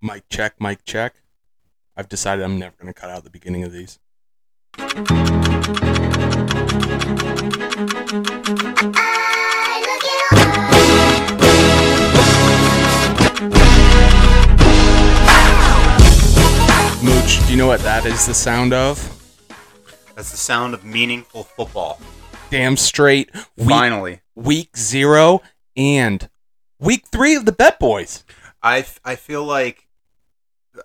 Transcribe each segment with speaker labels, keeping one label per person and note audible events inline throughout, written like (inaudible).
Speaker 1: Mic check, mic check. I've decided I'm never going to cut out the beginning of these. Mooch, do you know what that is the sound of?
Speaker 2: That's the sound of meaningful football.
Speaker 1: Damn straight. Week,
Speaker 2: Finally,
Speaker 1: week zero and week three of the Bet Boys.
Speaker 2: I f- I feel like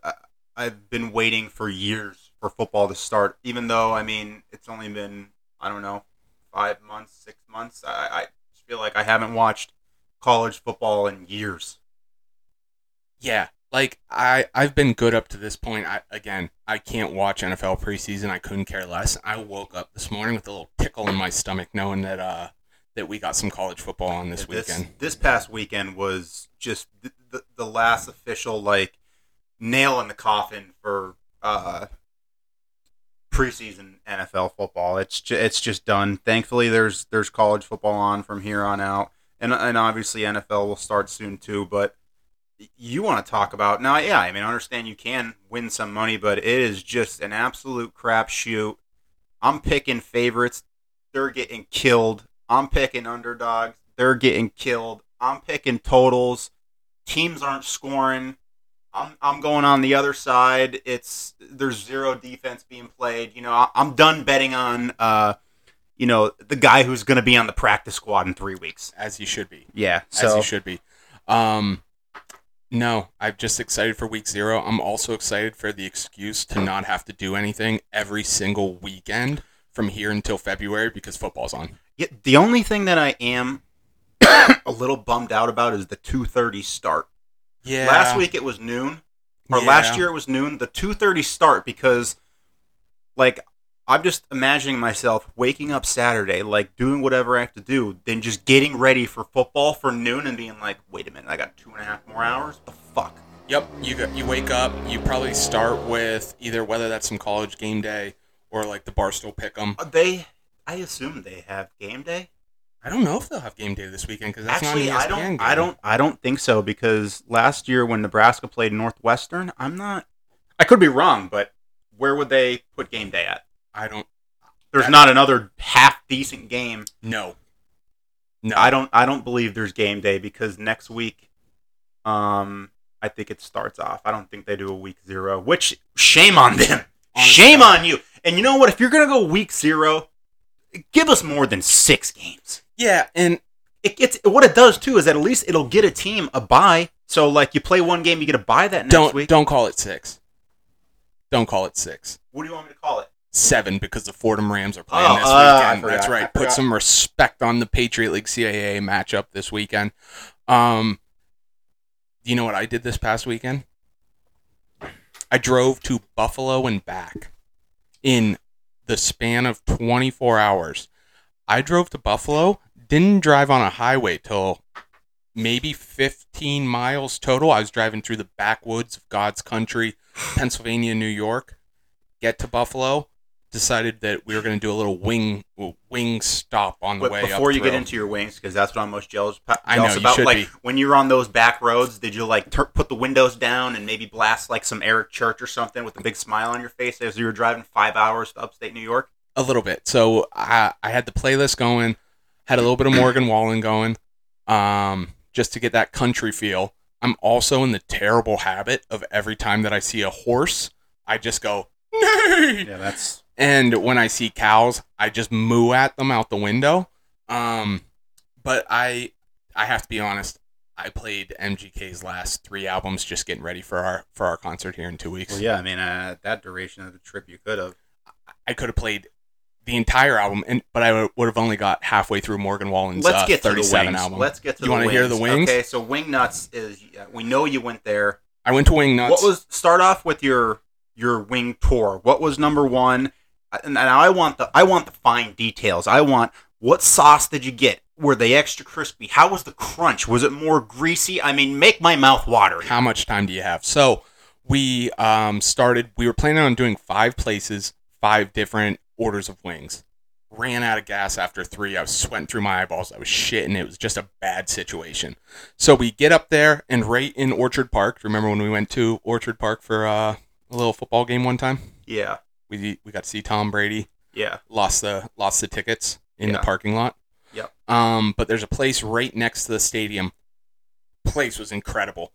Speaker 2: I- I've been waiting for years for football to start. Even though I mean, it's only been I don't know five months, six months. I, I just feel like I haven't watched college football in years.
Speaker 1: Yeah, like I I've been good up to this point. I again, I can't watch NFL preseason. I couldn't care less. I woke up this morning with a little tickle in my stomach knowing that uh that we got some college football on this
Speaker 2: this
Speaker 1: weekend.
Speaker 2: this past weekend was just the, the, the last official like nail in the coffin for uh, preseason NFL football. It's ju- it's just done. Thankfully, there's there's college football on from here on out, and and obviously NFL will start soon too. But y- you want to talk about now? Yeah, I mean, I understand you can win some money, but it is just an absolute crapshoot. I'm picking favorites. They're getting killed. I'm picking underdogs. They're getting killed. I'm picking totals. Teams aren't scoring. I'm, I'm going on the other side. It's there's zero defense being played. You know, I- I'm done betting on uh, you know, the guy who's going to be on the practice squad in 3 weeks.
Speaker 1: As you should be.
Speaker 2: Yeah.
Speaker 1: as
Speaker 2: So
Speaker 1: you should be. Um, no, I'm just excited for week zero. I'm also excited for the excuse to not have to do anything every single weekend from here until February because football's on.
Speaker 2: yeah, the only thing that I am (coughs) a little bummed out about is the 2:30 start.
Speaker 1: Yeah.
Speaker 2: Last week it was noon. or last year it was noon the 2.30 start because like i'm just imagining myself waking up saturday like doing whatever i have to do then just getting ready for football for noon and being like wait a minute i got two and a half more hours the fuck
Speaker 1: Yep. You got, you wake up. You probably start with either whether that's some college game day or like the Barstool Pick'em.
Speaker 2: Uh, they i assume they have game day
Speaker 1: I don't know if they'll have game day this weekend because that's
Speaker 2: actually
Speaker 1: not an E
Speaker 2: i
Speaker 1: ESPN
Speaker 2: don't
Speaker 1: game.
Speaker 2: i don't i don't think so because last year when nebraska played northwestern i'm not i could be wrong but where would they put game day at
Speaker 1: I don't.
Speaker 2: there's
Speaker 1: That-
Speaker 2: not another half decent game
Speaker 1: No. No.
Speaker 2: I don't I don't believe there's game day because next week um I think it starts off. I don't think they do a week 0, which shame on them.
Speaker 1: Honest
Speaker 2: shame
Speaker 1: God.
Speaker 2: on you. And you know what if you're going to go week 0, give us more than 6 games.
Speaker 1: Yeah, and
Speaker 2: It gets what it does too is that at least it'll get a team a bye. So like you play one game you get a bye that next
Speaker 1: don't
Speaker 2: week.
Speaker 1: don't call it six. Don't call it six.
Speaker 2: What do you want me to call it?
Speaker 1: Seven because the Fordham Rams are playing
Speaker 2: Oh,
Speaker 1: this
Speaker 2: oh, I
Speaker 1: weekend.
Speaker 2: forgot,
Speaker 1: That's
Speaker 2: I
Speaker 1: right. Put
Speaker 2: forgot.
Speaker 1: some respect on the Patriot League CAA matchup this weekend. Um, you know what I did this past weekend? I drove to Buffalo and back in the span of 24 hours. I drove to Buffalo, didn't drive on a highway till maybe 15 miles total. I was driving through the backwoods of God's country, Pennsylvania, New York. Get to Buffalo, decided that we were going to do a little wing wing stop on the
Speaker 2: But
Speaker 1: way.
Speaker 2: before
Speaker 1: up
Speaker 2: you get
Speaker 1: through.
Speaker 2: into your wings, because that's what I'm most jealous, pa-
Speaker 1: I know,
Speaker 2: jealous
Speaker 1: you
Speaker 2: about.
Speaker 1: should
Speaker 2: like
Speaker 1: be.
Speaker 2: when you're on those back roads, did you like tur put the windows down and maybe blast like some Eric Church or something with a big smile on your face as you were driving five hours to upstate
Speaker 1: (laughs)
Speaker 2: New York?
Speaker 1: a little bit. So I I had the playlist going, had a little bit of Morgan Wallen going, um, just to get that country feel. I'm also in the terrible habit of every time that I see a horse, I just go neigh,
Speaker 2: that's
Speaker 1: and when I see cows, I just moo at them out the window. Um, but I I have to be honest. I played MGK's last three albums just getting ready for our for our concert here in two weeks.
Speaker 2: well, yeah. I mean, uh, that duration of the trip, you could have.
Speaker 1: I could have played the entire album, and but I would have only got halfway through Morgan Wallen's
Speaker 2: Let's
Speaker 1: uh,
Speaker 2: get to the
Speaker 1: 37
Speaker 2: wings.
Speaker 1: album.
Speaker 2: Let's get to
Speaker 1: You
Speaker 2: the
Speaker 1: wanna
Speaker 2: wings.
Speaker 1: hear the wings?
Speaker 2: Okay, so Wing Nuts is. Uh, we know you went there.
Speaker 1: I went to Wing Nuts.
Speaker 2: What was start off with your your wing tour? What was number one? And, and I want the I want the fine details. I want what sauce did you get? Were they extra crispy? How was the crunch? Was it more greasy? I mean, make my mouth water.
Speaker 1: How much time do you have? So we um, started. We were planning on doing five places, five different orders of wings. ran out of gas after three. I was sweating through my eyeballs. I was shitting. It was just a bad situation. So we get up there and right in Orchard Park. Remember when we went to Orchard Park for uh, a little football game one time?
Speaker 2: Yeah.
Speaker 1: We we got to see Tom Brady.
Speaker 2: Yeah.
Speaker 1: Lost the lost the tickets in the
Speaker 2: Yeah.
Speaker 1: parking lot.
Speaker 2: Yep.
Speaker 1: Um, but there's a place right next to the stadium. Place was incredible.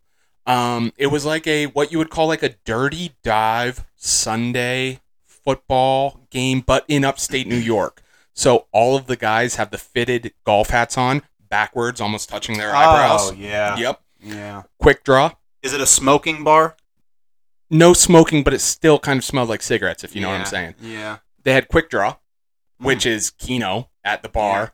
Speaker 1: Um, it was like a what you would call like a dirty dive Sunday football game, but in upstate New York. So all of the guys have the fitted golf hats on, backwards, almost touching their eyebrows.
Speaker 2: Oh, yeah.
Speaker 1: Yep.
Speaker 2: Yeah.
Speaker 1: Quick draw.
Speaker 2: Is it a smoking bar?
Speaker 1: No smoking, but it still kind of smelled like cigarettes, if you know what
Speaker 2: Yeah.
Speaker 1: I'm saying.
Speaker 2: Yeah.
Speaker 1: They had Quick Draw, which is Kino at the bar.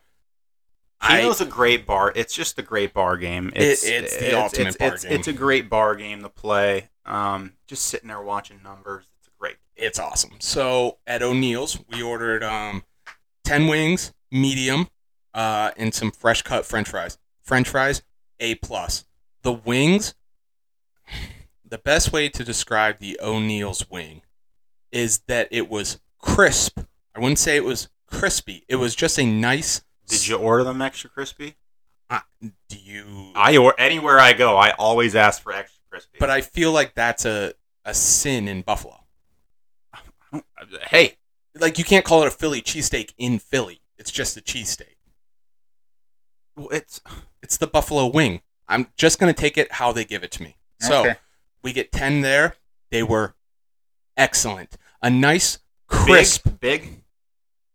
Speaker 1: I-
Speaker 2: Kino's a great bar. It's just a great bar game. It's
Speaker 1: it's the ultimate
Speaker 2: it's,
Speaker 1: bar
Speaker 2: it's,
Speaker 1: game.
Speaker 2: It's a great bar game to play. Um, just sitting there watching numbers. It's great.
Speaker 1: it's awesome. So at O'Neill's, we ordered um, ten wings, medium, uh, and some fresh cut French fries. French fries, a plus. The wings, the best way to describe the O'Neill's wing is that it was crisp. I wouldn't say it was crispy. It was just a nice.
Speaker 2: Did you order them extra crispy?
Speaker 1: Do you?
Speaker 2: I or anywhere I go, I always ask for extra crispy.
Speaker 1: But I feel like that's a a sin in Buffalo.
Speaker 2: hey,
Speaker 1: Like you can't call it a Philly cheesesteak in Philly. It's just a cheesesteak.
Speaker 2: well, it's
Speaker 1: It's the buffalo wing. I'm just going to take it how they give it to me. So
Speaker 2: Okay.
Speaker 1: we get 10 there. They were excellent. A nice, crisp.
Speaker 2: Big. big.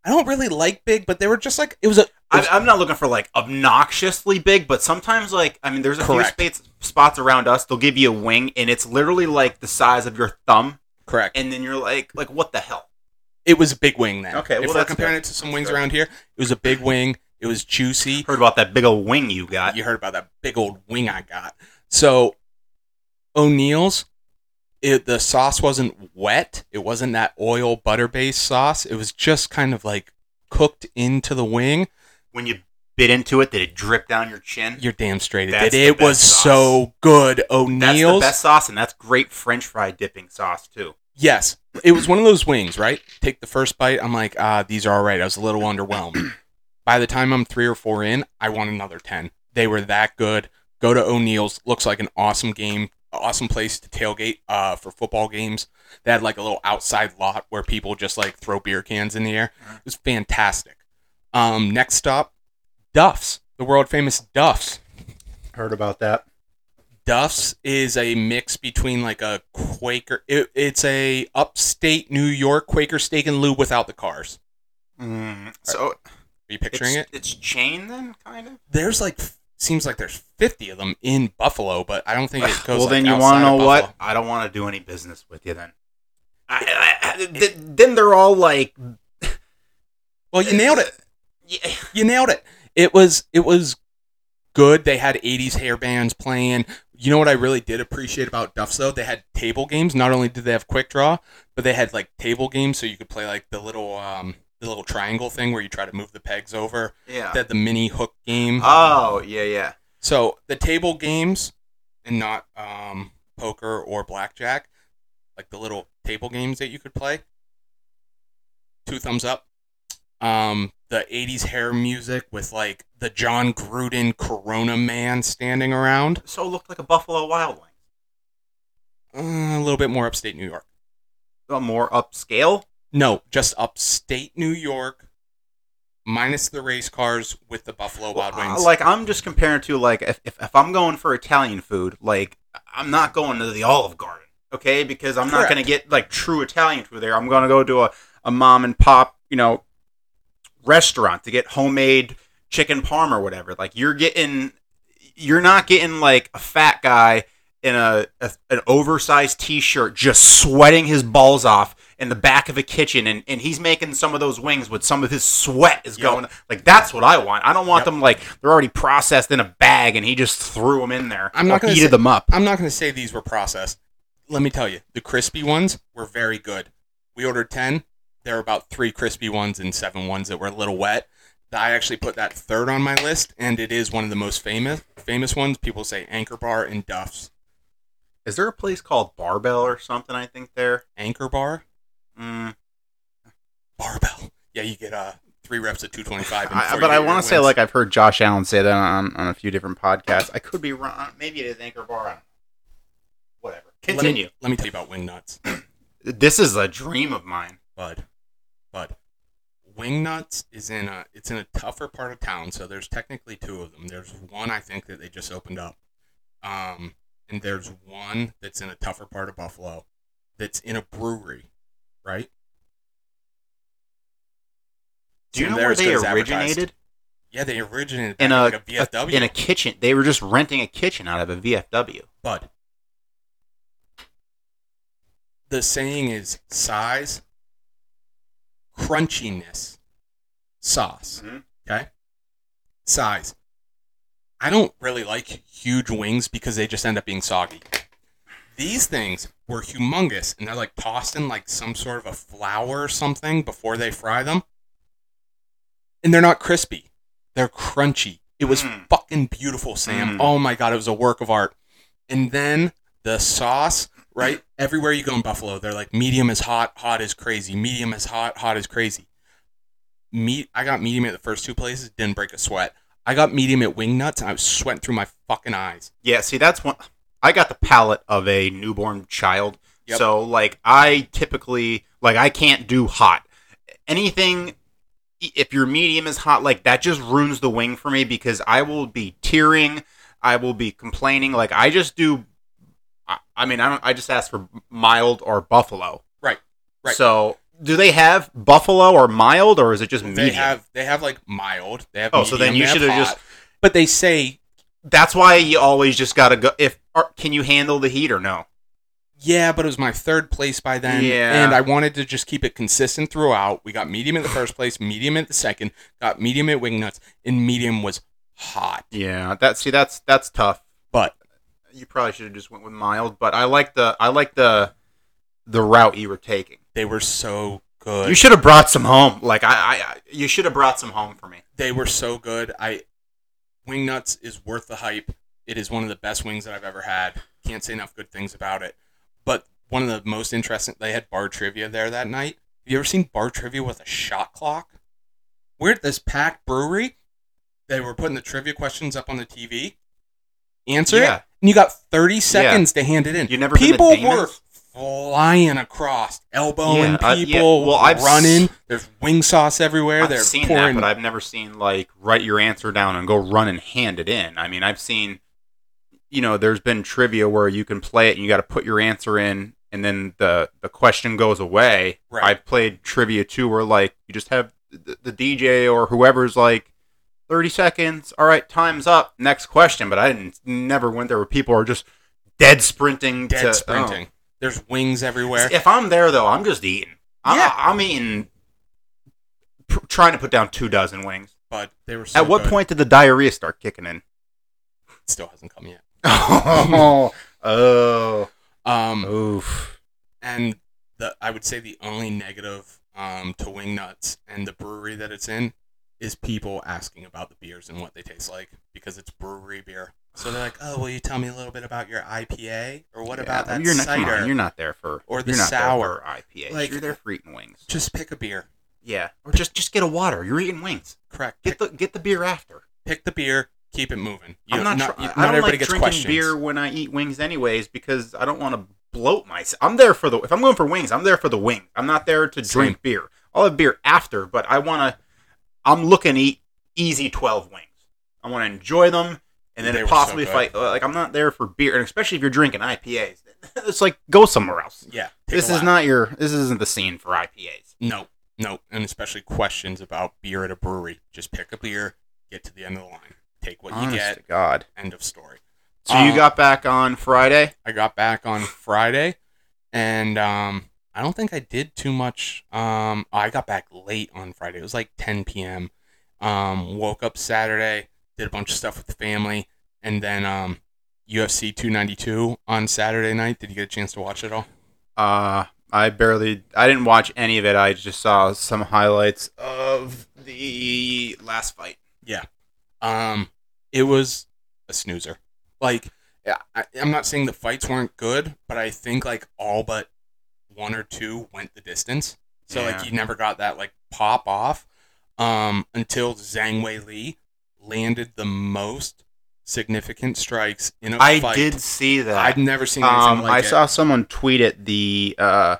Speaker 1: I don't really like big, but they were just like, it was a. it
Speaker 2: I,
Speaker 1: was-
Speaker 2: I'm not looking for like obnoxiously big, but sometimes like I mean, there's a
Speaker 1: Correct.
Speaker 2: few spates, spots around us. They'll give you a wing, and it's literally like the size of your thumb,
Speaker 1: correct.
Speaker 2: and then you're like, like what the hell?
Speaker 1: It was a big wing then.
Speaker 2: Okay,
Speaker 1: If
Speaker 2: well,
Speaker 1: we're
Speaker 2: that's
Speaker 1: comparing
Speaker 2: good.
Speaker 1: it to some wings
Speaker 2: good.
Speaker 1: around here, it was a big wing. It was juicy.
Speaker 2: Heard about that big old wing you got?
Speaker 1: you heard about that big old wing I got. So O'Neill's, it, the sauce wasn't wet. It wasn't that oil butter based sauce. It was just kind of like cooked into the wing.
Speaker 2: When you bit into it, did it drip down your chin?
Speaker 1: You're damn straight. It
Speaker 2: That's
Speaker 1: did.
Speaker 2: the
Speaker 1: It
Speaker 2: best
Speaker 1: was
Speaker 2: sauce.
Speaker 1: so good.
Speaker 2: that's
Speaker 1: O'Neill's.
Speaker 2: the best sauce, and that's great French fry dipping sauce too.
Speaker 1: Yes. It was one of those wings, right? Take the first bite. I'm like, ah, these are all right. I was a little underwhelmed. (clears throat) By the time I'm three or four in, I want another 10. They were that good. Go to O'Neill's. Looks like an awesome game, awesome place to tailgate uh, for football games. They had like a little outside lot where people just like throw beer cans in the air. It was fantastic. Um, next stop, Duff's, the world famous Duff's.
Speaker 2: Heard about that?
Speaker 1: Duff's is a mix between like a Quaker. It, it's a upstate New York Quaker steak and lube without the cars.
Speaker 2: Mm, so
Speaker 1: Are you picturing
Speaker 2: it's,
Speaker 1: it?
Speaker 2: it's chain then, kind of.
Speaker 1: There's like seems like there's 50 of them in Buffalo, but I don't think (sighs)
Speaker 2: (sighs)
Speaker 1: it goes.
Speaker 2: well,
Speaker 1: like,
Speaker 2: then you
Speaker 1: outside
Speaker 2: want
Speaker 1: of
Speaker 2: to know
Speaker 1: Buffalo.
Speaker 2: what? I don't want to do any business with you then. I, I, I, th- then they're all like,
Speaker 1: Well, you nailed it.
Speaker 2: yeah,
Speaker 1: You nailed it. It was it was good. They had 80s hair bands playing. You know what I really did appreciate about Duff's though? They had table games. Not only did they have quick draw, but they had like table games so you could play like the little um the little triangle thing where you try to move the pegs over.
Speaker 2: yeah.
Speaker 1: that the mini hook game.
Speaker 2: oh, yeah, yeah.
Speaker 1: so the table games and not um, poker or blackjack, like the little table games that you could play. Two thumbs up. Um, the 80s hair music with like the John Gruden Corona man standing around.
Speaker 2: So it looked like a Buffalo Wild Wings.
Speaker 1: Uh, a little bit more upstate New York.
Speaker 2: A more upscale.
Speaker 1: No, just upstate New York, minus the race cars with the Buffalo Wild
Speaker 2: Uh,
Speaker 1: Wings.
Speaker 2: like I'm just comparing to like if, if if I'm going for Italian food, like I'm not going to the Olive Garden, okay? Because I'm not
Speaker 1: Correct.
Speaker 2: going to get like true Italian food there. I'm going to go to a, a mom and pop, you know, restaurant to get homemade chicken parm or whatever. Like you're getting, you're not getting like a fat guy in a, a an oversized T-shirt just sweating his balls off in the back of a kitchen, and, and he's making some of those wings with some of his sweat is
Speaker 1: Yep.
Speaker 2: going. Like that's what I want. I don't want
Speaker 1: Yep.
Speaker 2: them like they're already processed in a bag, and he just threw them in there.
Speaker 1: I'm not
Speaker 2: or
Speaker 1: gonna
Speaker 2: heated
Speaker 1: say-
Speaker 2: them up.
Speaker 1: I'm not going to say these were processed. Let me tell you, the crispy ones were very good. We ordered 10. There were about three crispy ones and seven ones that were a little wet. I actually put that third on my list, and it is one of the most famous famous ones. People say Anchor Bar and Duff's.
Speaker 2: Is there a place called Barbell or something? I think there.
Speaker 1: Anchor Bar?
Speaker 2: Mm,
Speaker 1: Barbell. Yeah, you get uh, three reps at 225. and
Speaker 2: I-
Speaker 1: before
Speaker 2: but
Speaker 1: you
Speaker 2: I
Speaker 1: get
Speaker 2: want
Speaker 1: your
Speaker 2: to say
Speaker 1: wins.
Speaker 2: like I've heard Josh Allen say that on, on a few different podcasts. I could be wrong. Maybe it is Anchor Bar. I don't know. Whatever.
Speaker 1: Let me-
Speaker 2: Continue.
Speaker 1: Let me tell you about wing nuts,
Speaker 2: This is a dream of mine.
Speaker 1: bud. Bud, wing nuts is in a it's in a tougher part of town. So there's technically two of them. There's one I think that they just opened up, um, and there's one that's in a tougher part of Buffalo, that's in a brewery, right?
Speaker 2: Do you
Speaker 1: And
Speaker 2: know where
Speaker 1: they're as
Speaker 2: they
Speaker 1: good as advertised.
Speaker 2: originated?
Speaker 1: Yeah, they originated
Speaker 2: In
Speaker 1: back
Speaker 2: a-
Speaker 1: like a VFW.
Speaker 2: In a kitchen. They were just renting a kitchen out of a VFW.
Speaker 1: Bud. The saying is size, crunchiness, sauce.
Speaker 2: Mhm.
Speaker 1: Okay? Size. I don't really like huge wings because they just end up being soggy. These things were humongous and they're like tossed in like some sort of a flour or something before they fry them. And they're not crispy. They're crunchy. It was
Speaker 2: Mm.
Speaker 1: fucking beautiful, Sam.
Speaker 2: Mm.
Speaker 1: Oh my god, it was a work of art. And then the sauce, right? Everywhere you go in Buffalo, they're like medium is hot, hot is crazy. Medium is hot, hot is crazy. Meat I got medium at the first two places, didn't break a sweat. I got medium at Wing Nuts and I was sweating through my fucking eyes.
Speaker 2: Yeah, see, that's one. I got the palate of a newborn child.
Speaker 1: Yep.
Speaker 2: So, like, I typically, like, I can't do hot. Anything, i- if your medium is hot, like, that just ruins the wing for me because I will be tearing. I will be complaining. Like, I just do, I, I mean, I don't, I just ask for mild or buffalo.
Speaker 1: Right, right.
Speaker 2: So, do they have buffalo or mild or is it just medium?
Speaker 1: They have they have like mild, they have
Speaker 2: oh, so then
Speaker 1: medium,
Speaker 2: you
Speaker 1: they have
Speaker 2: should have
Speaker 1: hot.
Speaker 2: just
Speaker 1: But they say,
Speaker 2: that's why you always just gotta go if or, can you handle the heat or no
Speaker 1: yeah, but it was my third place by then.
Speaker 2: Yeah.
Speaker 1: And I wanted to just keep it consistent throughout. We got medium at the first place, medium at the second, got medium at Wing Nuts, and medium was hot.
Speaker 2: yeah that see that's that's tough
Speaker 1: But
Speaker 2: you probably should have just went with mild but i like the i like the the route you were taking
Speaker 1: they were so good.
Speaker 2: you should have brought some home like i i, I you should have brought some home for me
Speaker 1: they were so good. I Wing Nuts is worth the hype. It is one of the best wings that I've ever had. Can't say enough good things about it. But one of the most interesting they had bar trivia there that night. Have you ever seen bar trivia with a shot clock? We're at this packed brewery. They were putting the trivia questions up on the TV. Answer
Speaker 2: Yeah.
Speaker 1: it. And you got 30 seconds to hand it in.
Speaker 2: You never been to
Speaker 1: People were
Speaker 2: Damon's?
Speaker 1: flying across, elbowing
Speaker 2: Yeah, I- yeah,
Speaker 1: people,
Speaker 2: well, I've s-
Speaker 1: running. There's wing sauce everywhere.
Speaker 2: i've
Speaker 1: They're
Speaker 2: seen
Speaker 1: pouring
Speaker 2: that but i've never seen like write your answer down and go run and hand it in i mean i've seen you know there's been trivia where you can play it and you got to put your answer in and then the the question goes away
Speaker 1: right.
Speaker 2: I've played trivia too, where like you just have the, the DJ or whoever's like thirty seconds. All right, time's up. Next question. But I didn't never went there where people are just dead sprinting.
Speaker 1: dead
Speaker 2: to,
Speaker 1: sprinting. There's wings
Speaker 2: oh.
Speaker 1: everywhere.
Speaker 2: If I'm there though, I'm just eating.
Speaker 1: Yeah.
Speaker 2: I, I'm eating, pr- trying to put down two dozen wings.
Speaker 1: But they were so
Speaker 2: At what
Speaker 1: good.
Speaker 2: point did the diarrhea start kicking in?
Speaker 1: It still hasn't come yet.
Speaker 2: (laughs) oh, oh,
Speaker 1: Um,
Speaker 2: oof.
Speaker 1: and the I would say the only negative um, to Wing Nuts and the brewery that it's in is people asking about the beers and what they taste like because it's brewery beer. So they're like, "Oh, will you tell me a little bit about your IPA or what
Speaker 2: Yeah,
Speaker 1: about that
Speaker 2: you're not, come on,
Speaker 1: cider?"
Speaker 2: you're not there for
Speaker 1: Or the
Speaker 2: you're not there
Speaker 1: sour.
Speaker 2: for IPA.
Speaker 1: Like-
Speaker 2: you're there for eating wings.
Speaker 1: Just pick a beer.
Speaker 2: Yeah, or just just get a water. You're eating wings.
Speaker 1: Correct. Pick,
Speaker 2: Get the get the beer after.
Speaker 1: pick the beer. Keep it moving. You,
Speaker 2: I'm not.
Speaker 1: not,
Speaker 2: try-
Speaker 1: you-
Speaker 2: I don't
Speaker 1: everybody
Speaker 2: like
Speaker 1: gets
Speaker 2: drinking
Speaker 1: questions.
Speaker 2: beer when I eat wings, anyways, because I don't want to bloat myself. I'm there for the. If I'm going for wings, I'm there for the wing. I'm not there to drink
Speaker 1: Same.
Speaker 2: beer. I'll have beer after, but I want to. I'm looking to eat easy twelve wings. I want to enjoy them, and then
Speaker 1: They were so
Speaker 2: possibly
Speaker 1: good.
Speaker 2: fight. Like I'm not there for beer, and especially if you're drinking IPAs, (laughs) it's like go somewhere else.
Speaker 1: Yeah. take
Speaker 2: This
Speaker 1: a
Speaker 2: is
Speaker 1: lap.
Speaker 2: not your. This isn't the scene for IPAs.
Speaker 1: No, no, and especially questions about beer at a brewery. Just pick a beer, get to the end of the line, take what
Speaker 2: Honest
Speaker 1: you get.
Speaker 2: to God.
Speaker 1: End of story.
Speaker 2: So you
Speaker 1: Uh,
Speaker 2: got back on Friday.
Speaker 1: I got back on Friday, and um, I don't think I did too much. Um, I got back late on Friday. It was like 10 p.m. Um, woke up Saturday, did a bunch of stuff with the family, and then um, UFC 292 on Saturday night. Did you get a chance to watch it all?
Speaker 2: Uh, I barely. I didn't watch any of it. I just saw some highlights of the last fight.
Speaker 1: Um, it was a snoozer. Like, I, I- I'm not saying the fights weren't good, but I think like all but one or two went the distance. So
Speaker 2: Yeah.
Speaker 1: like you never got that like pop off. um, until Zhang Wei Li landed the most significant strikes in a
Speaker 2: I
Speaker 1: fight.
Speaker 2: did see that.
Speaker 1: I've never seen anything
Speaker 2: Um,
Speaker 1: like
Speaker 2: I
Speaker 1: it.
Speaker 2: saw someone tweet at the uh,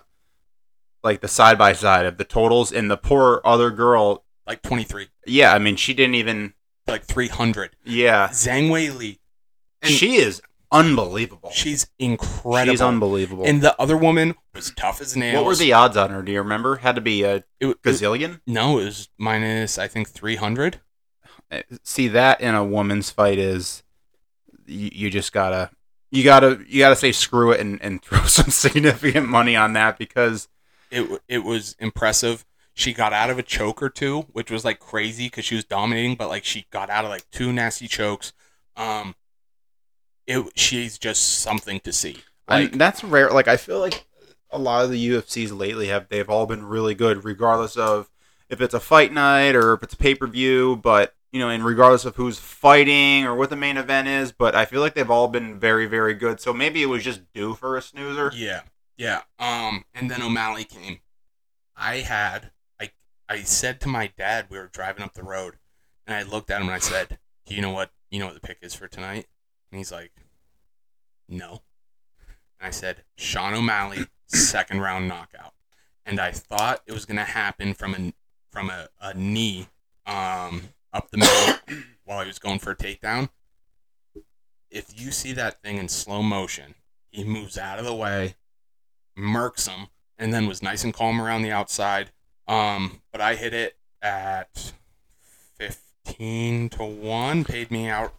Speaker 2: like the side by side of the totals, and the poor other girl.
Speaker 1: like 23,
Speaker 2: Yeah, I mean, she didn't even.
Speaker 1: like 300.
Speaker 2: Yeah,
Speaker 1: Zhang Wei Li, And-
Speaker 2: she is unbelievable.
Speaker 1: she's incredible.
Speaker 2: She's unbelievable.
Speaker 1: And the other woman was tough as nails.
Speaker 2: what were the odds on her? Do you remember? Had to be a
Speaker 1: It, it-
Speaker 2: gazillion.
Speaker 1: no, it was minus I think 300.
Speaker 2: Uh, See that in a woman's fight is you, you just gotta you gotta you gotta say screw it and, (laughs) and throw some significant money on that because
Speaker 1: It w- it was impressive. She got out of a choke or two, which was like crazy because she was dominating, but like she got out of like two nasty chokes. Um, it she's just something to see.
Speaker 2: and
Speaker 1: Like
Speaker 2: that's rare. Like I feel like a lot of the UFCs lately have they've all been really good, regardless of if it's a fight night or if it's pay per view. But you know, and regardless of who's fighting or what the main event is, but I feel like they've all been very very good. So maybe it was just due for a snoozer.
Speaker 1: Yeah, yeah. Um, and then O'Malley came. I had I I said to my dad we were driving up the road, and I looked at him and I said, "Do you know what you know what the pick is for tonight?" And he's like, "No." And I said, "Sean O'Malley, second round knockout." And I thought it was gonna happen from a from a, a knee um up the middle (coughs) while he was going for a takedown. If you see that thing in slow motion, he moves out of the way, murks him, and then was nice and calm around the outside. Um, but I hit it at 15 to 1, paid me out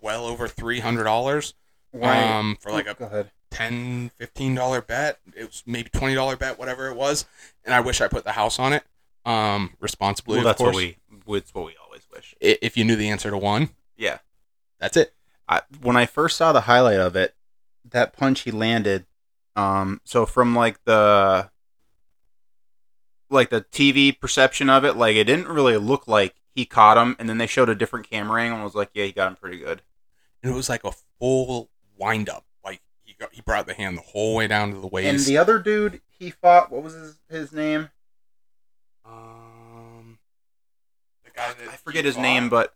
Speaker 1: well over $300 um, for like a
Speaker 2: go ahead.
Speaker 1: 10 $15 bet. It was maybe $20 bet, whatever it was. And I wish I put the house on it um, responsibly,
Speaker 2: Well,
Speaker 1: of
Speaker 2: that's
Speaker 1: course.
Speaker 2: what we that's what we always wish.
Speaker 1: I- if you knew the answer to one,
Speaker 2: Yeah.
Speaker 1: that's it.
Speaker 2: I, when I first saw the highlight of it, that punch he landed, um, so from like the like the TV perception of it, like it didn't really look like he caught him, and then they showed a different camera angle and was like, yeah, he got him pretty good.
Speaker 1: And it was like a full wind up. Like he, got, he brought the hand the whole way down to the waist.
Speaker 2: And the other dude he fought, what was his, his name?
Speaker 1: Um, the guy that
Speaker 2: I forget his name, but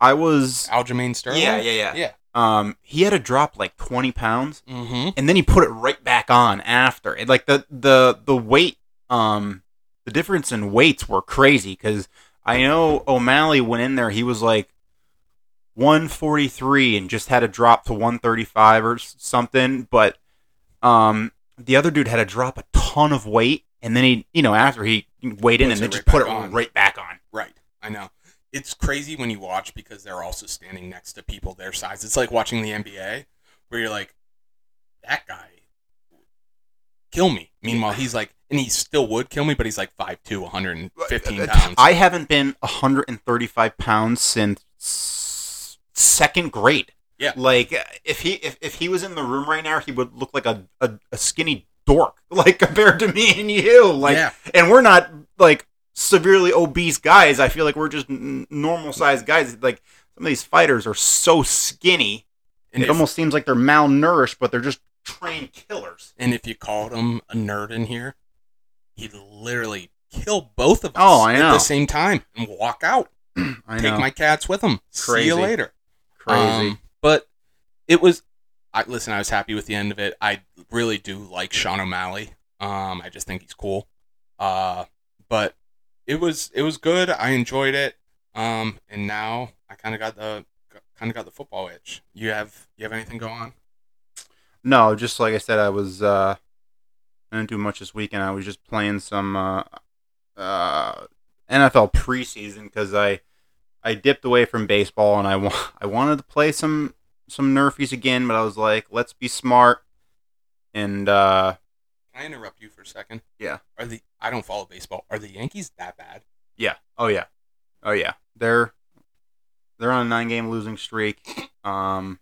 Speaker 2: I was
Speaker 1: Aljamain Sterling.
Speaker 2: yeah, yeah, yeah,
Speaker 1: yeah.
Speaker 2: Um, he had to drop like twenty pounds.
Speaker 1: Mm-hmm.
Speaker 2: and then he put it right back on after. It, like the the the weight, um, the difference in weights were crazy because I know O'Malley went in there. He was like 143 and just had a drop to 135 or s- something. But um, the other dude had to drop a ton of weight, and then he, you know, after he weighed in
Speaker 1: Puts
Speaker 2: and then
Speaker 1: it right
Speaker 2: just put it
Speaker 1: back on.
Speaker 2: right back on.
Speaker 1: Right. I know. It's crazy when you watch because they're also standing next to people their size. It's like watching the NBA where you're like, that guy, kill me. Meanwhile, he's like, and he still would kill me, but he's like 5'2", 115 pounds.
Speaker 2: uh, I haven't been 135 pounds since s- second grade.
Speaker 1: Yeah.
Speaker 2: Like if he if, if he was in the room right now, he would look like a, a, a skinny dork, (laughs) like compared to me and you. Like
Speaker 1: yeah.
Speaker 2: and we're not like severely obese guys. I feel like we're just n- normal sized guys. Like some of these fighters are so skinny.
Speaker 1: And
Speaker 2: it
Speaker 1: if-
Speaker 2: almost seems like they're malnourished, but they're just trained killers.
Speaker 1: (clears throat) And if you called him a nerd in here, he'd literally kill both of us
Speaker 2: Oh, I
Speaker 1: at
Speaker 2: know.
Speaker 1: the same time and walk out.
Speaker 2: I
Speaker 1: Take my cats with him. See
Speaker 2: Crazy.
Speaker 1: you later.
Speaker 2: Crazy.
Speaker 1: Um, but it was. I listen. I was happy with the end of it. I really do like Sean O'Malley. Um, I just think he's cool. Uh, but it was it was good. I enjoyed it. Um, and now I kind of got the kind of got the football itch. You have you have anything going on?
Speaker 2: No, just like I said, I was uh, I didn't do much this weekend. I was just playing some uh, uh, NFL preseason because I I dipped away from baseball and I wa- (laughs) I wanted to play some some Nerfies again, but I was like, let's be smart and uh,
Speaker 1: Can I interrupt you for a second?
Speaker 2: Yeah.
Speaker 1: Are the I don't follow baseball. Are the Yankees that bad?
Speaker 2: yeah, oh yeah, oh yeah, they're they're on a nine game losing streak. Um,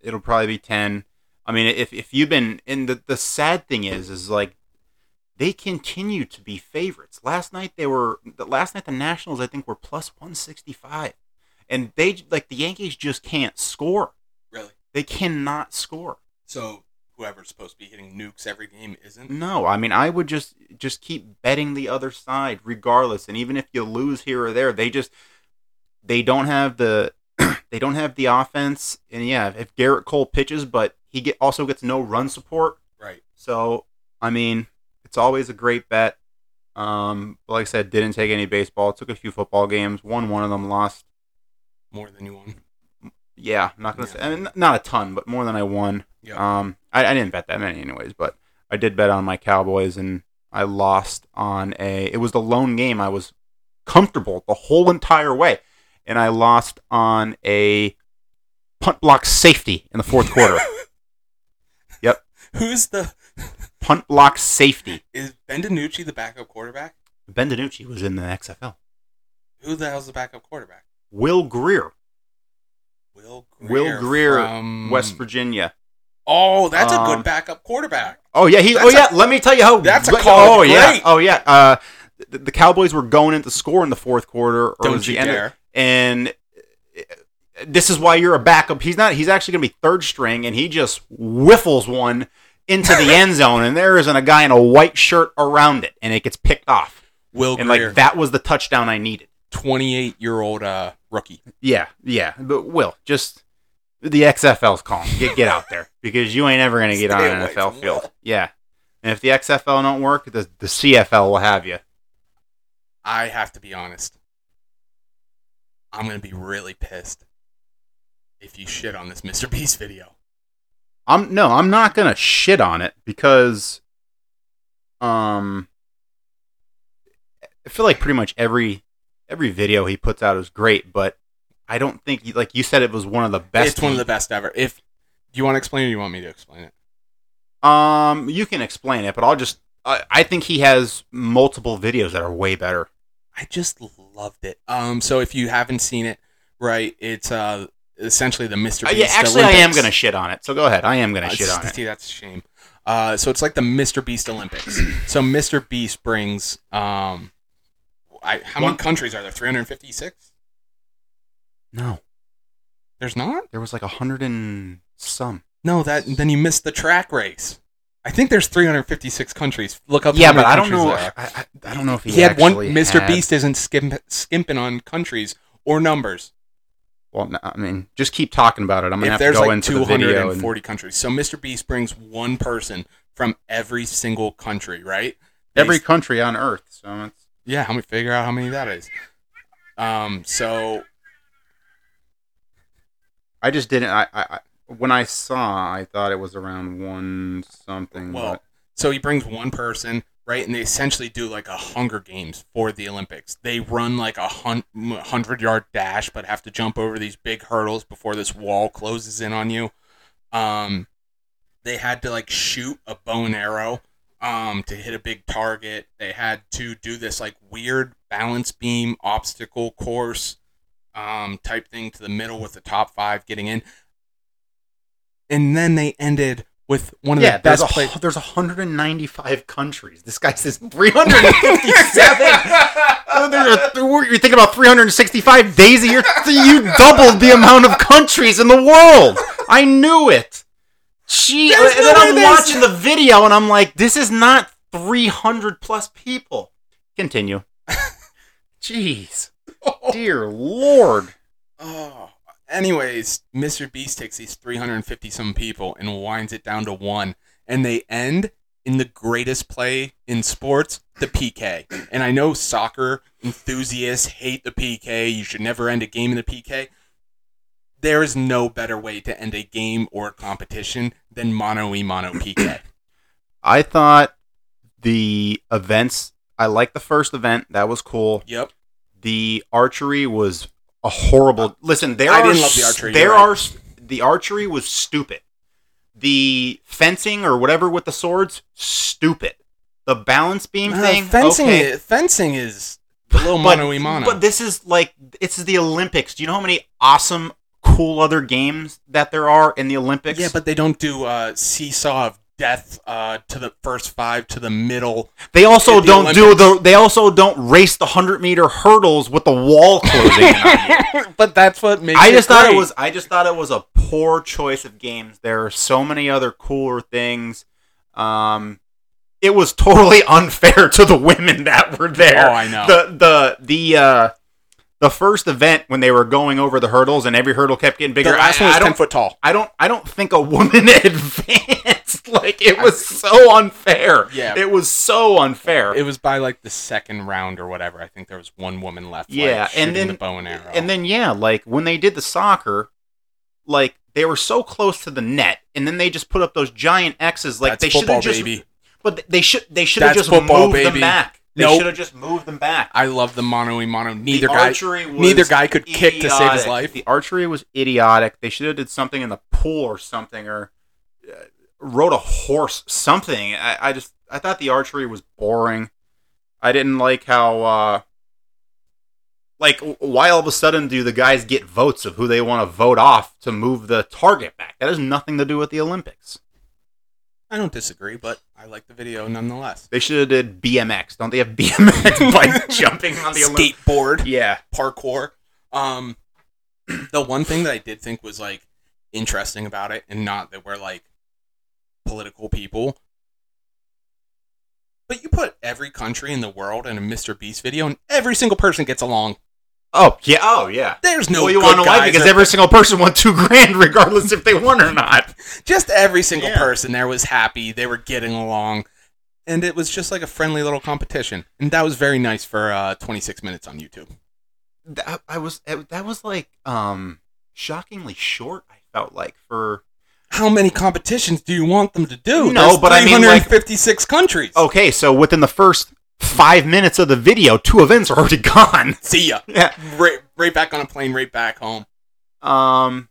Speaker 2: it'll probably be ten. I mean, if if you've been and the the sad thing is is like they continue to be favorites. Last night they were the last night the Nationals I think were plus 165. And they like the Yankees just can't score.
Speaker 1: Really?
Speaker 2: They cannot score.
Speaker 1: So whoever's supposed to be hitting nukes every game isn't.
Speaker 2: No, I mean I would just just keep betting the other side regardless, and even if you lose here or there, they just they don't have the (clears throat) they don't have the offense, and yeah, if Garrett Cole pitches, but he get, also gets no run support,
Speaker 1: Right.
Speaker 2: so I mean it's always a great bet. Um, but like I said, didn't take any baseball. Took a few football games. Won one of them. Lost.
Speaker 1: More than you won.
Speaker 2: Yeah, I'm not gonna
Speaker 1: Yeah.
Speaker 2: say. I mean, not a ton, but more than I won.
Speaker 1: Yeah.
Speaker 2: Um, I, I didn't bet that many, anyways, but I did bet on my Cowboys, and I lost on a. It was the lone game I was comfortable the whole entire way, and I lost on a punt block safety in the fourth
Speaker 1: (laughs)
Speaker 2: quarter. Yep.
Speaker 1: Who's the
Speaker 2: punt block safety.
Speaker 1: is Ben DiNucci the backup quarterback?
Speaker 2: Ben DiNucci was in the XFL.
Speaker 1: Who the hell's the backup quarterback?
Speaker 2: Will Greer,
Speaker 1: Will Greer.
Speaker 2: Will Greer,
Speaker 1: from-
Speaker 2: West Virginia.
Speaker 1: Oh, that's a
Speaker 2: Um,
Speaker 1: good backup quarterback.
Speaker 2: Oh yeah, he.
Speaker 1: That's
Speaker 2: oh
Speaker 1: a-
Speaker 2: yeah, let me tell you how.
Speaker 1: that's a
Speaker 2: let-
Speaker 1: call.
Speaker 2: Oh yeah.
Speaker 1: Great.
Speaker 2: Oh yeah. Uh, the, the Cowboys were going into score in the fourth quarter. Or it
Speaker 1: Don't
Speaker 2: was
Speaker 1: you
Speaker 2: the end of-
Speaker 1: dare.
Speaker 2: and uh, this is why you're a backup. He's not. He's actually going to be third string, and he just whiffles one into the end zone, and there isn't a guy in a white shirt around it, and it gets picked off.
Speaker 1: Will
Speaker 2: and
Speaker 1: Greer,
Speaker 2: like that was the touchdown I needed.
Speaker 1: 28 year old uh, rookie.
Speaker 2: Yeah, yeah. But Will, just the XFL's calling. Get get out there (laughs) because you ain't ever going to get on
Speaker 1: Stay
Speaker 2: an
Speaker 1: away
Speaker 2: NFL
Speaker 1: from
Speaker 2: field.
Speaker 1: Will.
Speaker 2: Yeah. And if the XFL don't work, the, the CFL will have you.
Speaker 1: I have to be honest. I'm going to be really pissed if you shit on this Mr. Beast video.
Speaker 2: I'm no, I'm not gonna shit on it because, um, I feel like pretty much every every video he puts out is great, but I don't think like you said it was one of the best.
Speaker 1: it's one of the best ever. If do you want to explain it or you want me to explain it?
Speaker 2: Um, you can explain it, but I'll just I, I think he has multiple videos that are way better.
Speaker 1: I just loved it. Um, so if you haven't seen it, right, it's uh essentially the Mr.
Speaker 2: Uh,
Speaker 1: Beast.
Speaker 2: yeah, actually, I am
Speaker 1: Olympics.
Speaker 2: gonna shit on it. So go ahead, I am gonna
Speaker 1: Uh,
Speaker 2: shit on it.
Speaker 1: see, that's a shame. Uh, so it's like the Mr. Beast
Speaker 2: (clears throat)
Speaker 1: Olympics. so Mr. Beast brings um, I, how many
Speaker 2: One-
Speaker 1: countries are there? 356?
Speaker 2: No,
Speaker 1: There's not.
Speaker 2: there was like a hundred and some.
Speaker 1: No, that then you missed the track race. I think there's 356 countries. Look up.
Speaker 2: Yeah,
Speaker 1: how many
Speaker 2: but I don't
Speaker 1: countries
Speaker 2: know.
Speaker 1: there
Speaker 2: I,
Speaker 1: are.
Speaker 2: I, I don't know if he,
Speaker 1: He, had one.
Speaker 2: actually
Speaker 1: Mr.
Speaker 2: had-
Speaker 1: Beast isn't skimp, skimping on countries or numbers.
Speaker 2: Well, no, I mean, just keep talking about it. I'm gonna
Speaker 1: if
Speaker 2: have to
Speaker 1: there's
Speaker 2: go
Speaker 1: like
Speaker 2: into the video. And,
Speaker 1: 240 countries, so Mr. Beast brings one person from every single country, right? They
Speaker 2: every country on Earth. So it's
Speaker 1: Yeah, how many figure out how many that is. Um, so
Speaker 2: I just didn't. I, I I- when I saw, I thought it was around one something.
Speaker 1: well,
Speaker 2: but
Speaker 1: so he brings one person, right? And they essentially do like a Hunger Games for the Olympics. They run like a hun- hundred yard dash, but have to jump over these big hurdles before this wall closes in on you. Um, they had to like shoot a bow and arrow um, to hit a big target. They had to do this like weird balance beam obstacle course um, type thing to the middle with the top five getting in. And then they ended with one of
Speaker 2: yeah,
Speaker 1: the
Speaker 2: there's
Speaker 1: best
Speaker 2: a,
Speaker 1: plays.
Speaker 2: hu- there's 195 countries. This guy says
Speaker 1: (laughs)
Speaker 2: 357. Oh, there's a- you're thinking about 365 days a year. You doubled the amount of countries in the world. I knew it. Gee,
Speaker 1: There's
Speaker 2: and
Speaker 1: no
Speaker 2: then
Speaker 1: way
Speaker 2: I'm
Speaker 1: there's-
Speaker 2: watching the video and I'm like, this is not 300 plus people. Continue. (laughs) Jeez, dear lord.
Speaker 1: Oh. Anyways, Mr. Beast takes these 350 some people and winds it down to one. And they end in the greatest play in sports, the PK. And I know soccer enthusiasts hate the PK. You should never end a game in the PK. There is no better way to end a game or competition than mono e mono PK.
Speaker 2: I thought the events. I liked the first event. That was cool.
Speaker 1: yep.
Speaker 2: the archery was a horrible. Listen, there
Speaker 1: I
Speaker 2: are
Speaker 1: didn't love
Speaker 2: s-
Speaker 1: the archery,
Speaker 2: There
Speaker 1: you're right.
Speaker 2: are s- the archery was stupid. The fencing or whatever with the swords, stupid. The balance beam
Speaker 1: Uh,
Speaker 2: thing,
Speaker 1: fencing,
Speaker 2: okay.
Speaker 1: is, fencing is a little mono e mono.
Speaker 2: But this is like it's the Olympics. Do you know how many awesome, cool other games that there are in the Olympics?
Speaker 1: Yeah, but they don't do uh, seesaw of death uh, to the first five to the (laughs) middle.
Speaker 3: They also
Speaker 1: At the
Speaker 3: don't do the.
Speaker 1: Olympics.
Speaker 3: They also don't race the hundred meter hurdles with the wall closing.
Speaker 1: (laughs)
Speaker 3: in on you.
Speaker 1: but that's what makes.
Speaker 3: I
Speaker 1: it
Speaker 3: just thought it
Speaker 1: great.
Speaker 3: was-
Speaker 2: I just thought it was a poor choice of games. There are so many other cooler things. Um,
Speaker 3: It was
Speaker 2: (laughs)
Speaker 3: totally unfair to the women that were there.
Speaker 1: Oh, I know.
Speaker 3: The the the uh,
Speaker 2: the first event when they were going over the hurdles and every hurdle kept getting bigger.
Speaker 1: the last
Speaker 2: I,
Speaker 1: one was
Speaker 2: I
Speaker 1: ten
Speaker 2: don't.
Speaker 1: foot tall.
Speaker 2: I don't. I don't think a woman (laughs) advanced. Like it was so unfair.
Speaker 1: Yeah.
Speaker 2: It was so unfair.
Speaker 1: It was by like the second round or whatever. I think there was one woman left. like,
Speaker 2: Yeah, and
Speaker 1: shooting
Speaker 2: then-
Speaker 1: the bow and arrow.
Speaker 2: And then yeah, like when they did the soccer, like they were so close to the net, and then they just put up those giant X's. Like
Speaker 1: that's
Speaker 2: they should
Speaker 1: football
Speaker 2: have just,
Speaker 1: baby.
Speaker 2: but they should they should have
Speaker 1: That's
Speaker 2: just
Speaker 1: football,
Speaker 2: moved
Speaker 1: baby.
Speaker 2: them back. They
Speaker 1: Nope.
Speaker 2: should have just moved them back.
Speaker 1: I love the mono e mono. Neither
Speaker 2: the
Speaker 1: guy,
Speaker 2: archery was
Speaker 1: neither guy could kick to save his
Speaker 2: idiotic.
Speaker 1: life.
Speaker 2: The archery was idiotic. They should have did something in the pool or something, or uh, rode a horse, something. I, I just I thought the archery was boring. I didn't like how, uh, like, w- why all of a sudden do the guys get votes of who they want to vote off to move the target back? That has nothing to do with the Olympics.
Speaker 1: I don't disagree, but I like the video nonetheless.
Speaker 2: They should have did BMX. Don't they have
Speaker 1: (laughs)
Speaker 2: BMX (laughs) by jumping on the Olympics?
Speaker 1: Skateboard.
Speaker 2: Yeah,
Speaker 1: parkour. Um, (clears throat) the one thing that I did think was like interesting about it, and not that we're like political people, but you put every country in the world in a Mr. Beast video, and every single person gets along.
Speaker 2: Oh yeah. Oh yeah.
Speaker 1: There's no
Speaker 2: well, you
Speaker 1: good
Speaker 2: want to
Speaker 1: guys
Speaker 2: why? Because
Speaker 1: or-
Speaker 2: every single person won two grand, (laughs) regardless if they won or not.
Speaker 1: just every single
Speaker 2: Yeah.
Speaker 1: person there was happy. They were getting along. And it was just like a friendly little competition, and that was very nice for uh, 26 minutes on YouTube.
Speaker 2: That, uh, I was that was like um shockingly short. I felt like for
Speaker 1: How many competitions do you want them to do?
Speaker 2: No,
Speaker 1: There's
Speaker 2: but I mean, like-
Speaker 1: 356 countries.
Speaker 2: okay, so within the first five minutes of the video, two events are already (laughs) gone.
Speaker 1: see ya.
Speaker 2: Yeah.
Speaker 1: right, right back on a plane, right back home.
Speaker 2: Um.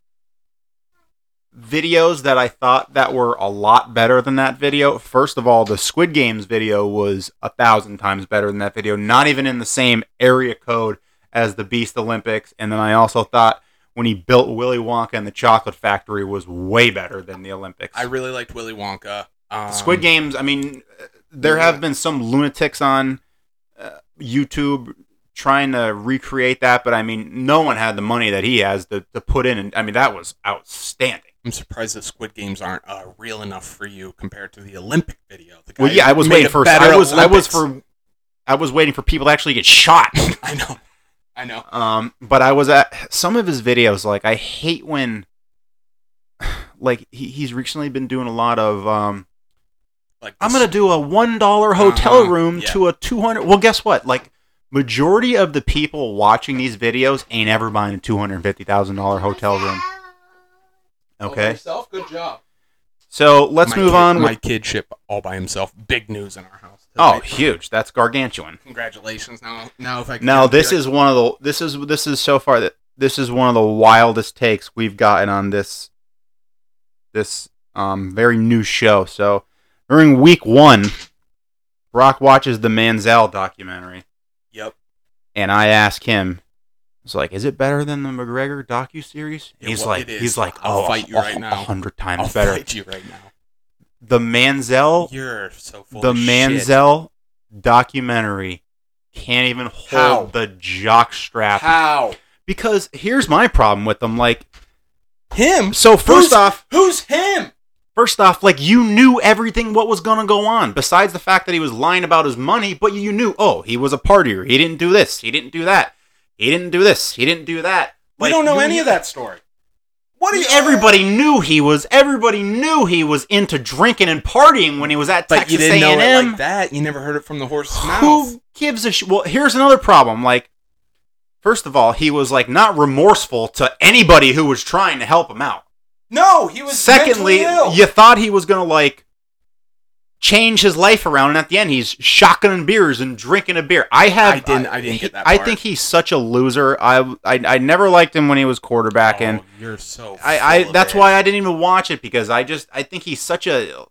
Speaker 2: Videos that I thought that were a lot better than that video. First of all, the Squid Games video was a thousand times better than that video. Not even in the same area code as the Beast Olympics. And then I also thought when he built Willy Wonka and the Chocolate Factory was way better than the Olympics.
Speaker 1: I really liked Willy Wonka. Um,
Speaker 2: Squid Games. I mean, uh, there have been some lunatics on uh, YouTube trying to recreate that, but I mean, no one had the money that he has to, to put in. And I mean, that was outstanding.
Speaker 1: I'm surprised that Squid Games aren't uh, real enough for you compared to the Olympic video. The
Speaker 2: Well,
Speaker 1: guy
Speaker 2: yeah, I was
Speaker 1: made
Speaker 2: waiting
Speaker 1: a
Speaker 2: for.
Speaker 1: better
Speaker 2: I was. I was
Speaker 1: Olympics.
Speaker 2: for. I was waiting for people to actually get shot.
Speaker 1: (laughs) I know. I know.
Speaker 2: Um, but I was at some of his videos. Like I hate when, (sighs) like he, he's recently been doing a lot of. Um,
Speaker 1: Like
Speaker 2: I'm
Speaker 1: this-
Speaker 2: gonna do a one dollar hotel
Speaker 1: Uh-huh,
Speaker 2: room
Speaker 1: yeah.
Speaker 2: to a two hundred. Well, guess what? Like majority of the people watching these videos ain't ever buying a two hundred fifty thousand dollar hotel room. Okay,
Speaker 1: yourself. Good job.
Speaker 2: so let's
Speaker 1: my
Speaker 2: move
Speaker 1: kid,
Speaker 2: on.
Speaker 1: My
Speaker 2: With,
Speaker 1: kid ship all by himself. Big news in our house.
Speaker 2: oh,
Speaker 1: Like,
Speaker 2: huge!
Speaker 1: (laughs)
Speaker 2: That's gargantuan.
Speaker 1: congratulations! Now, now if I can
Speaker 2: Now
Speaker 1: be
Speaker 2: this
Speaker 1: like,
Speaker 2: is one of the this is this is so far that this is one of the wildest takes we've gotten on this this um very new show. So during week one, Brock watches the Manziel documentary.
Speaker 1: Yep.
Speaker 2: and I ask him, "It's like, is it better than the McGregor docu series?"
Speaker 1: It
Speaker 2: He's
Speaker 1: wa-
Speaker 2: like,
Speaker 1: it is.
Speaker 2: he's like,
Speaker 1: I'll
Speaker 2: "Oh,
Speaker 1: fight you
Speaker 2: a-
Speaker 1: right
Speaker 2: a
Speaker 1: now.
Speaker 2: hundred times
Speaker 1: I'll
Speaker 2: better."
Speaker 1: fight you right now.
Speaker 2: The Manzel,
Speaker 1: You're so full.
Speaker 2: the
Speaker 1: of shit.
Speaker 2: Manzel documentary can't even hold
Speaker 1: How?
Speaker 2: the jockstrap
Speaker 1: How
Speaker 2: because here's my problem with them. Like,
Speaker 1: him?
Speaker 2: so first
Speaker 1: Who's-
Speaker 2: off,
Speaker 1: Who's him?
Speaker 2: First off, like you knew everything what was gonna go on, besides the fact that he was lying about his money, but you knew, oh, he was a partier. He didn't do this, he didn't do that, he didn't do this, he didn't do that.
Speaker 1: We
Speaker 2: Like,
Speaker 1: don't know
Speaker 2: you
Speaker 1: any
Speaker 2: knew-
Speaker 1: of that story. What do you?
Speaker 2: Everybody knew he was. Everybody knew he was into drinking and partying when he was at
Speaker 1: But
Speaker 2: Texas
Speaker 1: you didn't know
Speaker 2: A&M.
Speaker 1: it like that. You never heard it from the horse's mouth.
Speaker 2: Who gives a sh- Well, here's another problem. Like, first of all, he was like not remorseful to anybody who was trying to help him out.
Speaker 1: No, he was.
Speaker 2: Secondly,
Speaker 1: mentally ill.
Speaker 2: you thought he was gonna like change his life around, and at the end, he's shotgunning beers and drinking a beer. I have.
Speaker 1: I didn't- I didn't
Speaker 2: he-
Speaker 1: get that
Speaker 2: I
Speaker 1: part.
Speaker 2: think he's such a loser. I I, I never liked him when he was quarterback, and
Speaker 1: Oh, you're so.
Speaker 2: I,
Speaker 1: full
Speaker 2: I
Speaker 1: of
Speaker 2: that's
Speaker 1: it.
Speaker 2: why I didn't even watch it because I just I think he's such a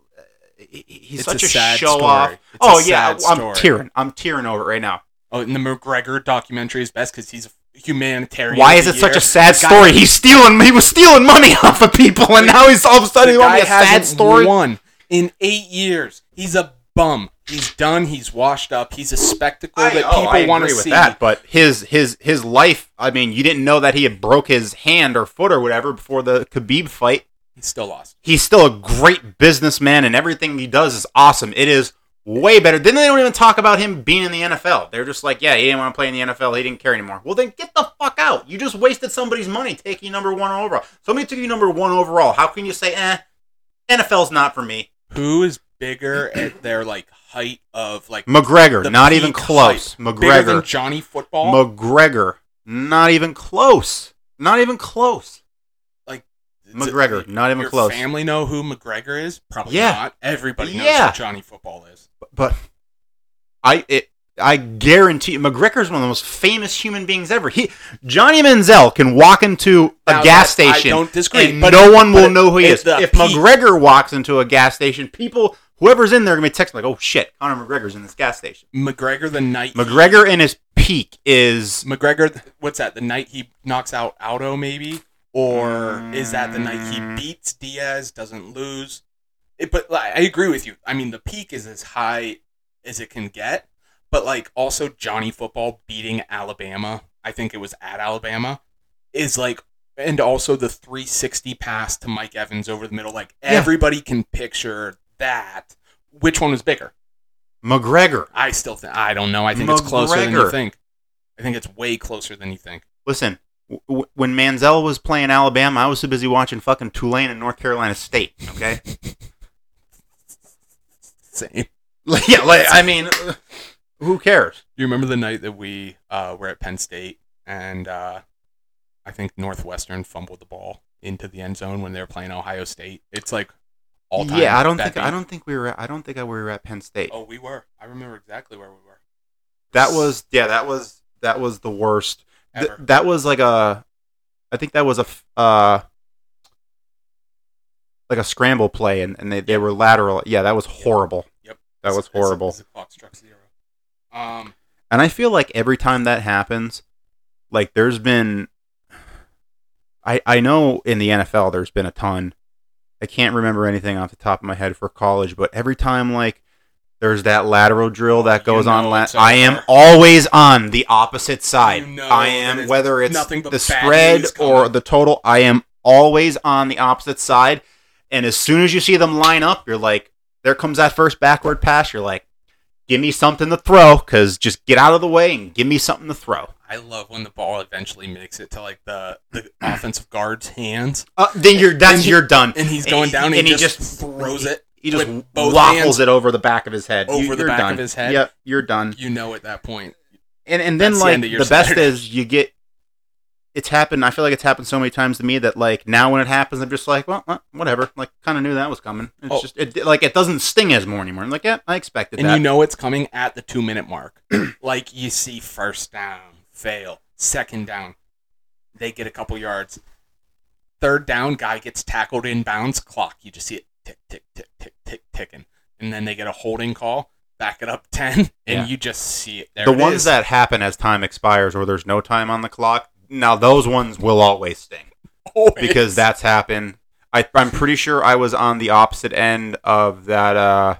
Speaker 2: he- he's
Speaker 1: It's
Speaker 2: such
Speaker 1: a
Speaker 2: a,
Speaker 1: sad
Speaker 2: show
Speaker 1: story.
Speaker 2: off.
Speaker 1: It's a
Speaker 2: oh yeah,
Speaker 1: sad
Speaker 2: I'm
Speaker 1: story.
Speaker 2: tearing. I'm tearing over it right now.
Speaker 1: Oh, and the McGregor documentary is best because he's a humanitarian.
Speaker 2: Why
Speaker 1: of
Speaker 2: is
Speaker 1: the
Speaker 2: it such
Speaker 1: year.
Speaker 2: a sad
Speaker 1: The guy-
Speaker 2: (laughs) story? He's stealing. He was stealing money off of people, and now he's all of a
Speaker 1: The
Speaker 2: sudden he wants
Speaker 1: guy
Speaker 2: to be a sad
Speaker 1: hasn't
Speaker 2: story.
Speaker 1: Won. in eight years. He's a bum. He's done. He's washed up. He's a spectacle
Speaker 4: I,
Speaker 1: that
Speaker 4: oh, I
Speaker 1: people want to
Speaker 4: agree with
Speaker 1: see.
Speaker 4: that,
Speaker 2: But his his his life. I mean, you didn't know that he had broke his hand or foot or whatever before the Khabib fight.
Speaker 1: He still lost.
Speaker 2: He's still a great businessman, and everything he does is awesome. It is way better. Then they don't even talk about him being in the NFL. They're just like, yeah, he didn't want to play in the NFL. He didn't care anymore. Well, then get the fuck out. You just wasted somebody's money taking number one overall. Somebody took you number one overall. How can you say, eh, NFL's not for me?
Speaker 1: Who is bigger at their like height of
Speaker 2: (clears throat)
Speaker 1: like
Speaker 2: McGregor,
Speaker 1: the
Speaker 2: not even
Speaker 1: peak
Speaker 2: close.
Speaker 1: height? Bigger than
Speaker 2: McGregor.
Speaker 1: Johnny Football.
Speaker 2: McGregor, not even close. Not even close.
Speaker 1: It's a-
Speaker 2: McGregor, not even
Speaker 1: your
Speaker 2: close.
Speaker 1: Family know who McGregor is? Probably
Speaker 2: Yeah.
Speaker 1: not. Everybody knows
Speaker 2: Yeah.
Speaker 1: who Johnny Football is.
Speaker 2: but I it I guarantee you, McGregor's one of the most famous human beings ever. He Johnny Manziel can walk into a
Speaker 1: Now,
Speaker 2: gas
Speaker 1: that-
Speaker 2: station
Speaker 1: I don't disagree.
Speaker 2: and
Speaker 1: but
Speaker 2: no one will
Speaker 1: but
Speaker 2: know who he
Speaker 1: it's
Speaker 2: is.
Speaker 1: the
Speaker 2: If
Speaker 1: peak.
Speaker 2: McGregor walks into a gas station, people whoever's in there are gonna be texting like, "Oh shit, Conor McGregor's in this gas station."
Speaker 1: McGregor the night
Speaker 2: McGregor in his peak is
Speaker 1: McGregor, what's that? The night he knocks out Aldo, maybe, or is that the night
Speaker 2: Mm.
Speaker 1: he beats Diaz, doesn't lose? It, but like, I agree with you. I mean, the peak is as high as it can get. But like, also Johnny Football beating Alabama. I think it was at Alabama. Is like, and also the 360 pass to Mike Evans over the middle. Like
Speaker 2: Yeah.
Speaker 1: everybody can picture that. Which one was bigger?
Speaker 2: McGregor.
Speaker 1: I still think I don't know. I think it's closer than you
Speaker 2: McGregor.
Speaker 1: think. I think it's way closer than you think.
Speaker 2: Listen, w- w- when Manziel was playing Alabama, I was so busy watching fucking Tulane and North Carolina State. Okay, (laughs)
Speaker 1: Same.
Speaker 2: Like, yeah, like, I mean, who cares?
Speaker 1: You remember the night that we uh, were at Penn State and uh, I think Northwestern fumbled the ball into the end zone when they were playing Ohio State. It's like all time.
Speaker 2: Yeah, I don't
Speaker 1: that
Speaker 2: think
Speaker 1: beat.
Speaker 2: I don't think we were at, I don't think I were at Penn State.
Speaker 1: Oh, we were. I remember exactly where we were.
Speaker 2: That was yeah, that was that was the worst. Th-
Speaker 1: Ever.
Speaker 2: that was like a I think that was a f- uh like a scramble play and, and they, they were lateral. Yeah, that was horrible.
Speaker 1: Yep.
Speaker 2: That was
Speaker 1: As- as-
Speaker 2: horrible.
Speaker 1: as the clock struck zero. Um,
Speaker 2: And I feel like every time that happens, like there's been I I know in the NFL there's been a ton. I can't remember anything off the top of my head for college, but every time like there's that lateral drill that
Speaker 1: You
Speaker 2: goes on
Speaker 1: know
Speaker 2: la-
Speaker 1: it's
Speaker 2: I am
Speaker 1: over.
Speaker 2: always on the opposite side.
Speaker 1: You know
Speaker 2: I
Speaker 1: that
Speaker 2: am
Speaker 1: it's
Speaker 2: whether it's
Speaker 1: nothing but
Speaker 2: the
Speaker 1: bad
Speaker 2: spread
Speaker 1: news coming.
Speaker 2: or the total, I am always on the opposite side. And as soon as you see them line up, you're like there comes that first backward pass, you're like give me something to throw cuz just get out of the way and give me something to throw.
Speaker 1: I love when the ball eventually makes it to like the, the offensive guard's hands
Speaker 2: Uh, then you're that's
Speaker 1: And he-
Speaker 2: you're done.
Speaker 1: and he's going down and, he, just, throws it.
Speaker 2: He just
Speaker 1: with both
Speaker 2: waffles
Speaker 1: hands
Speaker 2: it over the back of his head. You-
Speaker 1: over the
Speaker 2: you're
Speaker 1: back
Speaker 2: done.
Speaker 1: of his head.
Speaker 2: Yep, you're done.
Speaker 1: You know at that point.
Speaker 2: And and then
Speaker 1: That's the
Speaker 2: like
Speaker 1: end of
Speaker 2: the,
Speaker 1: your
Speaker 2: best
Speaker 1: Saturday.
Speaker 2: is you get. It's happened. I feel like it's happened so many times to me that like now when it happens, I'm just like, well, uh, whatever. Like, kind of knew that was coming. It's
Speaker 1: Oh.
Speaker 2: just it like it doesn't sting as more anymore. I'm like, yeah, I expected
Speaker 1: and
Speaker 2: that.
Speaker 1: you know it's coming at the two minute
Speaker 2: (clears throat)
Speaker 1: mark. like you see first down, fail, second down, they get a couple yards. Third down, guy gets tackled inbounds, clock. You just see it tick, tick, tick, tick, tick, ticking. And then they get a holding call, back it up 10, and
Speaker 2: Yeah.
Speaker 1: you just see it. There
Speaker 2: the
Speaker 1: it
Speaker 2: ones
Speaker 1: is. (laughs)
Speaker 2: that happen as time expires or there's no time on the clock. Now those ones will always sting.
Speaker 1: Always.
Speaker 2: because that's happened. I, I'm pretty sure I was on the opposite end of that. Uh,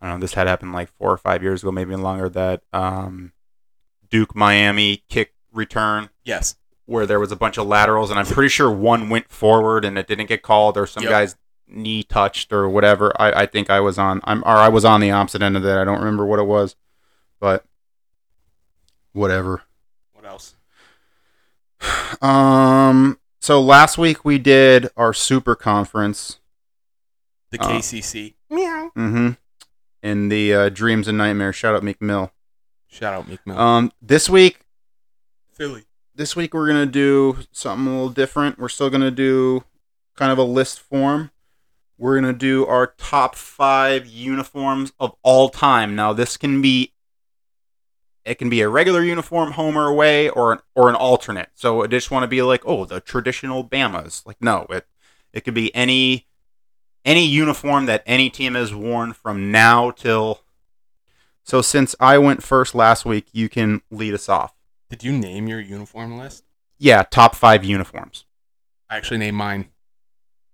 Speaker 2: I don't know. This had happened like four or five years ago, maybe longer. That um, Duke Miami kick return
Speaker 1: Yes.
Speaker 2: where there was a bunch of laterals, and I'm pretty sure one went forward and it didn't get called, or some
Speaker 1: Yep.
Speaker 2: guy's knee touched or whatever. I, I think I was on. I'm or I was on the opposite end of that. I don't remember what it was, but whatever.
Speaker 1: What else?
Speaker 2: Um. So last week we did our super conference.
Speaker 1: The
Speaker 2: Uh,
Speaker 1: KCC. Meow.
Speaker 2: Mm-hmm. In the uh, dreams and nightmares. Shout out McMill.
Speaker 1: Shout out Meek Mill.
Speaker 2: Um. This week.
Speaker 1: Philly.
Speaker 2: This week we're gonna do something a little different. We're still gonna do kind of a list form. We're gonna do our top five uniforms of all time. Now this can be. It can be a regular uniform, home or away, or an, or an alternate. So I just want to be like, oh, the traditional Bama's. Like, no, it it could be any any uniform that any team has worn from now till. So since I went first last week, you can lead us off.
Speaker 1: Did you name your uniform list?
Speaker 2: Yeah, top five uniforms.
Speaker 1: I actually named mine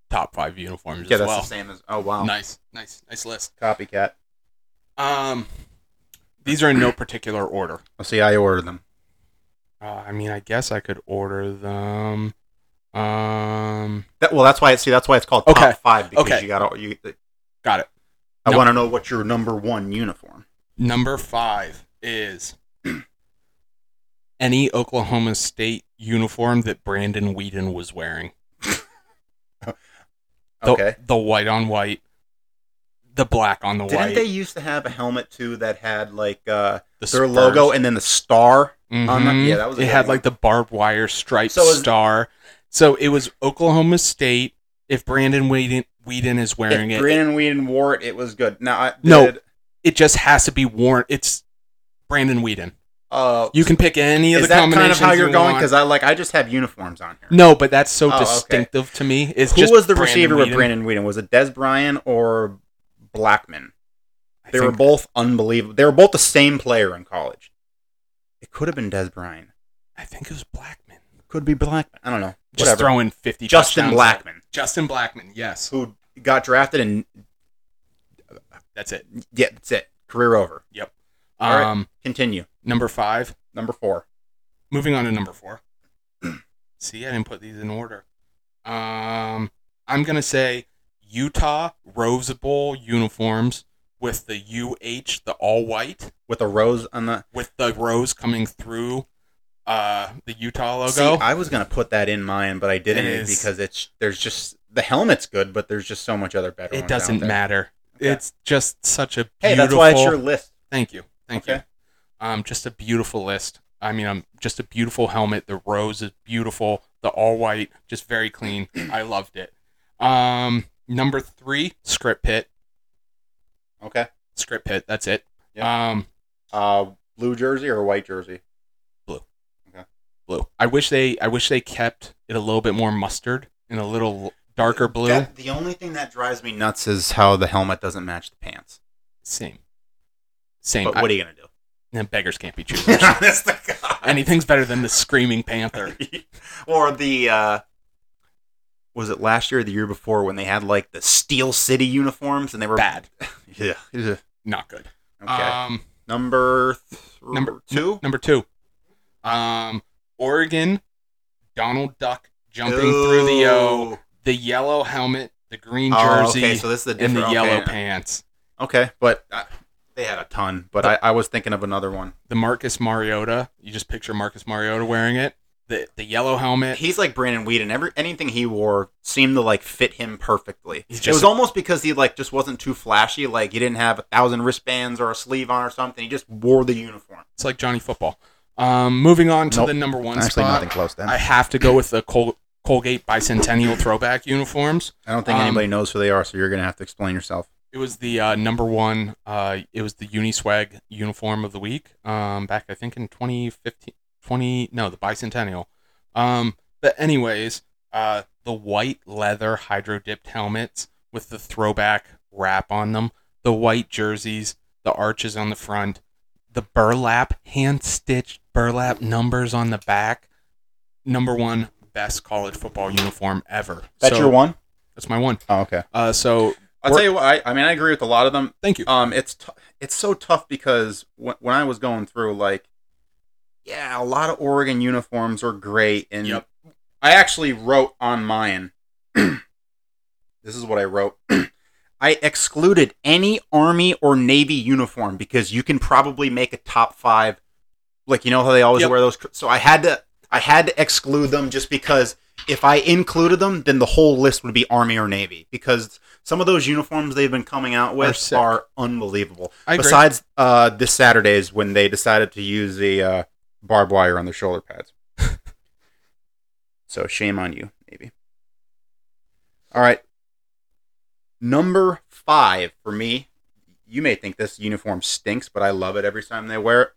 Speaker 1: top five uniforms
Speaker 2: Yeah,
Speaker 1: as
Speaker 2: that's
Speaker 1: well.
Speaker 2: the same as. Oh wow,
Speaker 1: Nice, nice, nice list.
Speaker 2: copycat.
Speaker 1: Um, these are in no particular order.
Speaker 2: Let's see, I ordered them.
Speaker 1: Uh, I mean, I guess I could order them. Um,
Speaker 2: That, well, that's why. See, that's why it's called
Speaker 1: Okay.
Speaker 2: top five because
Speaker 1: Okay.
Speaker 2: you got all you.
Speaker 1: got it.
Speaker 2: I
Speaker 1: No.
Speaker 2: want to know what your number one uniform.
Speaker 1: Number five is (clears throat) any Oklahoma State uniform that Brandon Whedon was wearing. The,
Speaker 2: Okay.
Speaker 1: The white on white, the black on the
Speaker 2: Didn't
Speaker 1: white.
Speaker 2: they used to have a helmet too that had like uh,
Speaker 1: the
Speaker 2: their logo and then the star? on the-
Speaker 1: Mhm.
Speaker 2: yeah, that was a
Speaker 1: it
Speaker 2: good
Speaker 1: had
Speaker 2: one.
Speaker 1: like the barbed wire striped
Speaker 2: So is-
Speaker 1: star. So it was Oklahoma State. If Brandon Whedon, Whedon is wearing
Speaker 2: if
Speaker 1: it,
Speaker 2: Brandon Whedon wore it, it was good. Now, I did,
Speaker 1: No. it just has to be worn. It's Brandon Whedon.
Speaker 2: Uh,
Speaker 1: You can pick any of
Speaker 2: is
Speaker 1: the
Speaker 2: that kind
Speaker 1: combinations
Speaker 2: of how you're
Speaker 1: you
Speaker 2: going?
Speaker 1: want.
Speaker 2: Because I like I just have uniforms on here.
Speaker 1: No, but that's so
Speaker 2: Oh, okay.
Speaker 1: distinctive to me. It's
Speaker 2: Who
Speaker 1: just
Speaker 2: was the
Speaker 1: Brandon
Speaker 2: receiver with
Speaker 1: Whedon.
Speaker 2: Brandon Whedon? Was it Des Bryant or Blackman?
Speaker 1: I
Speaker 2: They were
Speaker 1: think-
Speaker 2: both unbelievable. They were both the same player in college. It could have been Des Bryant.
Speaker 1: I think it was Blackman.
Speaker 2: Could be Blackman. I don't know.
Speaker 1: Just
Speaker 2: Whatever.
Speaker 1: throwing fifty.
Speaker 2: Justin
Speaker 1: touchdowns.
Speaker 2: Blackman,
Speaker 1: Justin Blackman. Yes,
Speaker 2: who got drafted and
Speaker 1: that's it.
Speaker 2: yeah, that's it. Career over. All right.
Speaker 1: Um,
Speaker 2: Continue.
Speaker 1: number five.
Speaker 2: Number four.
Speaker 1: Moving on to number four. (clears throat) See, I didn't put these in order. Um, I'm gonna say Utah Rose Bowl uniforms with the UH, the all white,
Speaker 2: With a rose on the
Speaker 1: with the rose coming through uh, the Utah logo.
Speaker 2: See, I was gonna put that in mine, but I didn't
Speaker 1: It is.
Speaker 2: because it's there's just the helmet's good, but there's just so much other better.
Speaker 1: it
Speaker 2: ones out
Speaker 1: doesn't
Speaker 2: there.
Speaker 1: matter.
Speaker 2: Okay.
Speaker 1: It's just such a beautiful.
Speaker 2: Hey, that's why it's your list.
Speaker 1: Thank you. Thank
Speaker 2: Okay.
Speaker 1: you. Um, just a beautiful list. I mean, um, just a beautiful helmet. The rose is beautiful. The all white, just very
Speaker 2: (clears throat)
Speaker 1: clean. I loved it. Um, number three, script pit.
Speaker 2: Okay.
Speaker 1: Script pit. That's it.
Speaker 2: Yeah.
Speaker 1: Um,
Speaker 2: Uh, blue jersey or white jersey?
Speaker 1: blue. I wish they. I wish they kept it a little bit more mustard and a little darker blue.
Speaker 2: That- the only thing that drives me nuts is how the helmet doesn't match the pants.
Speaker 1: Same. Same.
Speaker 2: But
Speaker 1: I-
Speaker 2: what are you gonna do?
Speaker 1: and beggars can't be
Speaker 2: (laughs)
Speaker 1: choosers.
Speaker 2: Honest to God.
Speaker 1: Anything's better than the screaming panther.
Speaker 2: or the uh, was it last year or the year before when they had like the Steel City uniforms and they were
Speaker 1: Bad.
Speaker 2: Yeah. Okay.
Speaker 1: Not good. Um,
Speaker 2: number th-
Speaker 1: number-
Speaker 2: two.
Speaker 1: Number two, um, Oregon, Donald Duck jumping through the O, the yellow helmet, the green
Speaker 2: Oh,
Speaker 1: jersey,
Speaker 2: okay, so this is the
Speaker 1: and
Speaker 2: different
Speaker 1: the yellow
Speaker 2: okay.
Speaker 1: pants.
Speaker 2: Okay, but uh, they had a ton. But I, I was thinking of another one.
Speaker 1: The Marcus Mariota, you just picture Marcus Mariota wearing it. The the yellow helmet.
Speaker 2: He's like Brandon Whedon. Every anything he wore seemed to like fit him perfectly.
Speaker 1: He's
Speaker 2: it
Speaker 1: just-
Speaker 2: was almost because he like just wasn't too flashy. Like he didn't have a thousand wristbands or a sleeve on or something. He just wore the uniform.
Speaker 1: It's like Johnny Football. Um, moving on to
Speaker 2: Nope.
Speaker 1: the number one
Speaker 2: Actually,
Speaker 1: spot.
Speaker 2: nothing close. Then
Speaker 1: I have to go with the Col- Colgate Bicentennial throwback uniforms.
Speaker 2: I don't think
Speaker 1: um,
Speaker 2: anybody knows who they are, so you're gonna have to explain yourself.
Speaker 1: It was the uh, number one. Uh, it was the Uniswag uniform of the week. Um, back I think in 2015, 20 no, the bicentennial. Um, but anyways, uh, the white leather hydro dipped helmets with the throwback wrap on them, the white jerseys, the arches on the front, the burlap hand stitched burlap numbers on the back. Number one best college football uniform ever. So,
Speaker 2: one.
Speaker 1: That's my one.
Speaker 2: Oh, okay.
Speaker 1: Uh, so
Speaker 2: I'll tell you what. I, I mean, I agree with a lot of them.
Speaker 1: thank you.
Speaker 2: Um, it's t- it's so tough because when, when I was going through, like, yeah, a lot of Oregon uniforms are great, and
Speaker 1: Yep.
Speaker 2: I actually wrote on mine. (clears throat) this is what I wrote. (clears throat) I excluded any Army or Navy uniform because you can probably make a top five. Like you know how they always
Speaker 1: Yep.
Speaker 2: wear those. cr- So I had to I had to exclude them just because if I included them, then the whole list would be Army or Navy because some of those uniforms they've been coming out with
Speaker 1: sick.
Speaker 2: are, unbelievable.
Speaker 1: I agree.
Speaker 2: Besides uh, this Saturday's when they decided to use the uh, barbed wire on their
Speaker 1: (laughs)
Speaker 2: shoulder pads. so shame on you, maybe. All right. Number five for me. You may think this uniform stinks, but I love it every time they wear it.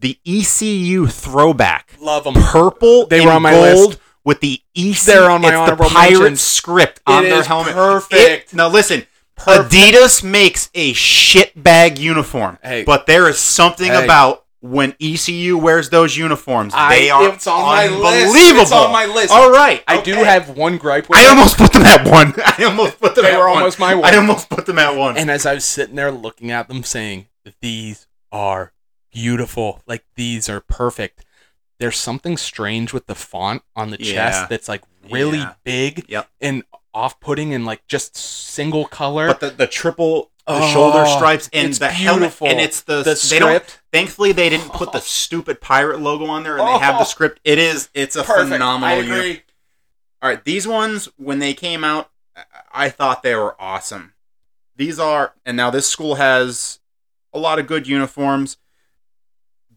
Speaker 2: The ECU throwback
Speaker 1: Love them.
Speaker 2: purple.
Speaker 1: They
Speaker 2: and
Speaker 1: were on my
Speaker 2: gold with the EC.
Speaker 1: They're on my
Speaker 2: it's the
Speaker 1: honorable
Speaker 2: pirate
Speaker 1: mentions.
Speaker 2: script on
Speaker 1: It
Speaker 2: their
Speaker 1: is
Speaker 2: helmet.
Speaker 1: perfect.
Speaker 2: It- now listen,
Speaker 1: Perfect.
Speaker 2: Adidas makes a shitbag uniform,
Speaker 1: Hey.
Speaker 2: but there is something
Speaker 1: Hey.
Speaker 2: about when ECU wears those uniforms,
Speaker 1: I-
Speaker 2: they are
Speaker 1: it's on my
Speaker 2: unbelievable.
Speaker 1: list. It's on my list.
Speaker 2: All right,
Speaker 1: I do
Speaker 2: okay.
Speaker 1: have one gripe with
Speaker 2: I
Speaker 1: it.
Speaker 2: almost put them at one. (laughs) I almost put them
Speaker 1: They
Speaker 2: at
Speaker 1: were
Speaker 2: one.
Speaker 1: almost my one.
Speaker 2: I almost put them at one.
Speaker 1: And as I was sitting there looking at them, saying, "These are beautiful. Like these are perfect." There's something strange with the font on the
Speaker 2: Yeah.
Speaker 1: chest that's like really
Speaker 2: Yeah.
Speaker 1: big
Speaker 2: Yep.
Speaker 1: and off-putting and like just single color.
Speaker 2: but the, the triple the
Speaker 1: Oh,
Speaker 2: shoulder stripes and
Speaker 1: it's
Speaker 2: the helmet
Speaker 1: beautiful.
Speaker 2: and it's the,
Speaker 1: the
Speaker 2: they don't
Speaker 1: script,
Speaker 2: thankfully they didn't
Speaker 1: (laughs)
Speaker 2: put the stupid pirate logo on there and they have
Speaker 1: Oh.
Speaker 2: the script. It is it's a
Speaker 1: perfect.
Speaker 2: phenomenal
Speaker 1: I
Speaker 2: uniform.
Speaker 1: agree.
Speaker 2: All right, these ones when they came out, I- I thought they were awesome. These are, and now this school has a lot of good uniforms.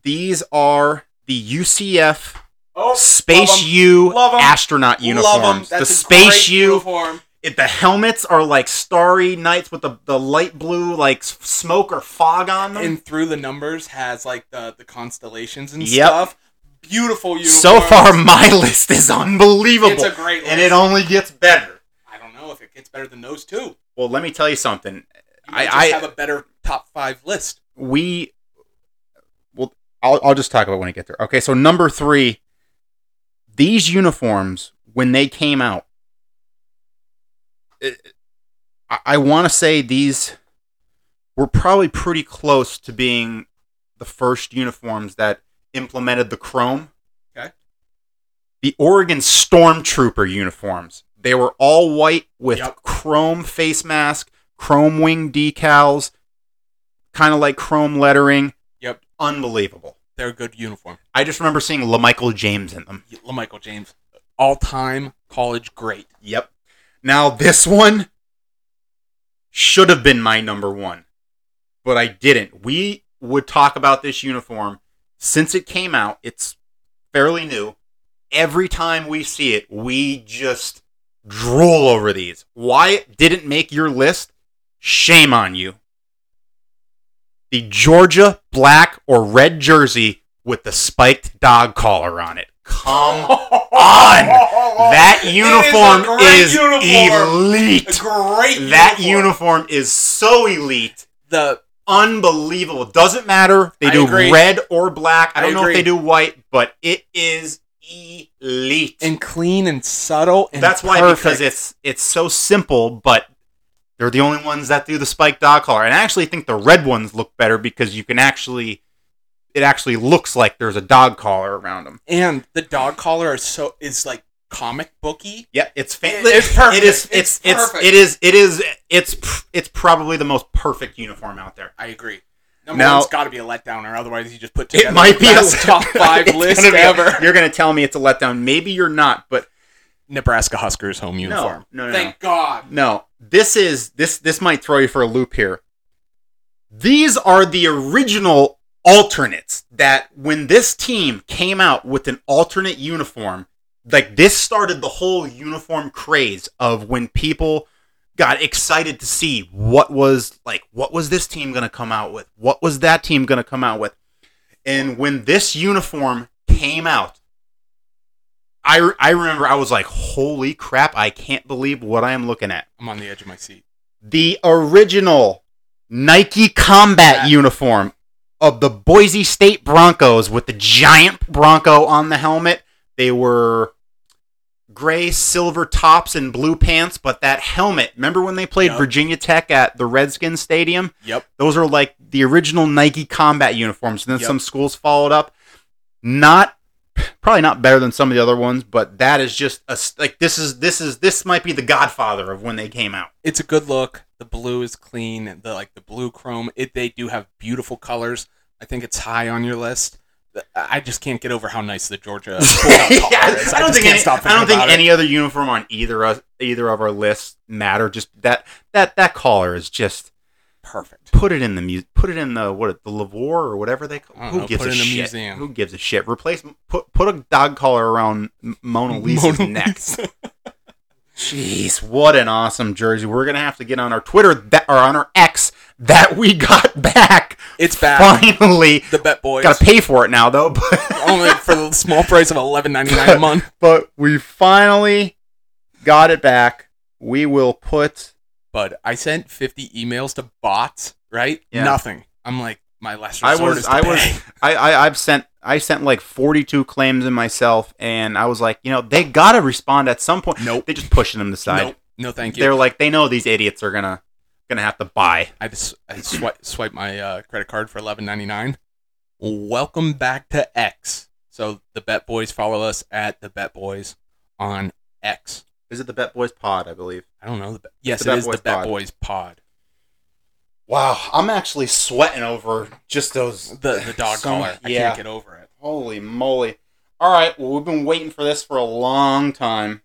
Speaker 2: These are the UCF
Speaker 1: Oh, love
Speaker 2: Space
Speaker 1: 'em.
Speaker 2: U
Speaker 1: Love 'em.
Speaker 2: astronaut
Speaker 1: Love 'em.
Speaker 2: uniforms. The
Speaker 1: That's a
Speaker 2: Space
Speaker 1: great
Speaker 2: U,
Speaker 1: uniform.
Speaker 2: it, the helmets are like starry nights with the, the light blue like s- smoke or fog on them.
Speaker 1: and through the numbers has like the the constellations and
Speaker 2: Yep.
Speaker 1: stuff. Beautiful uniforms.
Speaker 2: so far, my (laughs) list is unbelievable,
Speaker 1: it's a great list.
Speaker 2: and it only gets better.
Speaker 1: I don't know if it gets better than those two. You
Speaker 2: Well, let me tell you something.
Speaker 1: might
Speaker 2: I-
Speaker 1: just
Speaker 2: I-
Speaker 1: have a better top five list.
Speaker 2: we well I'll, I'll just talk about when I get there okay so number three these uniforms when they came out it- i, I want to say these were probably pretty close to being the first uniforms that implemented the chrome
Speaker 1: Okay.
Speaker 2: the oregon stormtrooper uniforms they were all white with
Speaker 1: Yep.
Speaker 2: chrome face mask chrome wing decals kind of like chrome lettering.
Speaker 1: Yep.
Speaker 2: Unbelievable.
Speaker 1: They're a good uniform.
Speaker 2: I just remember seeing LaMichael James in them.
Speaker 1: LaMichael James, all time college great.
Speaker 2: Yep. Now this one should have been my number one, but I didn't. We would talk about this uniform since it came out. It's fairly new. Every time we see it, we just drool over these. Why it didn't make your list? Shame on you. The Georgia black or red jersey with the spiked dog collar on it.
Speaker 1: (laughs)
Speaker 2: Come Um,
Speaker 1: Oh,
Speaker 2: that uniform
Speaker 1: it
Speaker 2: is,
Speaker 1: is, a great uniform.
Speaker 2: elite.
Speaker 1: A great
Speaker 2: That uniform is so elite.
Speaker 1: The
Speaker 2: Unbelievable. Doesn't matter. if They
Speaker 1: I
Speaker 2: do
Speaker 1: agree.
Speaker 2: red or black. I
Speaker 1: I
Speaker 2: don't know if
Speaker 1: agree.
Speaker 2: they do white, but it is elite.
Speaker 1: and clean and subtle and
Speaker 2: That's why because
Speaker 1: perfect.
Speaker 2: it's it's so simple, but they're the only ones that do the spiked dog collar. And I actually think the red ones look better because you can actually it actually looks like there's a dog collar around them.
Speaker 1: and the dog collar is so is like comic booky.
Speaker 2: Yeah, it's fa-
Speaker 1: It- it's perfect.
Speaker 2: It is.
Speaker 1: It's
Speaker 2: It's. It's.
Speaker 1: perfect.
Speaker 2: It is. It is. It's. pr- It's probably the most perfect uniform out there.
Speaker 1: I agree. Number
Speaker 2: Now-
Speaker 1: one's got to be a letdown, or otherwise you just put together
Speaker 2: it might
Speaker 1: the
Speaker 2: be a
Speaker 1: best (laughs) top five
Speaker 2: (laughs) it's
Speaker 1: list
Speaker 2: gonna be
Speaker 1: (laughs)
Speaker 2: a-
Speaker 1: ever.
Speaker 2: you're gonna tell me it's a letdown. Maybe you're not, but
Speaker 1: Nebraska Huskers home uniform.
Speaker 2: no, no, no,
Speaker 1: Thank God.
Speaker 2: no. This is this. This might throw you for a loop here. These are the original alternates that when this team came out with an alternate uniform, like this started the whole uniform craze of when people got excited to see what was like what was this team going to come out with? What was that team going to come out with? And when this uniform came out, I, I remember I was like, holy crap, I can't believe what I am looking at
Speaker 1: I'm on the edge of my seat.
Speaker 2: the original Nike combat
Speaker 1: Yeah.
Speaker 2: uniform of the Boise State Broncos with the giant Bronco on the helmet. They were gray, silver tops and blue pants, but that helmet, remember when they played
Speaker 1: Yep.
Speaker 2: Virginia Tech at the Redskins Stadium?
Speaker 1: Yep.
Speaker 2: Those are like the original Nike combat uniforms. And then
Speaker 1: Yep.
Speaker 2: some schools followed up. Not probably not better than some of the other ones, but that is just a s- like this is this is this might be the godfather of when they came out.
Speaker 1: It's a good look. The blue is clean. The like the blue chrome. It they do have beautiful colors. I think it's high on your list. The- I just can't get over how nice the Georgia. (laughs)
Speaker 2: (laughs) Yeah,
Speaker 1: school collar is.
Speaker 2: I don't
Speaker 1: just
Speaker 2: think
Speaker 1: can't
Speaker 2: any,
Speaker 1: stop
Speaker 2: I don't
Speaker 1: thinking
Speaker 2: think
Speaker 1: about it.
Speaker 2: any other uniform on either us either of our lists matter. Just that that that collar is just
Speaker 1: perfect.
Speaker 2: put it in the mu- put it in the what the Lavore or whatever they
Speaker 1: I
Speaker 2: call.
Speaker 1: don't
Speaker 2: Who
Speaker 1: know,
Speaker 2: gives
Speaker 1: put
Speaker 2: a
Speaker 1: it in a
Speaker 2: shit?
Speaker 1: museum.
Speaker 2: Who gives a shit? Replace put put a dog collar around M- Mona Lisa's
Speaker 1: Mona
Speaker 2: neck.
Speaker 1: Lisa. (laughs)
Speaker 2: Jeez, what an awesome jersey! We're gonna have to get on our Twitter that or on our X that we got back.
Speaker 1: It's back.
Speaker 2: Finally,
Speaker 1: The Bet Boys.
Speaker 2: gotta pay for it now though. (laughs) But
Speaker 1: Only for the small price of eleven ninety nine a month.
Speaker 2: but we finally got it back. We will put
Speaker 1: But I sent fifty emails to bots. Right.
Speaker 2: Yeah.
Speaker 1: Nothing. I'm like, my last
Speaker 2: I
Speaker 1: resort
Speaker 2: was-
Speaker 1: is
Speaker 2: I
Speaker 1: to
Speaker 2: was- (laughs)
Speaker 1: pay.
Speaker 2: I, I I've sent I sent like 42 claims in myself, and I was like, you know, they gotta respond at some point.
Speaker 1: Nope.
Speaker 2: They're just pushing them aside.
Speaker 1: Nope. No, thank you.
Speaker 2: They're like, they know these idiots are gonna gonna have to buy.
Speaker 1: I just I swipe swipe my uh, credit card for eleven ninety nine. Welcome back to X. So the Bet Boys follow us at the Bet Boys on X.
Speaker 2: Is it the Bet Boys Pod? I believe.
Speaker 1: I don't know. The, Bet- yes,
Speaker 2: The
Speaker 1: it
Speaker 2: Bet
Speaker 1: is
Speaker 2: Boys
Speaker 1: the Bet
Speaker 2: Pod.
Speaker 1: Boys Pod.
Speaker 2: Wow, I'm actually sweating over just those
Speaker 1: The the dog
Speaker 2: Some-
Speaker 1: collar. I
Speaker 2: yeah.
Speaker 1: can't get over it.
Speaker 2: Holy moly. All right, well, we've been waiting for this for a long time.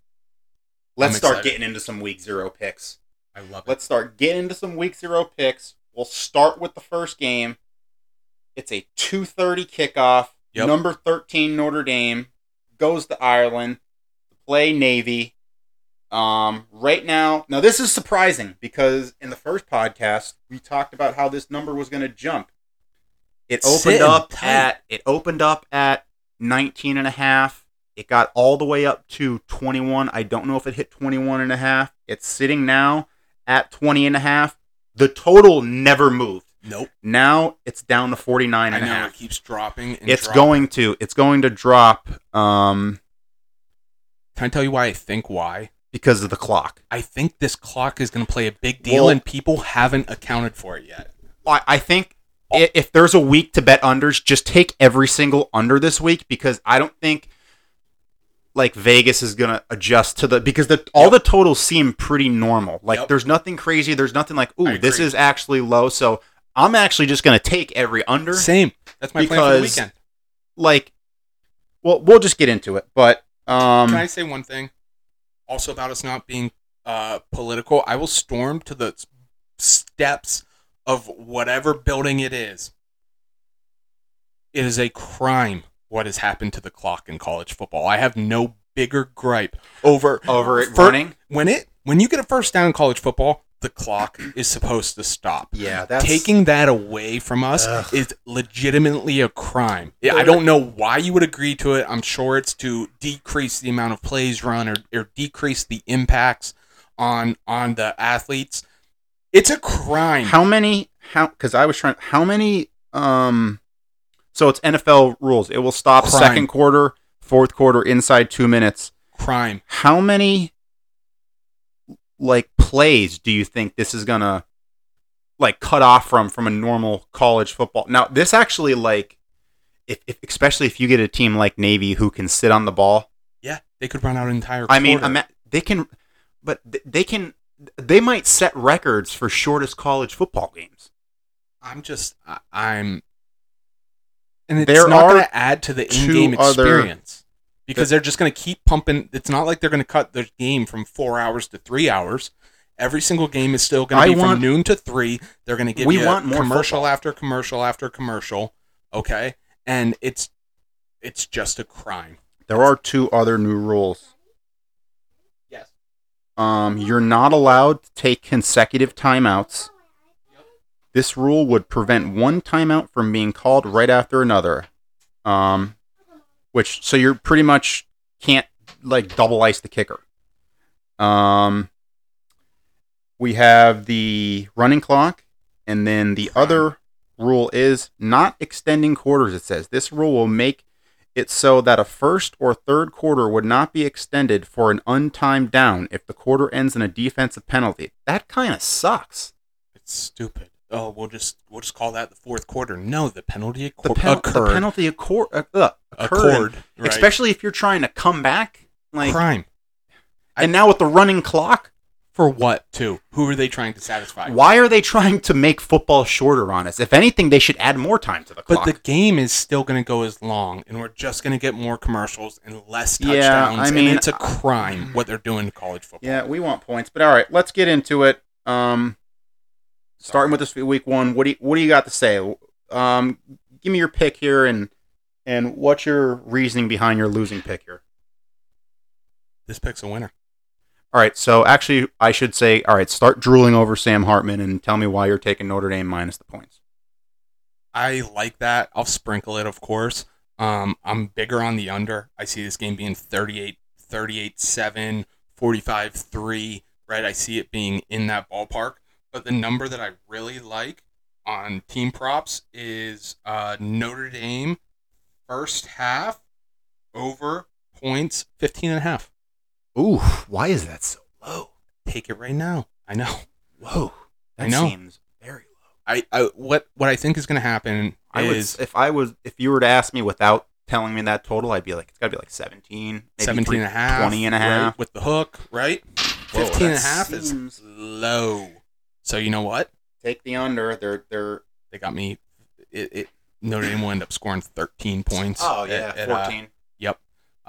Speaker 2: Let's
Speaker 1: I'm
Speaker 2: start
Speaker 1: excited.
Speaker 2: getting into some week zero picks.
Speaker 1: I love it.
Speaker 2: Let's start getting into some week zero picks. We'll start with the first game. It's a 2:30 kickoff.
Speaker 1: Yep.
Speaker 2: Number 13 Notre Dame goes to Ireland to play Navy. Um, right now, now this is surprising because in the first podcast we talked about how this number was going to jump. It opened
Speaker 1: Sitting
Speaker 2: up
Speaker 1: tight.
Speaker 2: at it opened up at 19 and a half. It got all the way up to 21. I don't know if it hit 21 and a half. It's sitting now at 20 and a half. The total never moved.
Speaker 1: Nope.
Speaker 2: Now it's down to 49
Speaker 1: I
Speaker 2: and a
Speaker 1: know
Speaker 2: half
Speaker 1: it keeps dropping. And
Speaker 2: it's
Speaker 1: dropping.
Speaker 2: going to it's going to drop um
Speaker 1: Can I tell you why I think why?
Speaker 2: because of the clock
Speaker 1: I think this clock is going to play a big deal,
Speaker 2: Well-
Speaker 1: and people haven't accounted for it yet.
Speaker 2: i, I think i- if there's a week to bet unders just take every single under this week because i don't think like vegas is gonna adjust to the because the all the totals seem pretty normal like
Speaker 1: Yep.
Speaker 2: there's nothing crazy there's nothing like
Speaker 1: I
Speaker 2: ooh this
Speaker 1: agree.
Speaker 2: is actually low so i'm actually just gonna take every under
Speaker 1: Same. That's my plan for the
Speaker 2: Because-
Speaker 1: weekend.
Speaker 2: like well we'll just get into it but um
Speaker 1: Can I say one thing? Also about us not being uh, political. I will storm to the s- steps of whatever building it is. It is a crime what has happened to the clock in college football. I have no bigger gripe over
Speaker 2: over it
Speaker 1: Fir-
Speaker 2: running
Speaker 1: when it when you get a first down in college football, the clock is supposed to stop.
Speaker 2: yeah that's
Speaker 1: Taking that away from us
Speaker 2: Ugh.
Speaker 1: is legitimately a crime. Yeah, I don't know why you would agree to it. I'm sure it's to decrease the amount of plays run or, or decrease the impacts on on the athletes. It's a crime.
Speaker 2: How many? How? Because I was trying. How many? Um. So it's NFL rules. It will stop
Speaker 1: Crime.
Speaker 2: second quarter, fourth quarter, inside two minutes.
Speaker 1: crime.
Speaker 2: How many? Like plays, do you think this is gonna like cut off from from a normal college football? Now this actually like, if, if especially if you get a team like Navy who can sit on the ball.
Speaker 1: Yeah, they could run out an entire.
Speaker 2: I mean,
Speaker 1: quarter.
Speaker 2: ima- they can, but th- they can. They might set records for shortest college football games.
Speaker 1: I'm just I, I'm and it's
Speaker 2: There
Speaker 1: not
Speaker 2: are
Speaker 1: going to add to the
Speaker 2: two
Speaker 1: in-game
Speaker 2: other-
Speaker 1: experience because they're just going to keep pumping. It's not like they're going to cut the game from 4 hours to 3 hours. Every single game is still
Speaker 2: I
Speaker 1: going to be
Speaker 2: want-
Speaker 1: from noon to 3. They're going to give
Speaker 2: We
Speaker 1: you
Speaker 2: want more
Speaker 1: commercial
Speaker 2: football.
Speaker 1: after commercial after commercial, okay? And it's it's just a crime.
Speaker 2: There are two other new rules.
Speaker 1: Yes.
Speaker 2: Um, you're not allowed to take consecutive timeouts. This rule would prevent one timeout from being called right after another. Um, which so you're pretty much can't like double ice the kicker. Um, we have the running clock, and then the other rule is not extending quarters. It says this rule will make it's so that a first or third quarter would not be extended for an untimed down if the quarter ends in a defensive penalty. That kind of sucks.
Speaker 1: It's stupid. Oh, we'll just we'll just call that the fourth quarter. No, the penalty acco-
Speaker 2: The, pen- the
Speaker 1: occurred.
Speaker 2: penalty accor- uh, uh, occurred,
Speaker 1: occurred, right.
Speaker 2: especially if you're trying to come back. Like,
Speaker 1: crime.
Speaker 2: and now with the running clock,
Speaker 1: For what, too? Who are they trying to satisfy?
Speaker 2: why are they trying to make football shorter on us? If anything, they should add more time to the
Speaker 1: But
Speaker 2: clock.
Speaker 1: the game is still going to go as long, and we're just going to get more commercials and less touchdowns.
Speaker 2: Yeah, I mean, uh,
Speaker 1: and it's a crime what they're doing to college football.
Speaker 2: yeah, we want points, but all right, let's get into it. Um, starting with this week one, what do you, what do you got to say? Um, give me your pick here, and and what's your reasoning behind your losing pick here?
Speaker 1: This pick's a winner.
Speaker 2: All right, so actually, I should say, all right, start drooling over Sam Hartman and tell me why you're taking Notre Dame minus the points.
Speaker 1: I like that. I'll sprinkle it, of course. Um, I'm bigger on the under. I see this game being 38, 38 7, 45 3, right? I see it being in that ballpark. But the number that I really like on team props is uh, Notre Dame first half over points 15 and a half.
Speaker 2: Ooh, why is that so low?
Speaker 1: Take it right now. I know.
Speaker 2: Whoa, that
Speaker 1: I know.
Speaker 2: seems very low.
Speaker 1: I, I what what I think is going to happen
Speaker 2: I would,
Speaker 1: is
Speaker 2: if I was, if you were to ask me without telling me that total, I'd be like, it's got to be like 17, maybe
Speaker 1: 17
Speaker 2: three-
Speaker 1: and a half
Speaker 2: 20 and a
Speaker 1: right,
Speaker 2: half.
Speaker 1: with the hook, right?
Speaker 2: Whoa,
Speaker 1: 15 and a
Speaker 2: that
Speaker 1: half is
Speaker 2: seems-
Speaker 1: low. So you know what?
Speaker 2: Take the under. They're they're.
Speaker 1: They got me. It, it Notre Dame will end up scoring 13 points.
Speaker 2: Oh,
Speaker 1: at- at, uh,
Speaker 2: 14,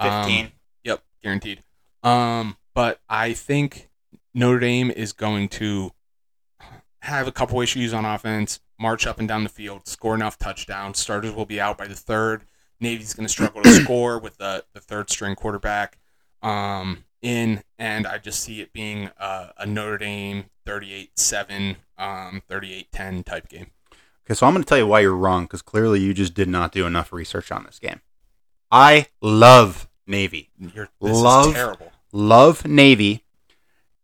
Speaker 1: um,
Speaker 2: 15.
Speaker 1: Yep, guaranteed. Um, but I think Notre Dame is going to have a couple issues on offense, march up and down the field, score enough touchdowns. Starters will be out by the third. Navy's going to struggle
Speaker 2: (clears throat)
Speaker 1: to score with the, the third string quarterback um, in, and I just see it being uh, a Notre Dame 38 7, um, 38 10 type game.
Speaker 2: Okay, so I'm going to tell you why you're wrong because clearly you just did not do enough research on this game. I love Navy.
Speaker 1: You're, this
Speaker 2: Love
Speaker 1: is terrible.
Speaker 2: Love Navy.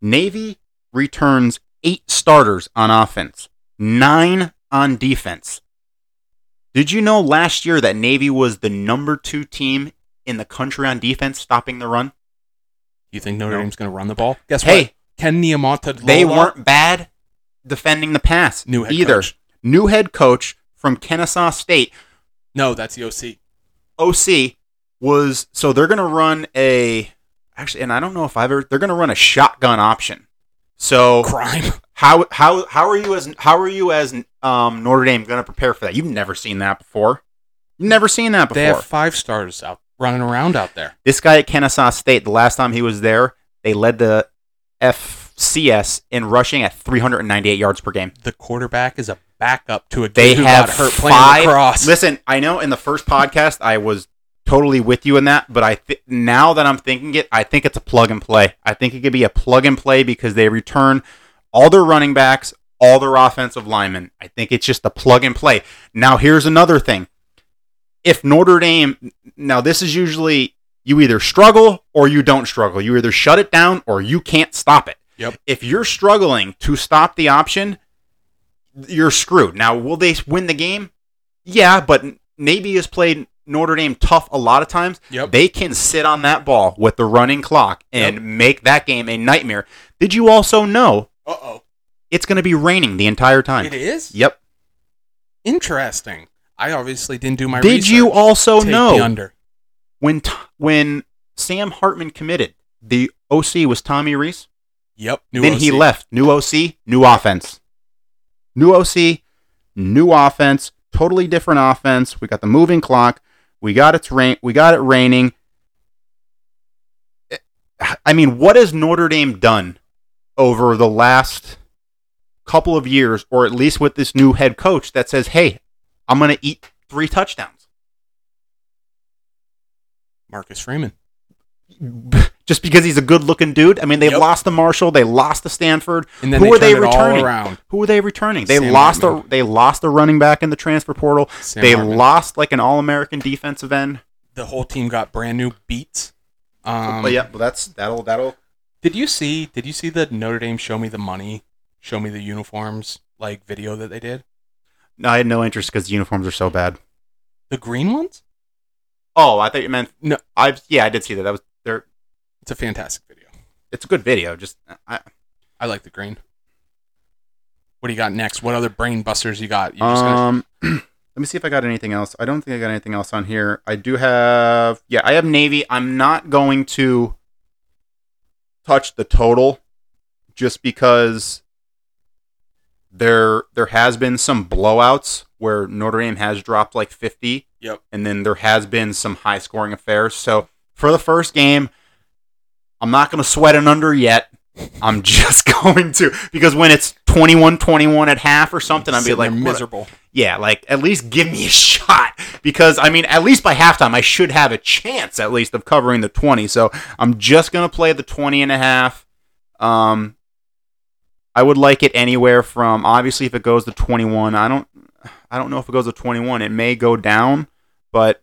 Speaker 2: Navy returns eight starters on offense, nine on defense. Did you know last year that Navy was the number two team in the country on defense, stopping the run?
Speaker 1: You think Notre
Speaker 2: No.
Speaker 1: Dame's going to run the ball? Guess what?
Speaker 2: Hey,
Speaker 1: Ken Niamata.
Speaker 2: they weren't bad defending the pass
Speaker 1: New head
Speaker 2: either.
Speaker 1: coach.
Speaker 2: New head coach from Kennesaw State.
Speaker 1: No, that's the OC.
Speaker 2: OC was so they're going to run a actually, and I don't know if I've ever they're going to run a shotgun option. So
Speaker 1: Crime.
Speaker 2: how how how are you as how are you as um, Notre Dame going to prepare for that? You've never seen that before. You've never seen that before.
Speaker 1: They have five stars out running around out there.
Speaker 2: this guy at Kennesaw State, the last time he was there, they led the FCS in rushing at 398 yards per game.
Speaker 1: The quarterback is a backup to a dude
Speaker 2: They
Speaker 1: who
Speaker 2: have
Speaker 1: got hurt
Speaker 2: five.
Speaker 1: playing lacrosse.
Speaker 2: Listen, I know in the first podcast I was totally with you in that, but I th- now that I'm thinking it, I think it's a plug and play. I think it could be a plug and play because they return all their running backs, all their offensive linemen. I think it's just a plug and play. Now here's another thing. If Notre Dame, now this is usually you either struggle or you don't struggle. You either shut it down or you can't stop it.
Speaker 1: Yep.
Speaker 2: If you're struggling to stop the option, you're screwed. Now, will they win the game? Yeah, but Navy has played Notre Dame tough a lot of times.
Speaker 1: Yep.
Speaker 2: They can sit on that ball with the running clock and
Speaker 1: Yep.
Speaker 2: make that game a nightmare. Did you also know
Speaker 1: Uh oh.
Speaker 2: it's going to be raining the entire time?
Speaker 1: It is?
Speaker 2: Yep.
Speaker 1: Interesting. I obviously didn't do my
Speaker 2: Did
Speaker 1: research.
Speaker 2: you also
Speaker 1: Take
Speaker 2: know
Speaker 1: the under.
Speaker 2: when t- when Sam Hartman committed, the OC was Tommy Reese?
Speaker 1: Yep. New
Speaker 2: then he
Speaker 1: OC.
Speaker 2: left. New OC, new offense. New OC, new offense. Totally different offense. We got the moving clock. We got it's rain. We got it raining. Eh, I mean, what has Notre Dame done over the last couple of years, or at least with this new head coach that says, "Hey, I'm going to eat three touchdowns."
Speaker 1: Marcus Freeman.
Speaker 2: Just because he's a good-looking dude. I mean, they
Speaker 1: Yep.
Speaker 2: lost to Marshall. They lost to Stanford.
Speaker 1: And then
Speaker 2: Who
Speaker 1: they
Speaker 2: are they
Speaker 1: turned it
Speaker 2: returning?
Speaker 1: all around.
Speaker 2: Who are they returning? They
Speaker 1: Sam
Speaker 2: lost a
Speaker 1: Hartman.
Speaker 2: they lost a running back in the transfer portal.
Speaker 1: Sam
Speaker 2: they
Speaker 1: Hartman.
Speaker 2: lost like an all American defensive end.
Speaker 1: The whole team got brand new beats. Um,
Speaker 2: but yeah, well that's that'll that'll
Speaker 1: Did you see? Did you see the Notre Dame "Show Me the Money, Show Me the Uniforms" like video that they did?
Speaker 2: no, I had no interest because the uniforms are so bad.
Speaker 1: The green ones.
Speaker 2: Oh, I thought you meant
Speaker 1: No.
Speaker 2: I've yeah, I did see that. That was there
Speaker 1: It's a fantastic video.
Speaker 2: it's a good video. Just I,
Speaker 1: I like the green. What do you got next? What other brain busters you got? You're just gonna, (clears throat)
Speaker 2: um let me see if I got anything else. I don't think I got anything else on here. I do have yeah, I have Navy. I'm not going to touch the total just because there there has been some blowouts where Notre Dame has dropped like 50.
Speaker 1: Yep.
Speaker 2: And then there has been some high scoring affairs. So for the first game, I'm not going to sweat an under yet. I'm (laughs) just going to because when it's 21-21 at half or something, I'd be
Speaker 1: sitting
Speaker 2: like,
Speaker 1: there
Speaker 2: "What-
Speaker 1: miserable.
Speaker 2: yeah, like at least give me a (laughs) shot because I mean, at least by halftime, I should have a chance at least of covering the 20. So I'm just going to play the 20 and a half. Um, I would like it anywhere from obviously if it goes to 21, I don't, I don't know if it goes to 21, it may go down, but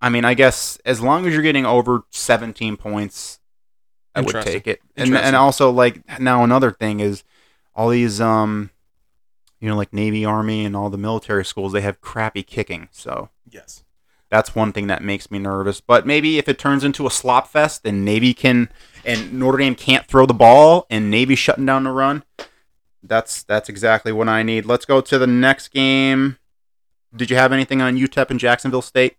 Speaker 2: I mean, I guess as long as you're getting over 17 points, I would
Speaker 1: Interesting.
Speaker 2: take it. And,
Speaker 1: Interesting.
Speaker 2: and also like now another thing is all these, um, you you know, like Navy, Army, and all the military schools, they have crappy kicking. So
Speaker 1: Yes.
Speaker 2: that's one thing that makes me nervous. But maybe if it turns into a slop fest and Navy can and Notre Dame can't throw the ball and Navy shutting down the run, that's that's exactly what I need. Let's go to the next game. Did you have anything on UTEP and Jacksonville State?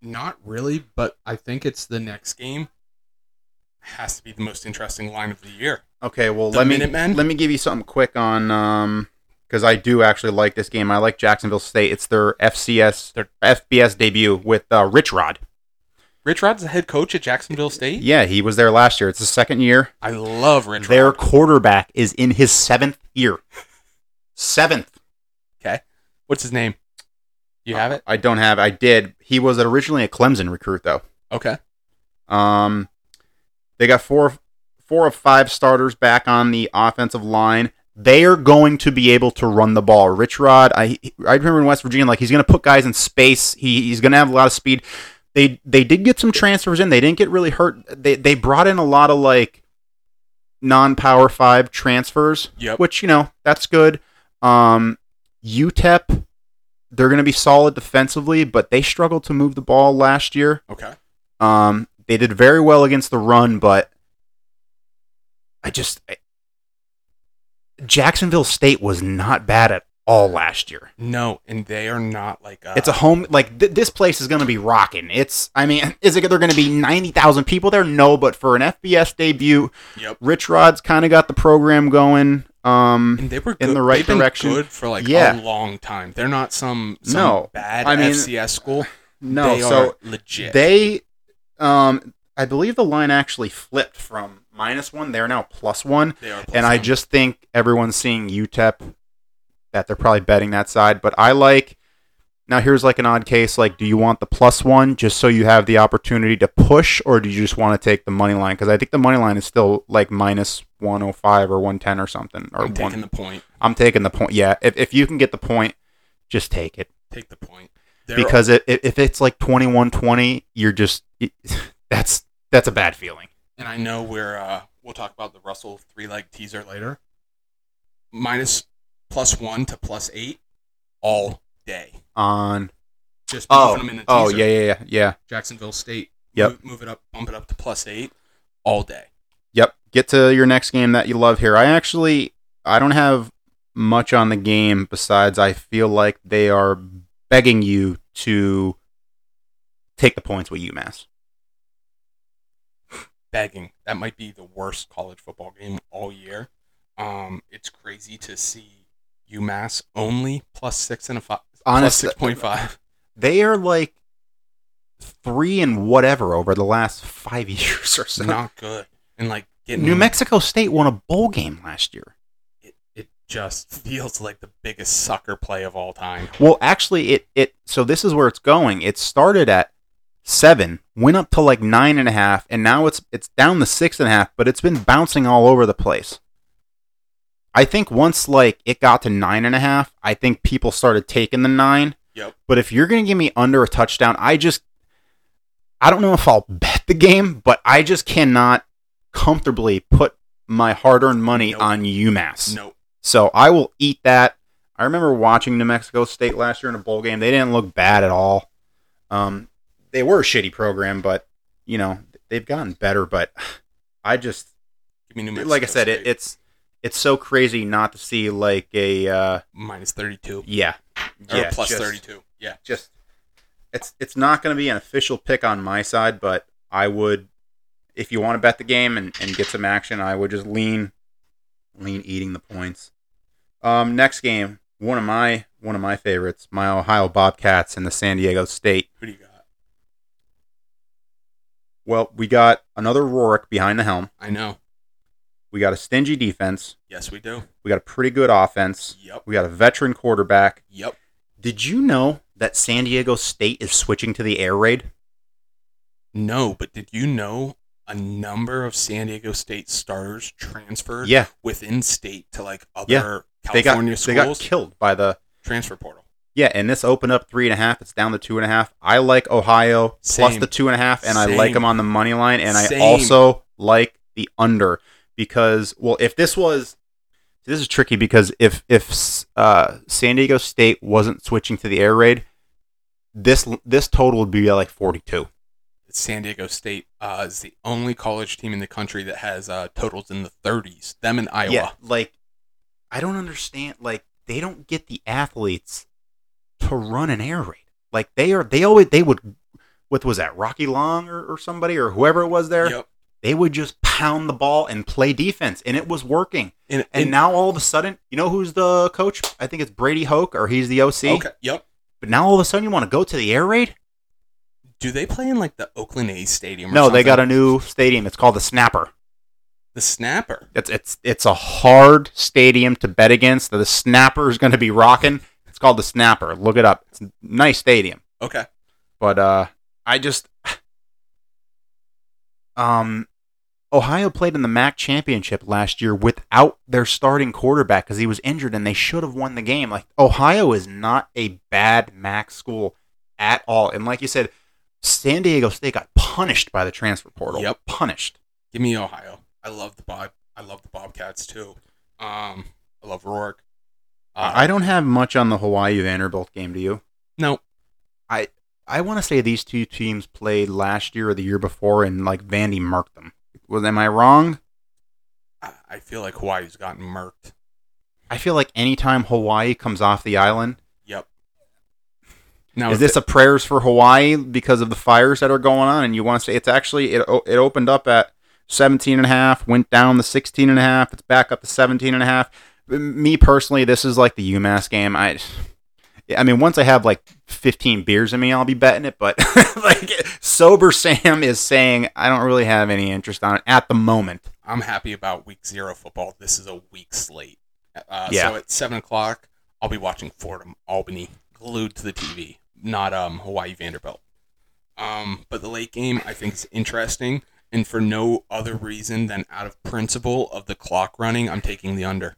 Speaker 1: Not really, but I think it's the next game. Has to be the most interesting line of the year.
Speaker 2: Okay, well
Speaker 1: The
Speaker 2: let me
Speaker 1: Minutemen?
Speaker 2: let me give you something quick on um because I do actually like this game. I like Jacksonville State. It's their FCS
Speaker 1: Their-
Speaker 2: FBS debut with uh, Rich Rod.
Speaker 1: Rich Rod's the head coach at Jacksonville State.
Speaker 2: Yeah, he was there last year. It's the second year.
Speaker 1: I love Rich
Speaker 2: Their
Speaker 1: Rod.
Speaker 2: quarterback is in his seventh year. Seventh.
Speaker 1: What's his name? You have it?
Speaker 2: I don't have. I did. He was originally a Clemson recruit, though.
Speaker 1: Okay.
Speaker 2: Um, they got four, four of five starters back on the offensive line. They are going to be able to run the ball. Rich Rod, I I remember in West Virginia, like he's going to put guys in space. He, he's going to have a lot of speed. They they did get some transfers in. They didn't get really hurt. They they brought in a lot of like non-power five transfers.
Speaker 1: Yep.
Speaker 2: which you know that's good. Um, UTEP, they're going to be solid defensively, but they struggled to move the ball last year.
Speaker 1: Okay.
Speaker 2: Um, they did very well against the run, but I just I- Jacksonville State was not bad at all last year.
Speaker 1: No, and they are not like uh, a,
Speaker 2: It's a home like th- this place is going to be rocking. It's I mean, (laughs) is it they're going to be ninety thousand people there? No, but for an FBS debut,
Speaker 1: Yep.
Speaker 2: Rich Rod's kind of got the program going. Um,
Speaker 1: And they were
Speaker 2: in
Speaker 1: good-
Speaker 2: the right
Speaker 1: they've been
Speaker 2: direction.
Speaker 1: good for like
Speaker 2: Yeah.
Speaker 1: a long time. They're not some, some
Speaker 2: No.
Speaker 1: bad
Speaker 2: I mean-
Speaker 1: FCS school.
Speaker 2: no,
Speaker 1: they
Speaker 2: so
Speaker 1: are legit.
Speaker 2: They, um, I believe the line actually flipped from minus one. They're now plus one,
Speaker 1: They are plus
Speaker 2: and I
Speaker 1: one.
Speaker 2: just think everyone's seeing UTEP that they're probably betting that side. But I like now. Here's like an odd case. Like, do you want the plus one just so you have the opportunity to push, or do you just want to take the money line? Because I think the money line is still like minus one hundred five or one ten or something. Or
Speaker 1: I'm
Speaker 2: one.
Speaker 1: taking the point.
Speaker 2: I'm taking the point. Yeah, if if you can get the point, just take it
Speaker 1: Take the point. They're
Speaker 2: because it, if if it's like 21-20, you're just it- (laughs) that's that's a bad feeling.
Speaker 1: and I know we're uh, we'll talk about the Russell three leg teaser later. Minus plus one to plus eight all day.
Speaker 2: On
Speaker 1: Just
Speaker 2: oh
Speaker 1: moving them in the
Speaker 2: oh
Speaker 1: teaser.
Speaker 2: yeah yeah yeah yeah
Speaker 1: Jacksonville State.
Speaker 2: Yep.
Speaker 1: Move, move it up, bump it up to plus eight all day.
Speaker 2: yep. Get to your next game that you love here. I actually I don't have much on the game besides I feel like they are begging you to take the points with UMass.
Speaker 1: Begging. That might be the worst college football game all year. Um, it's crazy to see UMass only plus six and a five. Plus
Speaker 2: Honestly,
Speaker 1: six point
Speaker 2: (laughs)
Speaker 1: five.
Speaker 2: they are like three and whatever over the last five (laughs) years or so.
Speaker 1: Not good. And like getting
Speaker 2: New Mexico State won a bowl game last year.
Speaker 1: it, it just feels like the biggest sucker play of all time.
Speaker 2: Well, actually, it it so this is where it's going. It started at seven, went up to like nine and a half, and now it's it's down to six and a half. But it's been bouncing all over the place. I think once like it got to nine and a half, I think people started taking the nine.
Speaker 1: Yep.
Speaker 2: But if you're gonna give me under a touchdown, I just I don't know if I'll (laughs) bet the game, but I just cannot comfortably put my hard-earned money
Speaker 1: Nope.
Speaker 2: on UMass.
Speaker 1: No,
Speaker 2: So I will eat that. I remember watching New Mexico State last year in a bowl game. They didn't look bad at all. Um, they were a shitty program, but you know they've gotten better. But I just
Speaker 1: give me New Mexico.
Speaker 2: like I said, it,
Speaker 1: State.
Speaker 2: it's it's so crazy not to see like a uh,
Speaker 1: minus thirty two
Speaker 2: yeah
Speaker 1: or
Speaker 2: yeah
Speaker 1: plus
Speaker 2: just-
Speaker 1: thirty two. Yeah,
Speaker 2: Just it's it's not going to be an official pick on my side, but I would if you want to bet the game and, and get some action, I would just lean lean eating the points. Um, next game, one of my one of my favorites, my Ohio Bobcats and the San Diego State.
Speaker 1: who do you got?
Speaker 2: Well, we got another Rorick behind the helm.
Speaker 1: I know.
Speaker 2: We got a stingy defense.
Speaker 1: Yes, we do.
Speaker 2: We got a pretty good offense.
Speaker 1: Yep.
Speaker 2: We got a veteran quarterback.
Speaker 1: Yep.
Speaker 2: Did you know that San Diego State is switching to the air raid?
Speaker 1: No, but did you know a number of San Diego State starters transferred
Speaker 2: Yeah,
Speaker 1: within state to like other
Speaker 2: Yeah. they got
Speaker 1: California
Speaker 2: they
Speaker 1: schools?
Speaker 2: got killed by the
Speaker 1: transfer portal.
Speaker 2: Yeah, and this opened up three and a half. It's down to two and a half. I like Ohio plus
Speaker 1: Same.
Speaker 2: the two and a half, and I
Speaker 1: Same.
Speaker 2: like them on the money line, and I
Speaker 1: Same.
Speaker 2: also like the under because well, if this was this is tricky because if if uh, San Diego State wasn't switching to the air raid, this this total would be like 42.
Speaker 1: San Diego State uh, is the only college team in the country that has uh, totals in the 30s. Them and Iowa.
Speaker 2: Yeah, like I don't understand. Like they don't get the athletes to run an air raid. Like they are, they always they would. What was that? Rocky Long or, or somebody or whoever it was there.
Speaker 1: Yep.
Speaker 2: They would just pound the ball and play defense, and it was working.
Speaker 1: And,
Speaker 2: And now all of a sudden, you know who's the coach? I think it's Brady Hoke, or he's the OC.
Speaker 1: okay, yep.
Speaker 2: But now all of a sudden, you want to go to the air raid?
Speaker 1: Do they play in like the Oakland A's stadium? Or
Speaker 2: No, they
Speaker 1: something?
Speaker 2: got a new stadium. It's called the Snapper.
Speaker 1: the snapper.
Speaker 2: It's it's it's a hard stadium to bet against. The Snapper is going to be rocking. It's called the Snapper. Look it up. It's a nice stadium.
Speaker 1: Okay,
Speaker 2: But uh, I just um, Ohio played in the MAC championship last year without their starting quarterback because he was injured, and they should have won the game. Like Ohio is not a bad MAC school at all, and like you said, San Diego State got punished by the transfer portal.
Speaker 1: Yep.
Speaker 2: punished.
Speaker 1: give me Ohio. I love the Bob. I love the Bobcats too. Um, I love Rourke. Uh,
Speaker 2: I don't have much on the Hawaii Vanderbilt game. Do you?
Speaker 1: no,
Speaker 2: I want to say these two teams played last year or the year before, and like Vandy marked them. Was am I wrong?
Speaker 1: I, I feel like Hawaii's gotten murked.
Speaker 2: I feel like anytime Hawaii comes off the island,
Speaker 1: Yep. Now
Speaker 2: is
Speaker 1: if
Speaker 2: this
Speaker 1: it-
Speaker 2: a prayers for Hawaii because of the fires that are going on? And you want to say it's actually it o- it opened up at 17 and a half, went down to 16 and a half, it's back up to 17 and a half. M- Me personally, this is like the UMass game. I I mean, once I have like 15 beers in me, I'll be betting it, but (laughs) like sober Sam is saying I don't really have any interest on it at the moment.
Speaker 1: I'm happy about week zero football. This is a week slate. Uh,
Speaker 2: Yeah.
Speaker 1: So at seven o'clock, I'll be watching Fordham Albany glued to the TV, not um, Hawaii Vanderbilt. Um, but the late game I think is interesting, and for no other reason than out of principle of the clock running, I'm taking the under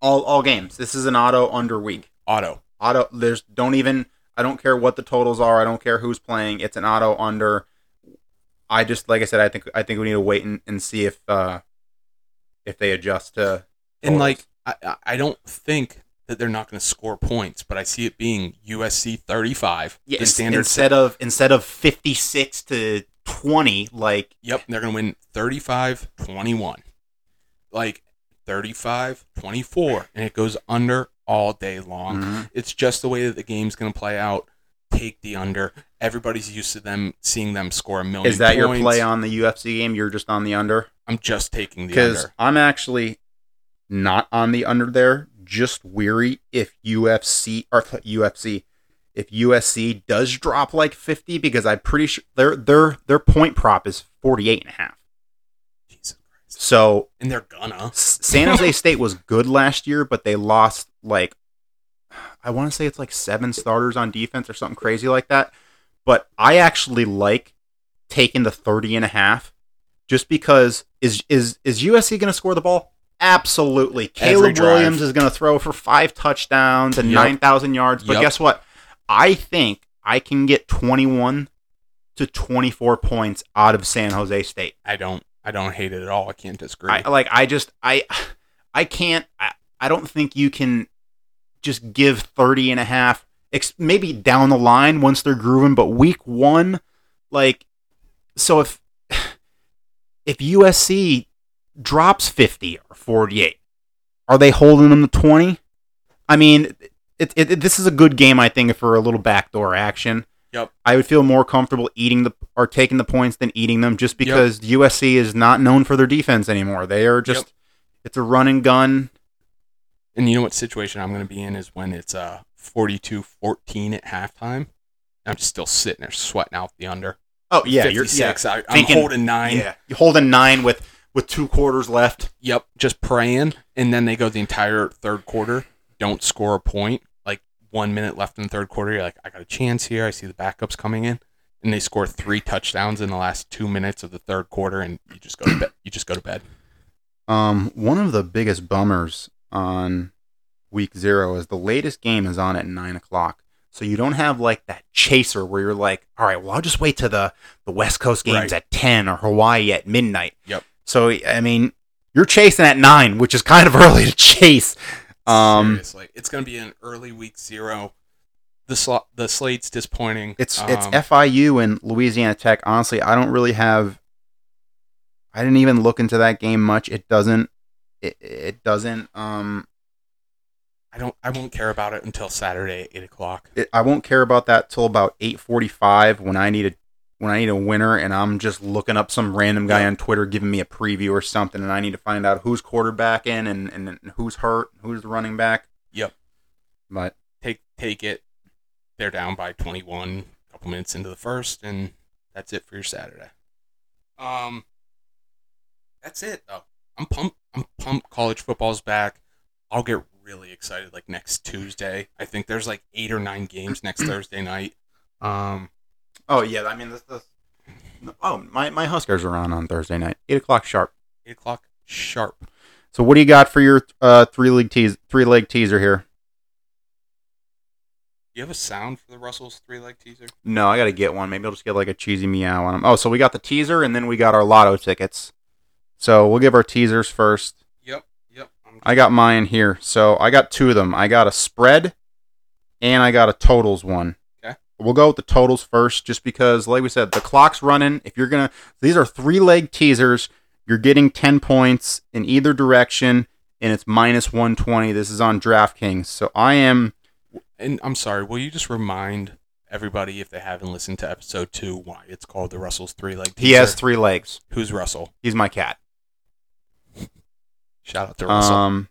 Speaker 2: All all games. This is an auto under week.
Speaker 1: auto.
Speaker 2: auto there's don't even i don't care what the totals are i don't care who's playing it's an auto under i just like i said i think i think we need to wait and, and see if uh if they adjust to
Speaker 1: And
Speaker 2: totals.
Speaker 1: like I, I- I don't think that they're not going to score points, but I see it being USC 35, the
Speaker 2: ins-
Speaker 1: standard.
Speaker 2: instead of instead of 56 to 20 like
Speaker 1: Yep, they're going to win 35 21. Like 35 24. And it goes under all day long.
Speaker 2: Mm-hmm.
Speaker 1: It's just the way that the game's going to play out. Take the under. Everybody's used to them seeing them score a million.
Speaker 2: is that your
Speaker 1: points.
Speaker 2: play on the ufc game you're just on the under
Speaker 1: I'm just taking the
Speaker 2: because
Speaker 1: under.
Speaker 2: I'm actually not on the under there. Just weary if UFC or th- UFC if USC does drop like 50 because I'm pretty sure their their their point prop is 48 and a half.
Speaker 1: Jesus Christ.
Speaker 2: So
Speaker 1: And they're gonna.
Speaker 2: S-
Speaker 1: (laughs)
Speaker 2: San Jose State was good last year, but they lost like I want to say it's like seven starters on defense or something crazy like that. But I actually like taking the 30 and a half just because is is is USC going to score the ball? Absolutely.
Speaker 1: Every
Speaker 2: Caleb
Speaker 1: drive.
Speaker 2: Williams is going to throw for five touchdowns and
Speaker 1: Yep.
Speaker 2: 9,000 yards, but
Speaker 1: Yep.
Speaker 2: guess what? I think I can get 21 to 24 points out of San Jose State.
Speaker 1: I don't. I don't hate it at all. I can't disagree.
Speaker 2: I, like I just I I can't I, I don't think you can just give 30 and a half ex- maybe down the line once they're grooving but week 1 like so if (sighs) if USC drops 50 or 48 are they holding them to 20 I mean it, it, it- this is a good game I think for a little backdoor action
Speaker 1: Yep.
Speaker 2: I would feel more comfortable eating the or taking the points than eating them just because USC is not known for their defense anymore. They are just it's a run and gun.
Speaker 1: and you know what situation I'm going to be in is when it's uh 42 14 at halftime. I'm just still sitting there sweating out the under.
Speaker 2: Oh yeah, you're yeah,
Speaker 1: 56. I, I'm
Speaker 2: Thinking-
Speaker 1: holding nine.
Speaker 2: yeah. You hold a nine with with two quarters left.
Speaker 1: Yep, just praying, and then they go the entire third quarter, don't score a point. Like one minute left in the third quarter, you're like, I got a chance here. I see the backups coming in, and they score three touchdowns in the last two minutes of the third quarter, and you just go to bed. You just go to bed.
Speaker 2: Um, one of the biggest bummers on week zero is the latest game is on at nine o'clock. So you don't have like that chaser where you're like, all right, well I'll just wait till the the West Coast games
Speaker 1: Right.
Speaker 2: at ten or Hawaii at midnight.
Speaker 1: Yep.
Speaker 2: So I mean, You're chasing at nine, which is kind of (laughs) early to chase. (clears throat) Um,
Speaker 1: Seriously, it's going to be an early week zero. The sl- the slate's disappointing.
Speaker 2: it's it's
Speaker 1: Um,
Speaker 2: FIU and Louisiana Tech. Honestly, I don't really have. I didn't even look into that game much. It doesn't. It, it doesn't. Um,
Speaker 1: I don't. I won't care about it until Saturday at eight o'clock.
Speaker 2: it, I won't care about that till about eight forty-five when I need a when I need a winner and I'm just looking up some random guy on Twitter giving me a preview or something, and I need to find out who's quarterbacking and and, and who's hurt, who's the running back.
Speaker 1: Yep.
Speaker 2: But
Speaker 1: Take take it. They're down by twenty one. A couple minutes into the first, and that's it for your Saturday. Um, that's it though. I'm pumped. I'm pumped. College football's back. I'll get really excited like next Tuesday. I think there's like eight or nine games
Speaker 2: (clears throat)
Speaker 1: next Thursday night. Um,
Speaker 2: oh yeah, I mean this. this oh my my Huskers are on on Thursday night, eight o'clock sharp.
Speaker 1: eight o'clock sharp.
Speaker 2: So what do you got for your uh three league tease three leg teaser here?
Speaker 1: Do you have a sound for the Russell's three leg teaser?
Speaker 2: No, I gotta get one. Maybe I'll just get like a cheesy meow on them. Oh, so we got the teaser and then we got our lotto tickets. So we'll give our teasers first.
Speaker 1: Yep, yep. I'm
Speaker 2: I got mine here. So I got two of them. I got a spread and I got a totals one.
Speaker 1: Okay.
Speaker 2: We'll go with the totals first just because like we said, the clock's running. If you're gonna these are three leg teasers, you're getting ten points in either direction, and it's minus one twenty. This is on DraftKings. So I am
Speaker 1: and I'm sorry. Will you just remind everybody if they haven't listened to episode two why it's called the Russell's three leg teaser?
Speaker 2: he has three legs.
Speaker 1: Who's Russell?
Speaker 2: He's my cat.
Speaker 1: Shout out to Russell.
Speaker 2: Um,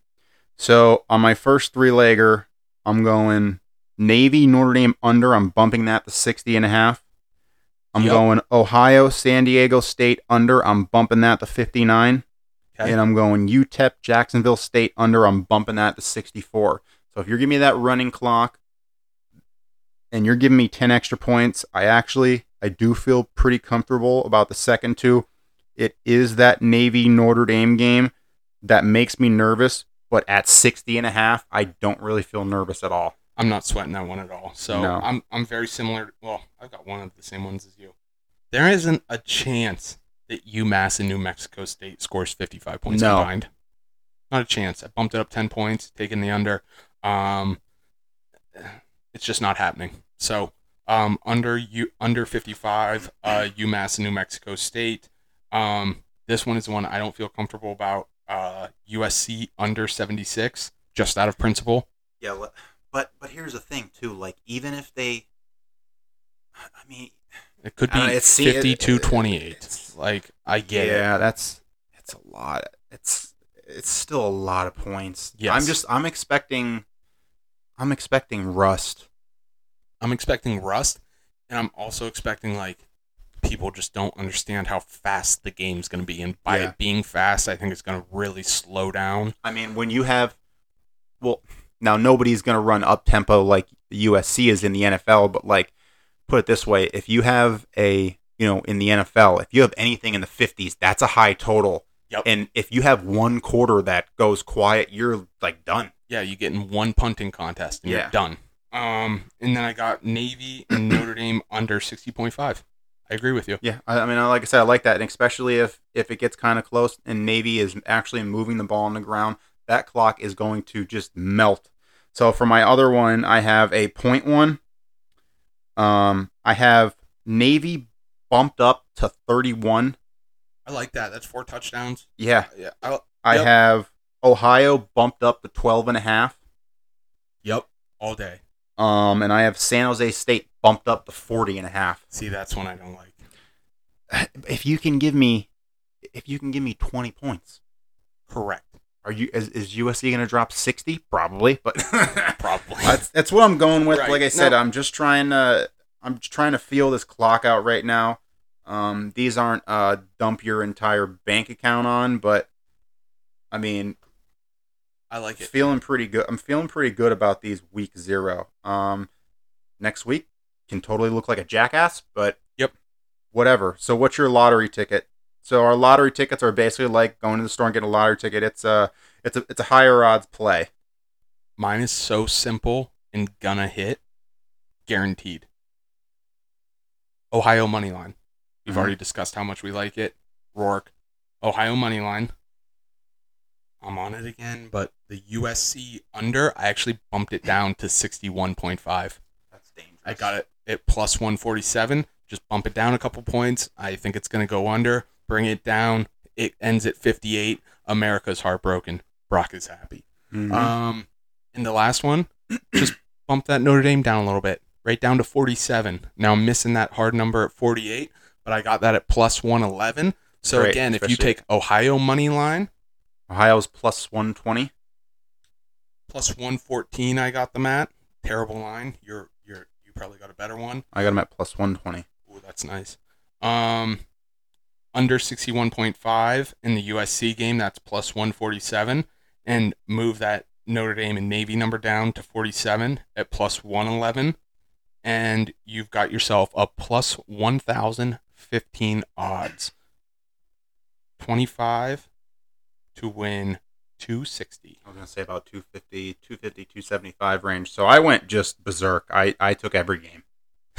Speaker 2: so on my first three legger, I'm going Navy Notre Dame under. I'm bumping that to 60 and a half. I'm
Speaker 1: Yep.
Speaker 2: going Ohio San Diego State under. I'm bumping that to 59.
Speaker 1: Okay.
Speaker 2: And I'm going UTEP Jacksonville State under. I'm bumping that to 64. So if you're giving me that running clock and you're giving me 10 extra points, I actually I do feel pretty comfortable about the second two. It is that Navy Notre Dame game that makes me nervous, but at 60 and a half, I don't really feel nervous at all.
Speaker 1: I'm not sweating that one at all. So
Speaker 2: No.
Speaker 1: I'm I'm very similar. Well, I've got one of the same ones as you. There isn't a chance that UMass and New Mexico State scores 55 points
Speaker 2: No.
Speaker 1: combined. Not a chance. I bumped it up 10 points, taking the under. Um, it's just not happening. So um, under you under 55, uh, UMass and New Mexico State. Um, this one is one I don't feel comfortable about. Uh, USC under 76, just out of principle.
Speaker 3: Yeah, le- but but here's the thing too. Like even if they, I mean,
Speaker 1: It could
Speaker 3: I
Speaker 1: be
Speaker 3: don't know, it's- see, it-
Speaker 1: 52 28.
Speaker 3: it's-
Speaker 1: Like, I get it.
Speaker 2: yeah, that's
Speaker 3: it's a lot. It's it's still a lot of points.
Speaker 1: Yes.
Speaker 2: I'm just I'm expecting I'm expecting rust.
Speaker 1: I'm expecting rust, and I'm also expecting, like, people just don't understand how fast the game's going to be. And by
Speaker 2: Yeah.
Speaker 1: it being fast, I think it's going to really slow down.
Speaker 2: I mean, when you have well, now nobody's going to run up tempo like USC is in the NFL, but like put it this way, if you have a, you know, in the NFL, if you have anything in the 50s, that's a high total.
Speaker 1: Yep.
Speaker 2: And if you have one quarter that goes quiet, you're like done.
Speaker 1: Yeah, you get in one punting contest, and
Speaker 2: Yeah.
Speaker 1: you're done. Um, and then I got Navy
Speaker 3: (coughs)
Speaker 1: and Notre Dame under 60.5. I agree with you.
Speaker 2: Yeah, I, I mean, I- like I said, I like that, and especially if if it gets kind of close and Navy is actually moving the ball on the ground, that clock is going to just melt. So for my other one, I have a point one. Um, I have Navy bumped up to thirty one.
Speaker 1: I like that. That's four touchdowns.
Speaker 2: Yeah,
Speaker 1: Yeah. I,
Speaker 2: I
Speaker 1: Yep.
Speaker 2: have Ohio bumped up to twelve and a half.
Speaker 1: yep. All day.
Speaker 2: Um, and I have San Jose State bumped up to forty and a half.
Speaker 1: See, that's one I don't like.
Speaker 2: If you can give me, if you can give me twenty points.
Speaker 1: Correct.
Speaker 2: Are you is, is USC going to drop 60? Probably,
Speaker 1: (laughs)
Speaker 2: but
Speaker 1: Probably.
Speaker 2: that's that's what I'm going with.
Speaker 1: Right.
Speaker 2: Like I said,
Speaker 1: No.
Speaker 2: I'm just trying to I'm just trying to feel this clock out right now. Um, these aren't uh dump your entire bank account on, but I mean,
Speaker 1: (laughs) I like it.
Speaker 2: feeling pretty good. I'm feeling pretty good about these week zero. Um, next week can totally look like a jackass, but
Speaker 1: Yep.
Speaker 2: whatever. So what's your lottery ticket? So our lottery tickets are basically like going to the store and getting a lottery ticket. It's a it's a it's a higher odds play.
Speaker 1: Mine is so simple and gonna hit, guaranteed. Ohio money line. We've
Speaker 2: Mhm.
Speaker 1: already discussed how much we like it. Rourke, Ohio money line, I'm on it again, but the USC under, I actually bumped it down to 61.5.
Speaker 2: That's dangerous.
Speaker 1: I got it at plus 147. Just bump it down a couple points. I think it's going to go under. Bring it down. It ends at 58. America's heartbroken. Brock is happy.
Speaker 2: Mm-hmm. Uh,
Speaker 1: Um, and the last one, (clears throat) just bump that Notre Dame down a little bit, right down to 47. Now I'm missing that hard number at 48, but I got that at plus 111. So
Speaker 2: Great,
Speaker 1: again, if you
Speaker 2: especially-
Speaker 1: take Ohio money line
Speaker 2: Ohio's plus 120.
Speaker 1: plus 114, I got them at terrible line. You're you're you probably got a better one.
Speaker 2: I got him at plus 120.
Speaker 1: Ooh, that's nice. Um, under 61.5 in the USC game, that's plus 147, and move that Notre Dame and Navy number down to 47 at plus 111, and you've got yourself a plus 1,015 odds. 25 to win 260.
Speaker 2: I was going to say about 250, 250, 275 range. So I went just berserk. I, I took every game.
Speaker 1: (laughs) (laughs)
Speaker 2: (laughs)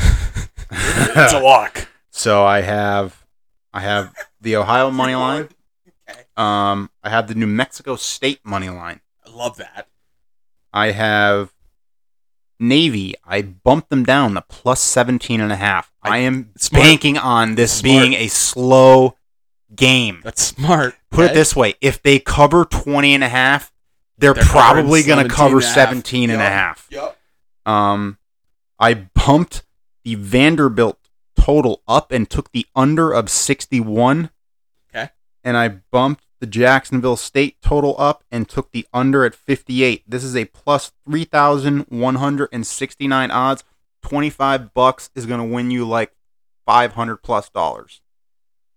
Speaker 1: it's a lock.
Speaker 2: so I have I have the Ohio money line.
Speaker 1: Okay.
Speaker 2: Um, I have the New Mexico State money line.
Speaker 1: I love that.
Speaker 2: I have Navy. I bumped them down to plus 17 and a half. I, am
Speaker 1: Smart.
Speaker 2: banking on this
Speaker 1: Smart.
Speaker 2: being a slow game.
Speaker 1: That's smart.
Speaker 2: Put it
Speaker 1: Okay.
Speaker 2: this way, if they cover 20 and a half, they're,
Speaker 1: They're covering
Speaker 2: probably going
Speaker 1: 17
Speaker 2: to cover
Speaker 1: and a half.
Speaker 2: 17 and a
Speaker 1: Yup.
Speaker 2: half.
Speaker 1: Yup.
Speaker 2: Um, I bumped the Vanderbilt total up and took the under of 61.
Speaker 1: Okay.
Speaker 2: And I bumped the Jacksonville State total up and took the under at 58. This is a plus 3,169 odds. 25 bucks is going to win you like 500 plus dollars.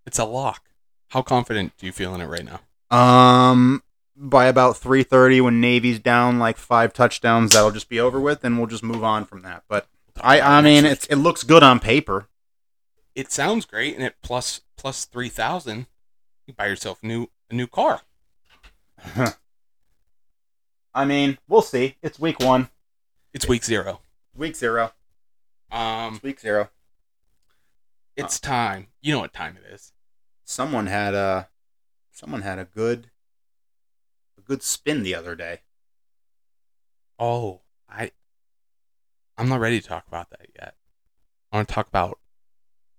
Speaker 1: It's a lock. How confident do you feel in it right now?
Speaker 2: Um, by about 3:30 when Navy's down like five touchdowns, that'll just be over with, and we'll just move on from that. But I, I mean, it's it looks good on paper.
Speaker 1: it sounds great, and it plus plus three thousand, you buy yourself a new a new car.
Speaker 2: I mean, we'll see. It's week one,
Speaker 1: It's week zero.
Speaker 2: week zero,
Speaker 1: Um,
Speaker 2: week zero.
Speaker 1: it's time. You know what time it is.
Speaker 2: Someone had a, someone had a good, a good spin the other day.
Speaker 1: Oh, I, I'm not ready to talk about that yet. I want to talk about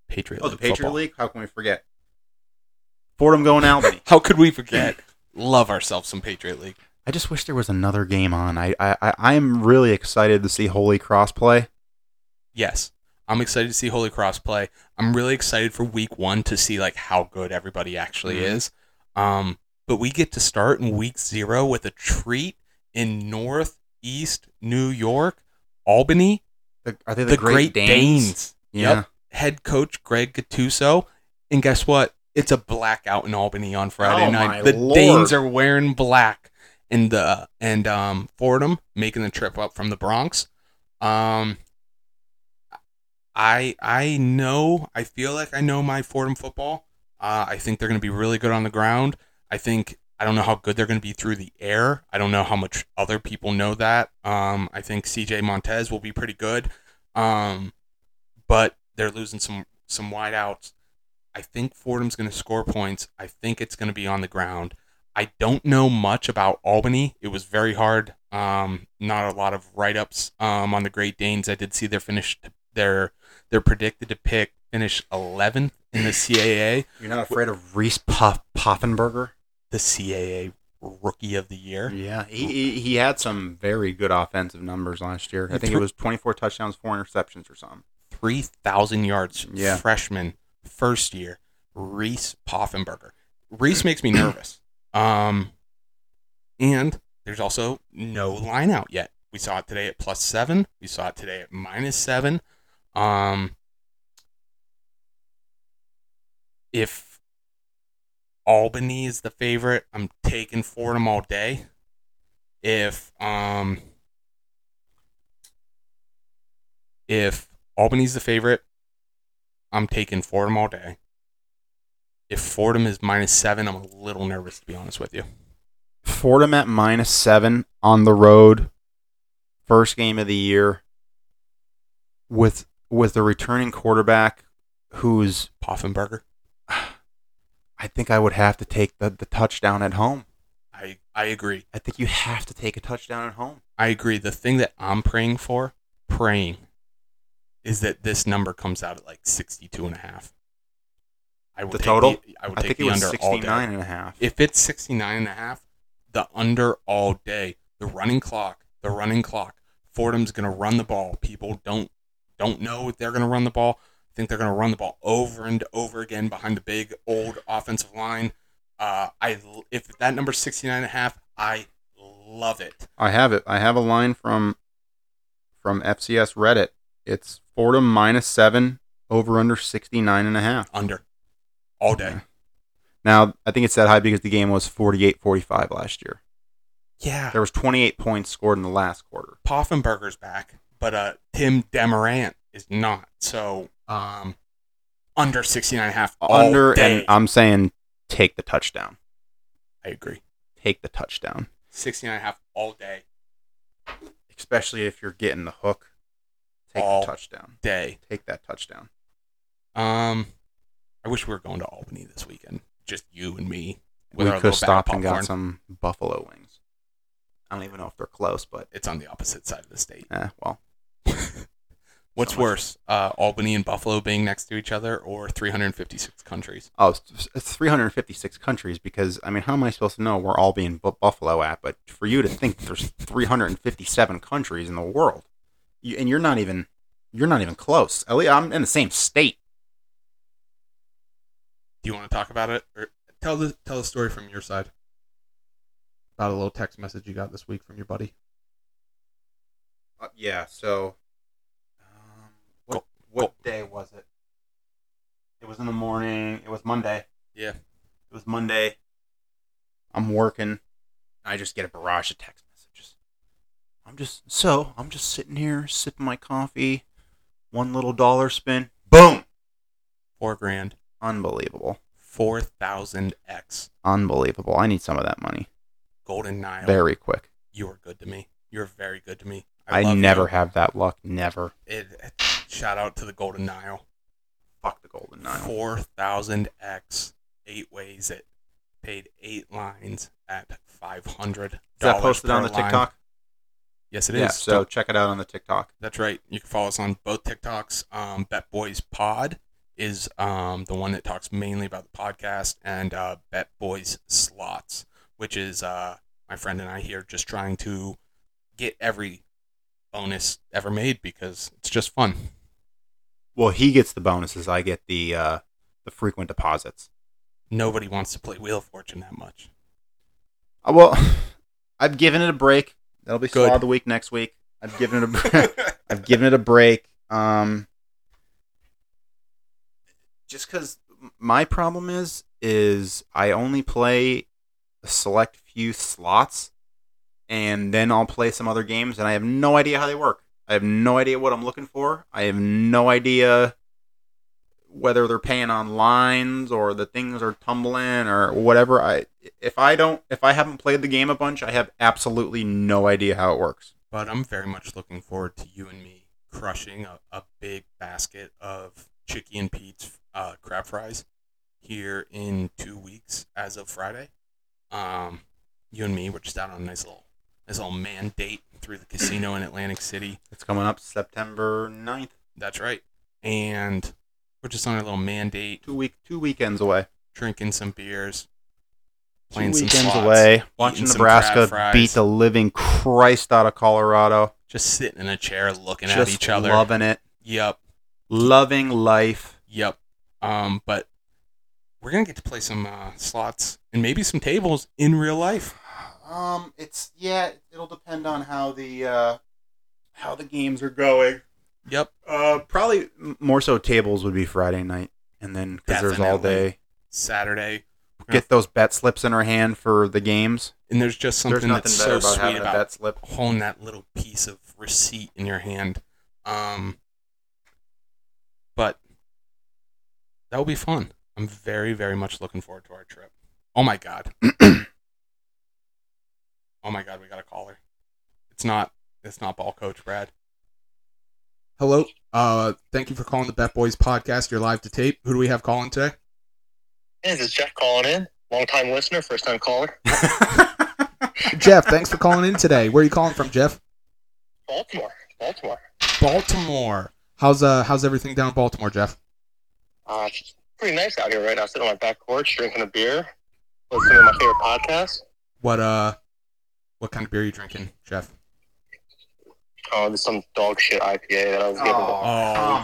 Speaker 1: Patriot.
Speaker 2: Oh, the
Speaker 1: League
Speaker 2: Patriot
Speaker 1: football.
Speaker 2: League. How can we forget? Fordham
Speaker 1: (laughs)
Speaker 2: going Albany.
Speaker 1: How could we forget? Love ourselves some Patriot League.
Speaker 2: I just wish there was another game on. I I I- I'm really excited to see Holy Cross play.
Speaker 1: Yes, I'm excited to see Holy Cross play. I'm really excited for Week One to see like how good everybody actually
Speaker 2: Mhm.
Speaker 1: is. Um, but we get to start in Week Zero with a treat in Northeast New York, Albany,
Speaker 2: The, are they
Speaker 1: the,
Speaker 2: the,
Speaker 1: Great, Danes.
Speaker 2: Yeah.
Speaker 1: Yep. Head coach Greg Gattuso, and guess what? It's a blackout in Albany on Friday
Speaker 2: Oh, my
Speaker 1: night. The
Speaker 2: Lord.
Speaker 1: Danes are wearing black, and the and um Fordham making the trip up from the Bronx. Um, I I know I feel like I know my Fordham football. Uh, I think they're going to be really good on the ground. I think I don't know how good they're going to be through the air. I don't know how much other people know that. Um, I think CJ Montez will be pretty good. Um, but they're losing some some wideouts. I think Fordham's going to score points. I think it's going to be on the ground. I don't know much about Albany. It was very hard. Um, not a lot of write ups um, on the Great Danes. I did see their finish. They're they're predicted to pick finish 11th in the CAA,
Speaker 2: You're not afraid of Reese Puff, Poffenberger?
Speaker 1: the CAA Rookie of the Year.
Speaker 2: Yeah, he, he he had some very good offensive numbers last year. I
Speaker 1: He
Speaker 2: think
Speaker 1: threw-
Speaker 2: it was 24 touchdowns, four interceptions, or something.
Speaker 1: three thousand yards
Speaker 2: Yeah.
Speaker 1: freshman first year, Reese Poffenberger. Reese makes me nervous. Um, and there's also no line out yet. We saw it today at plus seven. We saw it today at minus seven. Um, if Albany is the favorite, I'm taking Fordham all day. If um, if Albany's the favorite, I'm taking Fordham all day. If Fordham is minus seven, I'm a little nervous to be honest with you.
Speaker 2: Fordham at minus seven on the road, first game of the year. With with a returning quarterback, who's
Speaker 1: Poffenberger,
Speaker 2: I think I would have to take the, the touchdown at home.
Speaker 1: I I agree.
Speaker 5: I think you have to take a touchdown at home.
Speaker 1: I agree. The thing that I'm praying for, praying, is that this number comes out at like 62 and a half. I would
Speaker 5: The
Speaker 1: take
Speaker 5: total?
Speaker 1: I would
Speaker 5: I
Speaker 1: take
Speaker 5: think it
Speaker 1: the
Speaker 5: was
Speaker 1: under all day.
Speaker 5: 69 and a half.
Speaker 1: If it's 69 and a half, the under all day. The running clock, the running clock. Fordham's going to run the ball. People don't don't know if they're going to run the ball. I think they're going to run the ball over and over again behind the big old offensive line. Uh, I l- if that number's 69 and a half, I love it.
Speaker 2: I have it. I have a line from from FCS Reddit. It's Fordham minus seven over under 69 and a half.
Speaker 1: Under all day.
Speaker 2: Now, I think it's that high because the game was 48 45 last year.
Speaker 1: Yeah.
Speaker 2: There was 28 points scored in the last quarter.
Speaker 1: Poffenberger's back, but uh, Tim Demarant is not. So um, under 69 and a half all
Speaker 2: under,
Speaker 1: day.
Speaker 2: and I'm saying take the touchdown.
Speaker 1: I agree.
Speaker 2: Take the touchdown.
Speaker 1: 69 and a half all day.
Speaker 2: Especially if you're getting the hook. Take
Speaker 1: All-
Speaker 2: the touchdown.
Speaker 1: Day.
Speaker 2: Take that touchdown.
Speaker 1: Um, I wish we were going to Albany this weekend. Just you and me. with
Speaker 2: we
Speaker 1: our little bag
Speaker 2: could have
Speaker 1: of
Speaker 2: stopped and
Speaker 1: popcorn.
Speaker 2: got some buffalo wings. I don't even know if they're close, but
Speaker 1: It's on the opposite side of the state.
Speaker 2: eh, well,
Speaker 1: What's
Speaker 2: much.
Speaker 1: worse, uh, Albany and Buffalo being next to each other or 356 countries?
Speaker 2: Oh, it's it's 356 countries because, I mean, how am I supposed to know we're all being bu- Buffalo at? But for you to think there's 357 countries in the world, you, and you're not even you're not even close. At least I'm in the same state.
Speaker 1: Do you want to talk about it? Or tell the tell the story from your side. About a little text message you got this week from your buddy.
Speaker 2: Uh, yeah. So, um, what
Speaker 1: Go-
Speaker 2: what day was it? It was in the morning. It was Monday.
Speaker 1: Yeah.
Speaker 2: It was Monday. I'm working. I just get a barrage of text messages. I'm just so I'm just sitting here sipping my coffee. One little dollar spin. Boom!
Speaker 1: Four grand.
Speaker 2: Unbelievable.
Speaker 1: 4,000x.
Speaker 2: Unbelievable. I need some of that money
Speaker 1: Golden Nile.
Speaker 2: very quick.
Speaker 1: You are good to me. You're very good to me.
Speaker 2: I,
Speaker 1: love
Speaker 2: never
Speaker 1: you.
Speaker 2: have that luck. Never.
Speaker 1: It, shout out to the Golden Nile.
Speaker 2: Fuck the Golden Nile.
Speaker 1: 4,000x. Eight ways it. Paid eight lines at 500
Speaker 2: Is that posted on the TikTok?
Speaker 1: Yes, it is.
Speaker 2: yeah. So check it out on the TikTok.
Speaker 1: That's right. You can follow us on both TikToks. Um, Bet Boys Pod is um, the one that talks mainly about the podcast, and uh, Bet Boys Slots, which is uh, my friend and I here just trying to get every bonus ever made because it's just fun.
Speaker 2: Well, he gets the bonuses. I get the uh, the frequent deposits.
Speaker 1: Nobody wants to play Wheel of Fortune that
Speaker 2: (laughs)
Speaker 1: much. (laughs)
Speaker 2: Uh, Well, (sighs) I've given it a break. That'll be
Speaker 1: Good.
Speaker 2: Slaw of the week next week. I've given it a (laughs) break. I've given it a break. Um, just because my problem is is I only play a select few slots, and then I'll play some other games, and I have no idea how they work. I have no idea what I'm looking for. I have no idea whether they're paying on lines or the things are tumbling or whatever. I if I don't if I haven't played the game a bunch, I have absolutely no idea how it works.
Speaker 1: But I'm very much looking forward to you and me crushing a, a big basket of Chicky and Pete's uh, crab fries here in two weeks as of Friday. Um, you and me, we're just out on a nice little, nice little man date through the casino in Atlantic City.
Speaker 2: It's coming up September 9th.
Speaker 1: That's right. And we're just on a little man date,
Speaker 2: two week two weekends away.
Speaker 1: drinking some beers,
Speaker 2: Two
Speaker 1: playing some
Speaker 2: weekends
Speaker 1: slots,
Speaker 2: away,
Speaker 1: eating
Speaker 2: watching
Speaker 1: some crab
Speaker 2: Nebraska
Speaker 1: fries.
Speaker 2: beat the living Christ out of Colorado.
Speaker 1: just sitting in a chair looking
Speaker 2: Just
Speaker 1: at each other.
Speaker 2: loving it,
Speaker 1: Yep.
Speaker 2: loving life.
Speaker 1: Yep. Um, but we're gonna get to play some uh, slots and maybe some tables in real life.
Speaker 2: Um, it's yeah, it'll depend on how the uh, how the games are going.
Speaker 1: Yep.
Speaker 2: Uh, probably m- more so tables would be Friday night, and then because there's all
Speaker 1: Definitely.
Speaker 2: day.
Speaker 1: Saturday,
Speaker 2: Get those bet slips in our hand for the games.
Speaker 1: and there's just something
Speaker 2: there's nothing
Speaker 1: that's
Speaker 2: better
Speaker 1: so
Speaker 2: about
Speaker 1: sweet
Speaker 2: having
Speaker 1: about
Speaker 2: a bet slip.
Speaker 1: (laughs)
Speaker 2: (laughs)
Speaker 1: holding that little piece of receipt in your hand. Um, but that will be fun. I'm very, very much looking forward to our trip. Oh my god. (clears throat) oh my god, we got a caller. It's not. It's not ball coach Brad. Hello. Uh, thank you for calling the Bet Boys podcast. You're live to tape. Who do we have calling today?
Speaker 6: Hey, this is Jeff calling in. Long time listener, first time caller.
Speaker 7: Jeff, thanks for calling in today. Where are you calling from, Jeff?
Speaker 6: Baltimore. Baltimore.
Speaker 7: Baltimore. How's uh how's everything down in Baltimore, Jeff?
Speaker 6: Uh, it's pretty nice out here right now. Sitting on my back porch, drinking a beer, listening to my favorite podcast.
Speaker 1: What uh, what kind of beer are you drinking, Jeff?
Speaker 6: Oh, there's some dog shit IPA that I was given.
Speaker 2: Oh,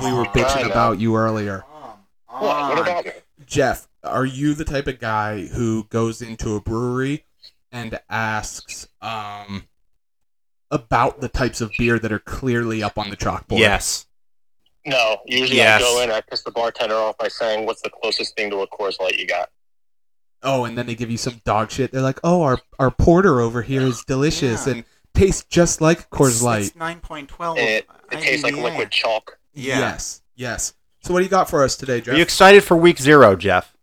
Speaker 1: Oh, we were
Speaker 2: come
Speaker 7: Bitching
Speaker 6: I know.
Speaker 7: about you earlier.
Speaker 2: Come
Speaker 6: What? What
Speaker 2: on.
Speaker 6: about me?
Speaker 1: Jeff, are you the type of guy who goes into a brewery and asks um, about the types of beer that are clearly up on the chalkboard?
Speaker 2: Yes.
Speaker 6: No, usually
Speaker 2: Yes.
Speaker 6: I go in, I piss the bartender off by saying, "What's the closest thing to a Coors Light you got?"
Speaker 1: Oh, and then they give you some dog shit. They're like, "Oh, our our porter over here is delicious
Speaker 2: Yeah.
Speaker 1: and tastes just like Coors
Speaker 2: It's-
Speaker 1: Light."
Speaker 2: It's nine point twelve.
Speaker 6: It, it tastes like liquid chalk.
Speaker 2: Yeah.
Speaker 1: Yes. Yes. So what do you got for us today, Jeff?
Speaker 2: Are you excited for week zero, Jeff?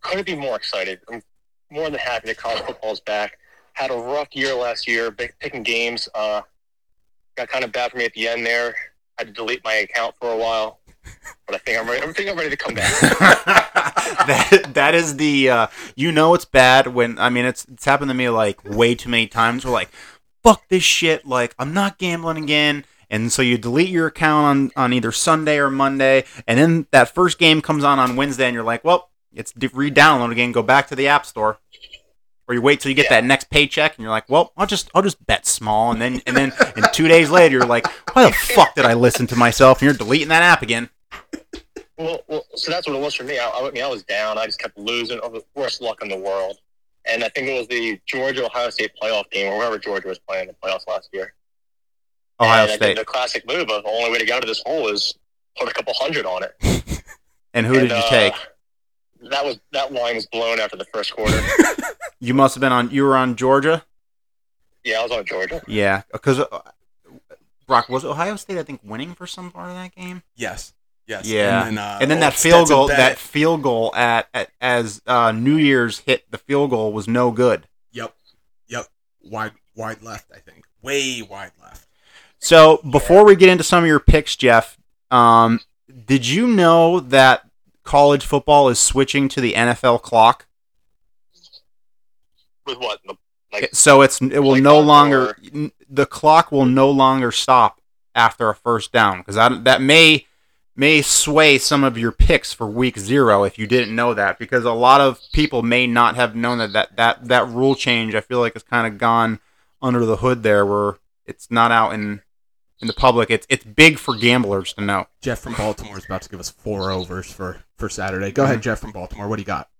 Speaker 6: couldn't be more excited. I'm more than happy that college football's back. Had a rough year last year, big picking games. Uh, got kind of bad for me at the end there. I had to delete my account for a while, but I think I'm ready. I think I'm ready to come back.
Speaker 2: (laughs) that that is the uh, you know it's bad when I mean it's it's happened to me like way too many times. We're like, fuck this shit. Like I'm not gambling again. And so you delete your account on, on either Sunday or Monday, and then that first game comes on on Wednesday, and you're like, well, it's de- re-download again. Go back to the app store, or you wait till you get that next paycheck, and you're like, well, I'll just I'll just bet small, and then and then and two days later, you're like, why the fuck did I listen to myself? And you're deleting that app again.
Speaker 6: well, well, so that's what it was for me. I, I mean, I was down. I just kept losing. Oh, the worst luck in the world. And I think it was the Georgia Ohio State playoff game, or wherever Georgia was playing in the playoffs last year.
Speaker 2: Ohio
Speaker 6: and I did
Speaker 2: State.
Speaker 6: The classic move of the only way to get out of this hole is put a couple hundred on it.
Speaker 2: And who
Speaker 6: And,
Speaker 2: did you
Speaker 6: uh,
Speaker 2: take?
Speaker 6: That was that line was blown after the first quarter. (laughs)
Speaker 2: You must have been on. You were on Georgia.
Speaker 6: yeah, I was on Georgia.
Speaker 2: Yeah, because uh, Brock was Ohio State. I think winning for some part of that game,
Speaker 1: yes. Yes.
Speaker 2: Yeah.
Speaker 1: And then, uh,
Speaker 2: and then
Speaker 1: oh,
Speaker 2: that field
Speaker 1: Stetson
Speaker 2: goal.
Speaker 1: Bennett.
Speaker 2: That field goal at, at as uh, New Year's hit, the field goal was no good.
Speaker 1: Yep. Yep. Wide wide left, I think. Way wide left.
Speaker 2: So before we get into some of your picks, Jeff, um, did you know that college football is switching to the NFL clock?
Speaker 6: With what? The,
Speaker 2: It- So it's it will
Speaker 6: Like
Speaker 2: no
Speaker 6: on
Speaker 2: longer n- the clock will no longer stop after a first down because that may may sway some of your picks for week zero if you didn't know that because a lot of people may not have known that that that, that rule change I feel like has kind of gone under the hood there where it's not out in in the public it's it's big for gamblers to know
Speaker 1: Jeff from Baltimore is about to give us four overs for, for Saturday. Go ahead, Jeff from Baltimore. What do you got?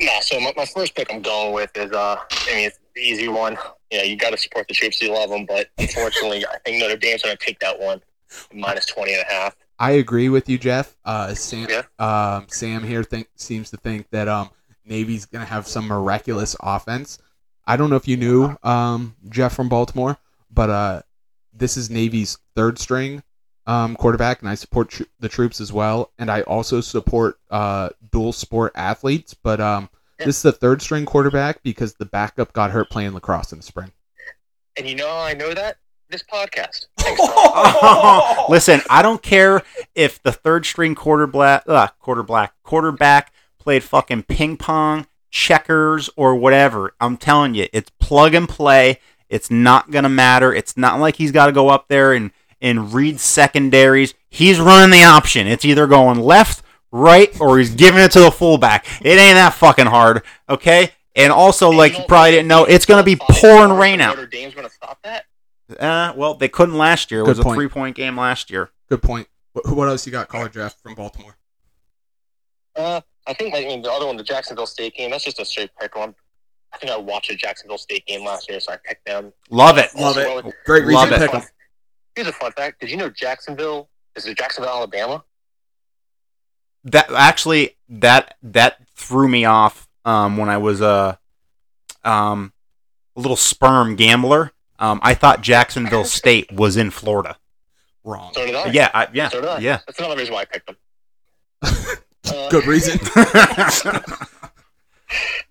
Speaker 6: nah, so my, my first pick I'm going with is, uh, I mean, it's the easy one. Yeah, you got to support the troops. You love them. But unfortunately, (laughs) I think Notre Dame's going to take that one, minus 20 and a half.
Speaker 7: I agree with you, Jeff. Uh, Sam,
Speaker 6: Yeah.
Speaker 7: um, Sam here think, seems to think that um, Navy's going to have some miraculous offense. I don't know if you knew um, Jeff from Baltimore, but uh, this is Navy's third string um, quarterback, and I support tr- the troops as well. And I also support uh, dual sport athletes, but um,
Speaker 6: Yeah.
Speaker 7: this is the third string quarterback because the backup got hurt playing lacrosse in the spring.
Speaker 6: And you know how I know that? This podcast.
Speaker 2: Listen, I don't care if the third string quarterback, uh, quarterback, quarterback played fucking ping pong, checkers, or whatever. I'm telling you, it's plug and play. It's not gonna matter. It's not like he's got to go up there and and read secondaries. He's running the option. It's either going left, right, or he's giving it to the fullback. It ain't that fucking hard, okay? And also, Oh, like you probably didn't know, it's gonna be pouring rain out.
Speaker 6: Notre Dame's going to stop that?
Speaker 2: Uh, well, they couldn't last year. It
Speaker 7: Good
Speaker 2: was a
Speaker 7: point.
Speaker 2: three point game last year.
Speaker 1: Good point. What, what else you got, caller Jeff from Baltimore?
Speaker 6: Uh, I think I mean, the other one, the Jacksonville State game, that's just a straight pick one. I think I watched a Jacksonville State game last year, so I picked them.
Speaker 2: Love it.
Speaker 1: Love
Speaker 6: Also,
Speaker 1: it. Great reason
Speaker 2: Love
Speaker 1: to
Speaker 2: it.
Speaker 1: pick 'em.
Speaker 6: Here's a fun fact. Did you know Jacksonville is it Jacksonville, Alabama?
Speaker 2: That actually that that threw me off um, when I was a um, a little sperm gambler. Um, I thought
Speaker 6: (laughs)
Speaker 2: Jacksonville State was in Florida.
Speaker 1: Wrong.
Speaker 6: So did I.
Speaker 2: Yeah, I, yeah,
Speaker 6: So did I.
Speaker 2: yeah.
Speaker 6: That's another reason why I picked them. uh,
Speaker 1: Good
Speaker 6: (laughs)
Speaker 1: reason.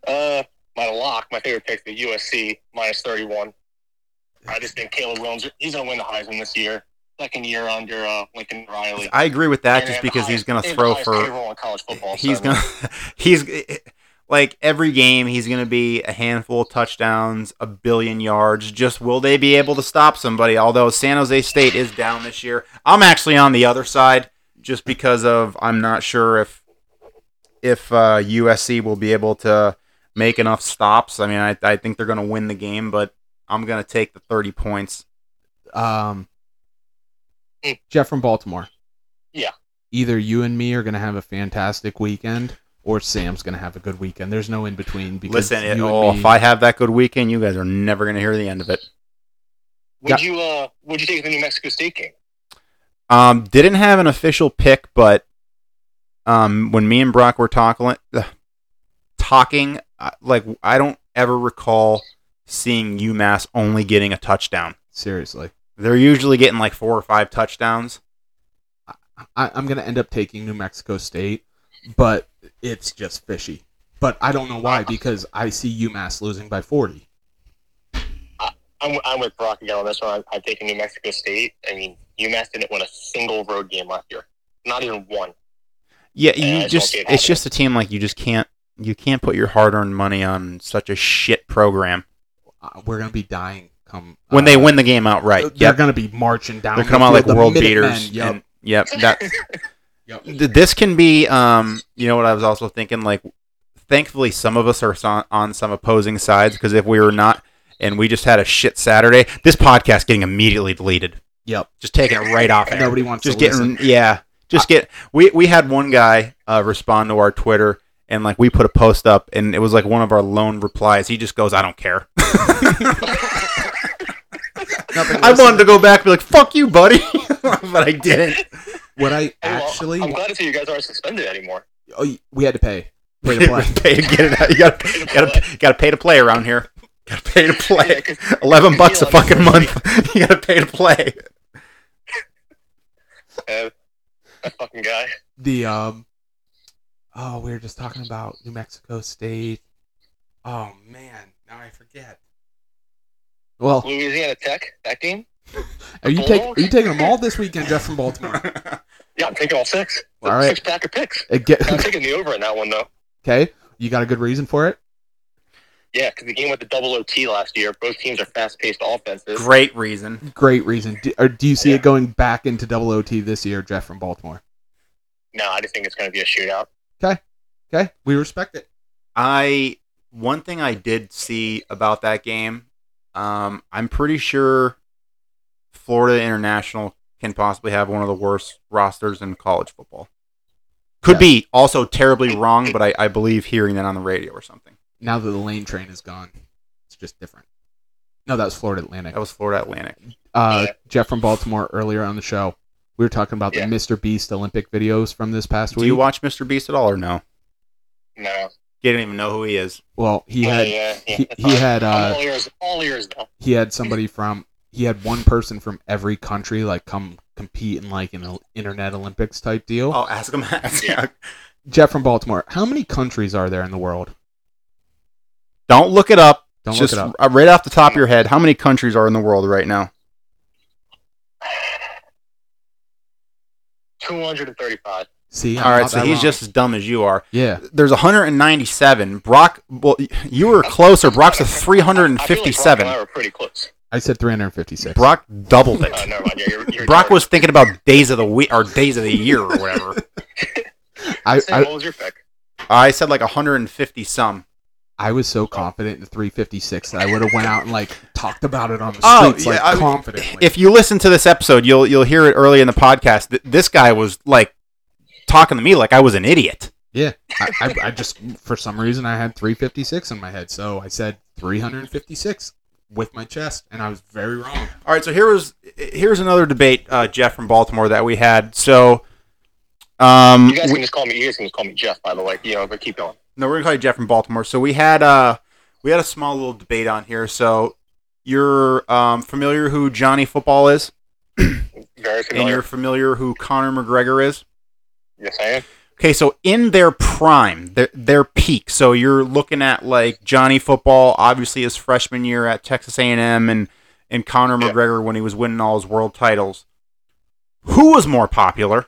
Speaker 6: Uh, my lock, my favorite pick, the USC minus thirty-one. I just think Caleb Williams. He's going to win the Heisman this year. Second year under uh, Lincoln Riley.
Speaker 2: I agree with that, just
Speaker 6: And they have the
Speaker 2: because he's
Speaker 6: highest-
Speaker 2: going
Speaker 6: they
Speaker 2: to
Speaker 6: have
Speaker 2: throw
Speaker 6: the highest
Speaker 2: for
Speaker 6: payroll in college football.
Speaker 2: (laughs) he's
Speaker 6: so-
Speaker 2: gonna he's Like every game, he's going to be a handful of touchdowns, a billion yards. Just will they be able to stop somebody? Although San Jose State is down this year, I'm actually on the other side just because of I'm not sure if if uh, USC will be able to make enough stops. I mean, I, I think they're going to win the game, but I'm going to take the 30 points.
Speaker 7: (laughs) Um,
Speaker 6: Mm.
Speaker 7: Jeff from Baltimore.
Speaker 6: Yeah.
Speaker 7: Either you and me are going to have a fantastic weekend, or Sam's going to have a good weekend. There's no in between. Because
Speaker 2: Listen, it,
Speaker 7: you and
Speaker 2: oh,
Speaker 7: me-
Speaker 2: if I have that good weekend, you guys are never going to hear the end of it.
Speaker 6: Would you uh would you take the New Mexico State game?
Speaker 2: Um, didn't have an official pick, but um, when me and Brock were talking, uh, talking, I- like I don't ever recall seeing UMass only getting a touchdown.
Speaker 7: seriously,
Speaker 2: They're usually getting like four or five touchdowns.
Speaker 7: I, I'm going to end up taking New Mexico State, but it's just fishy. But I don't know
Speaker 6: Uh-huh.
Speaker 7: why because I see UMass losing by 40.
Speaker 6: I'm, I'm with Brock again on this one. I, I take New Mexico State. I mean, UMass didn't win a single road game last year, not even one.
Speaker 2: Yeah,
Speaker 6: Yeah,
Speaker 2: you
Speaker 6: it's
Speaker 2: just
Speaker 6: okay,
Speaker 2: it's just a team like you just can't you can't put your hard-earned money on such a shit program
Speaker 7: Uh, we're going to be dying come
Speaker 2: when they
Speaker 7: uh,
Speaker 2: win the game outright.
Speaker 7: They're
Speaker 2: Yep.
Speaker 7: going to be marching down.
Speaker 2: They're
Speaker 7: the
Speaker 2: coming out like
Speaker 7: field, the
Speaker 2: world
Speaker 7: Minutemen,
Speaker 2: beaters.
Speaker 7: Yep.
Speaker 2: and- yep. That
Speaker 7: yep.
Speaker 2: th- this can be um you know what i was also thinking like thankfully some of us are on, on some opposing sides because if we were not and we just had a shit saturday this podcast getting immediately deleted
Speaker 7: Yep.
Speaker 2: just taking it right off air.
Speaker 7: Nobody wants
Speaker 2: just
Speaker 7: to
Speaker 2: getting
Speaker 7: listen.
Speaker 2: yeah just get we we had one guy uh, respond to our twitter and like we put a post up and it was like one of our lone replies he just goes i don't care
Speaker 7: Nothing
Speaker 2: i wanted to go back and be like fuck you buddy (laughs) but i didn't
Speaker 7: What I
Speaker 6: Hey, well,
Speaker 7: actually,
Speaker 6: I'm glad to see you guys aren't suspended anymore.
Speaker 7: (laughs) oh, y- we had to pay. Pay to play. (laughs)
Speaker 2: Pay to get it out. You gotta,
Speaker 6: Pay to
Speaker 2: gotta, gotta pay to play around here. Gotta pay to play.
Speaker 6: Yeah, 'cause
Speaker 2: (laughs) Eleven bucks a
Speaker 6: Yeah,
Speaker 2: fucking month. (laughs) You gotta pay to play.
Speaker 6: Uh, that fucking guy.
Speaker 7: the um oh we were just talking about new mexico state
Speaker 1: Oh man, now I forget.
Speaker 7: well
Speaker 6: Louisiana Tech, that game?
Speaker 7: are you take are you taking them all this weekend jeff from baltimore (laughs)
Speaker 6: Yeah, I'm taking all six.
Speaker 7: All right.
Speaker 6: Six pack of picks.
Speaker 7: Uh, get- (laughs)
Speaker 6: I'm taking the over in that one, though.
Speaker 7: okay you got a good reason for it
Speaker 6: Yeah, because the game went to double OT last year. Both teams are fast paced offenses.
Speaker 2: Great reason.
Speaker 7: great reason do, or do you see
Speaker 6: Yeah.
Speaker 7: it going back into double ot this year jeff from baltimore
Speaker 6: No, I just think it's going to be a shootout.
Speaker 7: okay we respect it
Speaker 2: I one thing I did see about that game. Um, I'm pretty sure Florida International can possibly have one of the worst rosters in college football. Could
Speaker 7: Yes.
Speaker 2: be also terribly wrong, but I, I believe hearing that on the radio or something.
Speaker 7: now that the lane train is gone it's just different no that was florida atlantic
Speaker 2: That was Florida Atlantic.
Speaker 7: uh,
Speaker 6: Yeah.
Speaker 7: jeff from baltimore earlier on the show we were talking about
Speaker 6: Yeah.
Speaker 7: the mr beast olympic videos from this past
Speaker 2: Do
Speaker 7: week
Speaker 2: you watch Mr. Beast at all or no?
Speaker 6: No.
Speaker 2: You don't even know who he is.
Speaker 7: well he
Speaker 2: Oh,
Speaker 7: had
Speaker 6: yeah, yeah,
Speaker 7: he,
Speaker 6: that's
Speaker 7: he
Speaker 6: fine.
Speaker 7: had uh
Speaker 6: I'm all ears, all ears (sighs) now.
Speaker 7: he had somebody from he had one person from every country like come compete in like an o- internet olympics type deal
Speaker 2: Oh, ask him. (laughs)
Speaker 6: Yeah.
Speaker 7: jeff from baltimore how many countries are there in the world
Speaker 2: Don't look it up.
Speaker 7: don't
Speaker 2: Just
Speaker 7: look it up
Speaker 2: uh, right off the top of your head, how many countries are in the world right now?
Speaker 6: 235.
Speaker 7: see I'm
Speaker 2: All right,
Speaker 7: not
Speaker 2: so
Speaker 7: that
Speaker 2: he's
Speaker 7: wrong.
Speaker 2: just as dumb as you are.
Speaker 7: yeah
Speaker 2: There's 197. Brock, well, y- you were closer. Brock's at
Speaker 6: I feel like Brock and I
Speaker 2: 357.
Speaker 6: were pretty close.
Speaker 7: i said 356
Speaker 2: Brock doubled
Speaker 6: Oh,
Speaker 2: it.
Speaker 6: never mind. Yeah,
Speaker 2: (laughs)
Speaker 6: you're, you're
Speaker 2: Brock was thinking about days of the week or days of the year or whatever.
Speaker 7: I,
Speaker 6: Sam,
Speaker 7: I
Speaker 6: what was your pick?
Speaker 2: (laughs) I said like 150 some.
Speaker 7: i was so confident in 356 that i would have went out and like talked about it on the
Speaker 2: Oh,
Speaker 7: streets like
Speaker 2: yeah, I-
Speaker 7: confidently
Speaker 2: If you listen to this episode, you'll you'll hear it early in the podcast. Th- This guy was like talking to me like I was an idiot.
Speaker 7: I, I, I just for some reason i had 356 in my head so i said 356 with my chest and i was very wrong
Speaker 2: All right, so here was here's another debate, uh, Jeff from Baltimore that we had. So, um,
Speaker 6: You guys
Speaker 2: we-
Speaker 6: can just call me. You guys can just call me Jeff, by the way. You know, but keep going.
Speaker 2: no, we're gonna call you Jeff from Baltimore. So we had uh, we had a small little debate on here. So you're um, familiar who Johnny Football is,
Speaker 6: Very
Speaker 2: and you're
Speaker 6: familiar.
Speaker 2: familiar who Conor McGregor is.
Speaker 6: Yes, I am.
Speaker 2: Okay, so in their prime, their their peak. So you're looking at like Johnny Football, obviously his freshman year at Texas A&M, and and Conor
Speaker 6: Yeah.
Speaker 2: McGregor when he was winning all his world titles. Who was more popular?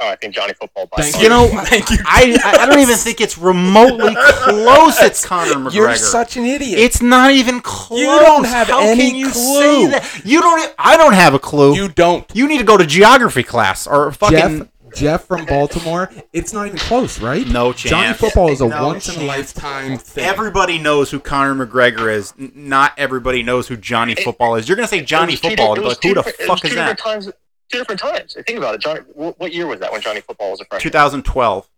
Speaker 6: Oh, I think Johnny Football. By
Speaker 7: Thank
Speaker 6: far.
Speaker 2: You know,
Speaker 1: Thank you.
Speaker 2: I, I don't even think it's remotely close.
Speaker 6: (laughs)
Speaker 2: It's Conor McGregor.
Speaker 1: You're such an idiot.
Speaker 2: It's not even close.
Speaker 1: don't have
Speaker 2: How
Speaker 1: any
Speaker 2: can you Say
Speaker 1: clue.
Speaker 2: that? You don't. e, I don't have a clue. You,
Speaker 1: you don't.
Speaker 2: need to go to geography class or fucking.
Speaker 7: Jeff, Jeff from Baltimore. It's not even close, right?
Speaker 2: No
Speaker 7: Johnny
Speaker 2: chance.
Speaker 7: Football is a
Speaker 2: No
Speaker 7: once in a
Speaker 1: It's
Speaker 7: lifetime.
Speaker 1: time thing.
Speaker 2: Everybody knows who Conor McGregor is. N- Not everybody knows who Johnny Football is. You're gonna say Johnny
Speaker 6: It was two
Speaker 2: Football and
Speaker 6: di-
Speaker 2: be
Speaker 6: it was
Speaker 2: like, who
Speaker 6: two
Speaker 2: the
Speaker 6: different- it was
Speaker 2: fuck
Speaker 6: two
Speaker 2: is that?
Speaker 6: different Times, two different times. Think about it. Johnny, what, what year was that when Johnny Football was a freshman?
Speaker 2: 2012.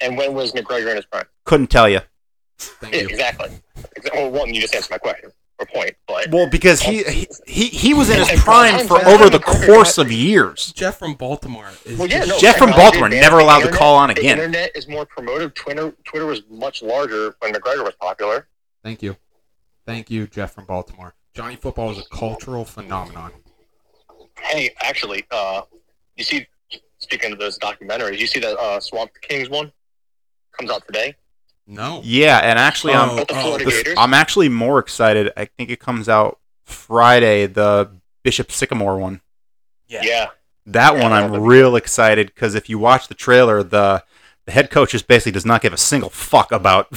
Speaker 6: And when was McGregor in his prime?
Speaker 2: Couldn't tell you.
Speaker 7: Thank
Speaker 6: Yeah,
Speaker 7: you.
Speaker 6: exactly. Exa- Well, one, you just answered my question or point, but
Speaker 2: Well, because he he, he, he was in his
Speaker 6: And
Speaker 2: prime for
Speaker 6: Conor
Speaker 2: over the
Speaker 6: McGregor
Speaker 2: course
Speaker 6: got-
Speaker 2: of years.
Speaker 1: Jeff from Baltimore is
Speaker 6: Well, yeah, no,
Speaker 2: Jeff from
Speaker 6: technology
Speaker 2: Baltimore
Speaker 6: advanced
Speaker 2: never
Speaker 6: the
Speaker 2: allowed to
Speaker 6: internet.
Speaker 2: call on
Speaker 6: The
Speaker 2: again.
Speaker 6: internet is more promoted. Twitter, Twitter was much larger when McGregor was popular.
Speaker 7: Thank you. Thank you, Jeff from Baltimore. Johnny Football is a cultural phenomenon.
Speaker 6: Hey, actually, uh, you see, speaking of those documentaries, you see that uh, Swamp Kings one comes out today.
Speaker 7: No.
Speaker 2: Yeah, and actually, I'm
Speaker 1: Oh,
Speaker 6: With the
Speaker 1: oh,
Speaker 6: Florida
Speaker 2: This-
Speaker 6: Gators.
Speaker 2: I'm actually more excited. I think it comes out Friday, the Bishop Sycamore one.
Speaker 6: yeah,
Speaker 2: That
Speaker 6: Yeah,
Speaker 2: one
Speaker 6: that'll
Speaker 2: I'm
Speaker 6: be-
Speaker 2: real excited because if you watch the trailer, the the head coach just basically does not give a single fuck about (laughs)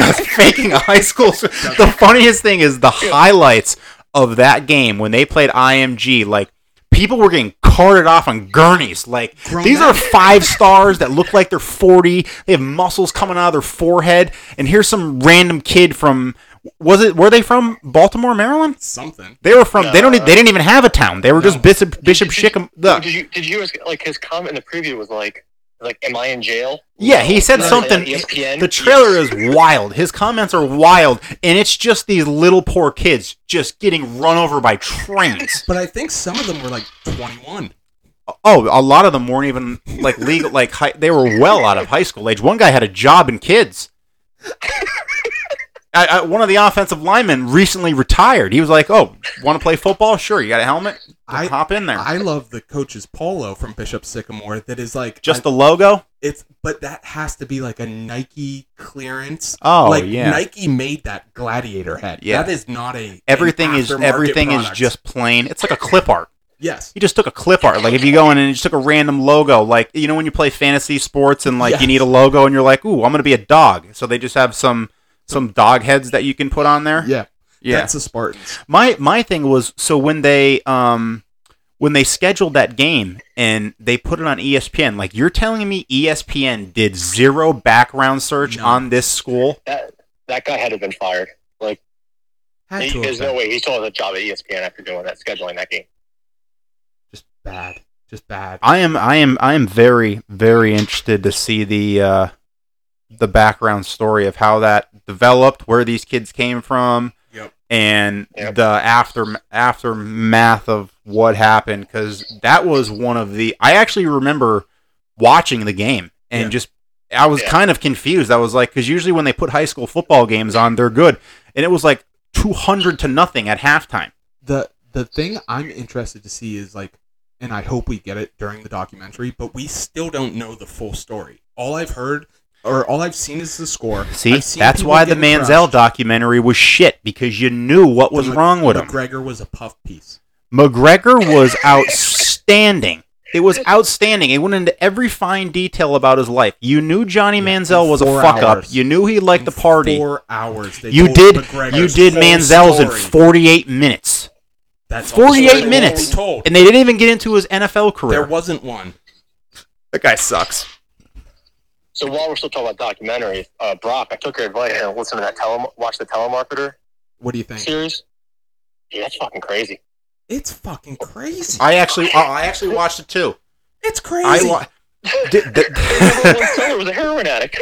Speaker 7: (laughs)
Speaker 2: a faking a high school. s- The funniest thing is the highlights of that game when they played IMG. Like people were getting carted off on gurneys. Like
Speaker 7: Grown
Speaker 2: these
Speaker 7: (laughs)
Speaker 2: are
Speaker 7: up.
Speaker 2: five stars that look like they're 40. They have muscles coming out of their forehead. And here's some random kid from was it were they from Baltimore, Maryland?
Speaker 7: Something.
Speaker 2: They were from. They don't. e-
Speaker 6: No.
Speaker 2: They didn't even have a town. They were
Speaker 7: Uh, No.
Speaker 2: just Bishop Bishop Shickham.
Speaker 6: Did
Speaker 2: The,
Speaker 6: you did you like his comment in the preview was like like Am I in jail? E
Speaker 2: yeah, he said
Speaker 6: No,
Speaker 2: something.
Speaker 6: yeah, ESPN.
Speaker 2: The trailer is wild. His comments are wild, and it's just these little poor kids just getting run over by trains.
Speaker 7: But I think some of them were like 21.
Speaker 2: Oh, a lot of them weren't even like legal. Like high, they were well out of high school age. One guy had a job and kids. I, I, one of the offensive linemen recently retired. He was like, "Oh, want to play football? Sure. You got a helmet?
Speaker 7: I-
Speaker 2: hop in there. (laughs)
Speaker 7: I love the coach's polo from Bishop Sycamore that is like
Speaker 2: just
Speaker 7: I-
Speaker 2: the logo.
Speaker 7: it's but that has to be like a Nike clearance.
Speaker 2: Oh,
Speaker 7: like
Speaker 2: yeah.
Speaker 7: Nike made that gladiator head.
Speaker 2: Yeah.
Speaker 7: That is not a an
Speaker 2: Everything is
Speaker 7: aftermarket
Speaker 2: everything
Speaker 7: product.
Speaker 2: is just plain. It's like a clip art.
Speaker 7: yes.
Speaker 2: He just took a clip art. Like if you go in and you just took a random logo, like you know when you play fantasy sports and like
Speaker 7: Yes.
Speaker 2: you need a logo and you're like, ooh, I'm gonna be a dog. So they just have some some dog heads that you can put on there.
Speaker 7: Yeah,
Speaker 2: Yeah.
Speaker 7: that's the Spartans.
Speaker 2: My my thing was so when they um when they scheduled that game and they put it on E ESPN, like you're telling me E ESPN did zero background search
Speaker 7: No.
Speaker 2: on this school.
Speaker 6: that that guy had to have been fired. Like
Speaker 7: Had
Speaker 6: he-
Speaker 7: to have
Speaker 6: there's no
Speaker 7: been.
Speaker 6: way he still has a job at E ESPN after doing that scheduling that game.
Speaker 7: just bad, just bad.
Speaker 2: I am I am I am very very interested to see the uh, the background story of how that developed, where these kids came from,
Speaker 1: Yep.
Speaker 2: and
Speaker 6: Yep.
Speaker 2: the after aftermath of what happened cuz that was one of the I actually remember watching the game and
Speaker 1: Yeah.
Speaker 2: just I was
Speaker 6: Yeah.
Speaker 2: kind of confused. I was like cuz usually when they put high school football games on, they're good. And it was like 200 to nothing at halftime.
Speaker 7: the the thing I'm interested to see is like, and I hope we get it during the documentary, but we still don't know the full story. All I've heard or all I've seen is the score.
Speaker 2: See,
Speaker 7: I've seen
Speaker 2: that's
Speaker 7: people
Speaker 2: why the
Speaker 7: getting
Speaker 2: Manziel
Speaker 7: crushed.
Speaker 2: documentary was shit because you knew what was
Speaker 7: The Mc-
Speaker 2: wrong with him.
Speaker 7: McGregor was a puff piece.
Speaker 2: McGregor was outstanding. It was outstanding. It went into every fine detail about his life. You knew Johnny
Speaker 7: Yeah,
Speaker 2: Manziel
Speaker 7: in
Speaker 2: was a
Speaker 7: four
Speaker 2: fuck up.
Speaker 7: hours.
Speaker 2: You knew he liked
Speaker 7: In
Speaker 2: the party.
Speaker 7: Four hours. They
Speaker 2: You
Speaker 7: told
Speaker 2: did.
Speaker 7: McGregor's
Speaker 2: You did
Speaker 7: whole
Speaker 2: Manziel's in
Speaker 7: story.
Speaker 2: 48 minutes,
Speaker 7: That's
Speaker 2: 48
Speaker 7: all we
Speaker 2: minutes.
Speaker 1: Told.
Speaker 2: and they didn't even get into his
Speaker 1: There
Speaker 2: NFL career.
Speaker 1: wasn't one.
Speaker 2: That guy sucks.
Speaker 6: So while we're still talking about documentaries, uh, Brock, I took your advice and listened to that tele- watch the telemarketer
Speaker 7: What do you think?
Speaker 6: series. Yeah, that's
Speaker 2: (laughs)
Speaker 6: fucking crazy.
Speaker 7: It's fucking crazy.
Speaker 2: I actually, uh, I I actually watched it too.
Speaker 7: It's crazy.
Speaker 2: I wa- did, did-
Speaker 6: The number one seller was a heroin addict. (laughs)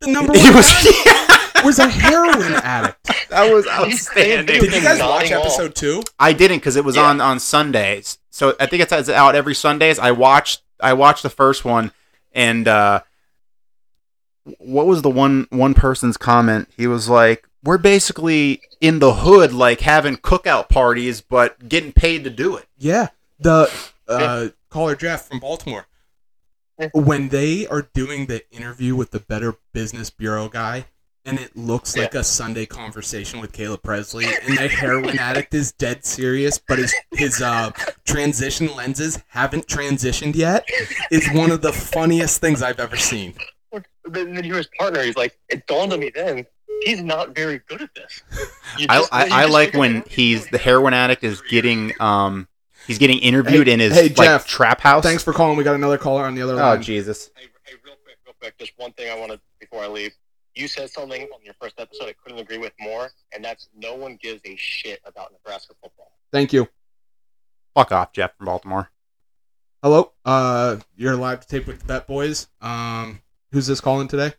Speaker 7: the number
Speaker 2: (laughs) he
Speaker 7: one
Speaker 2: was.
Speaker 7: was, was a heroin addict.
Speaker 2: that was
Speaker 6: They
Speaker 1: Did you guys watch
Speaker 6: nodding off.
Speaker 1: episode two?
Speaker 2: I didn't because it was
Speaker 6: Yeah.
Speaker 2: on on Sundays. So I think it's, it's out every Sundays. I watched I watched the first one, and uh, what was the one one person's comment? He was like, "We're basically in the hood, like having cookout parties, but getting paid to do it."
Speaker 7: Yeah. The uh, caller Jeff
Speaker 1: From Baltimore.
Speaker 7: when they are doing the interview with the Better Business Bureau guy, and it looks like a Sunday conversation with Caleb Presley, and the heroin addict is dead serious, but his his uh,
Speaker 6: transition lenses haven't transitioned yet is one of the funniest things I've ever seen.
Speaker 8: Then, then you're his partner. He's like, it dawned on me then. He's not very good at this. You
Speaker 2: I,
Speaker 8: just- you
Speaker 2: I, I
Speaker 8: just
Speaker 2: like
Speaker 8: figure it
Speaker 2: when
Speaker 8: out.
Speaker 2: he's the heroin addict is getting um he's getting interviewed in his
Speaker 7: hey, Jeff.
Speaker 2: like trap house.
Speaker 7: Thanks for calling. We got another caller on the other
Speaker 2: Oh
Speaker 7: line.
Speaker 2: Jesus!
Speaker 8: Hey, hey, real quick, real quick. Just one thing I want to before I leave. You said something on your first episode I couldn't agree with more, and that's no one gives a shit about Nebraska football.
Speaker 7: Thank you.
Speaker 2: Fuck off, Jeff from Baltimore.
Speaker 7: Hello. Uh, you're live to tape with the Bet Boys. Um, who's this calling today?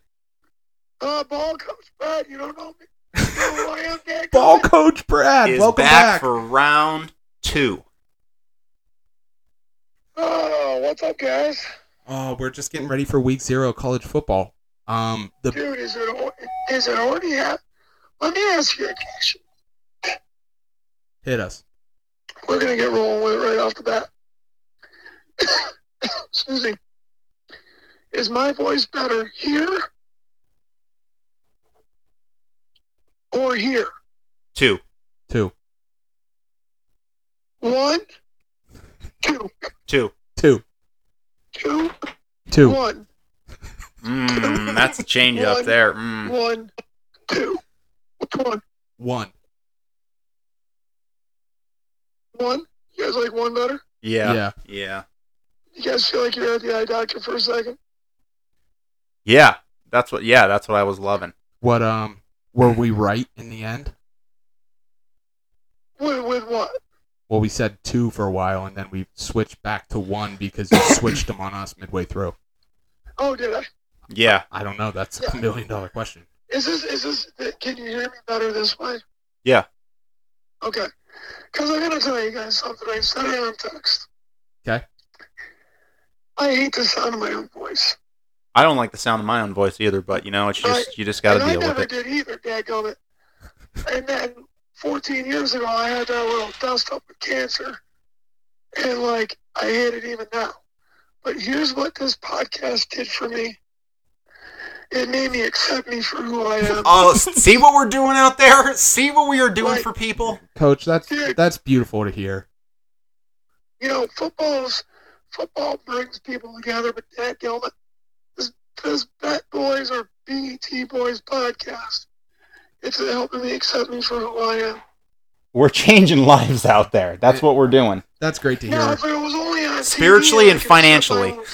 Speaker 8: Uh, ball comes back. You don't know me. I am
Speaker 2: (laughs)
Speaker 8: that
Speaker 7: Ball coach Brad.
Speaker 2: is
Speaker 7: Welcome
Speaker 2: back,
Speaker 7: back.
Speaker 2: for round two.
Speaker 8: Oh, what's up, guys?
Speaker 7: oh, we're just getting ready for Week Zero of college football. Um, the
Speaker 8: Dude, is it al- is it already happening? Let me ask you a question.
Speaker 7: hit us.
Speaker 8: We're gonna get rolling with it right off the bat. (coughs) Excuse me. Is my voice better here or here?
Speaker 2: Two.
Speaker 7: Two,
Speaker 8: One, two,
Speaker 2: Two.
Speaker 7: two,
Speaker 8: two,
Speaker 7: two.
Speaker 8: one,
Speaker 2: Mm, that's a change up there. Mm.
Speaker 8: one, two, one,
Speaker 7: One.
Speaker 8: one. You guys like one better?
Speaker 2: Yeah. yeah. Yeah.
Speaker 8: You guys feel like you're at the eye doctor for a second?
Speaker 2: That's what yeah, that's what I was loving.
Speaker 7: What? Um, were we right in the end?
Speaker 8: With, with what?
Speaker 7: Well, we said two for a while, and then we switched back to one because you switched them on us midway through.
Speaker 8: Oh, did I?
Speaker 2: Yeah.
Speaker 7: I don't know. That's a million dollar question.
Speaker 8: Is this is this? Can you hear me better this way?
Speaker 2: Yeah.
Speaker 8: Okay. Because I'm gonna tell you guys something. I said it on text.
Speaker 7: Okay.
Speaker 8: I hate the sound of my own voice,
Speaker 2: I don't like the sound of my own voice either, but you know, it's just you just gotta
Speaker 8: Uh, and I
Speaker 2: deal with
Speaker 8: never
Speaker 2: it.
Speaker 8: did either. Dadgummit. and then 14 years ago, I had that little dust up with cancer, and like I hate it even now. But here's what this podcast did for me. It made me accept me for who I am.
Speaker 2: Oh, see what we're doing out there? See what we are doing
Speaker 8: Right.
Speaker 2: for people?
Speaker 7: Coach, that's
Speaker 8: Dude.
Speaker 7: that's beautiful to hear.
Speaker 8: you know, football's football brings people together, but that Gilman, this this Bet Boys or BET Boys podcast, it's helping me accept me for who I am.
Speaker 2: We're changing lives out there. That's what we're doing.
Speaker 7: That's great to hear.
Speaker 8: Now, if it was only on TV,
Speaker 2: Spiritually
Speaker 8: I
Speaker 2: and
Speaker 8: could suck my
Speaker 2: financially.
Speaker 8: own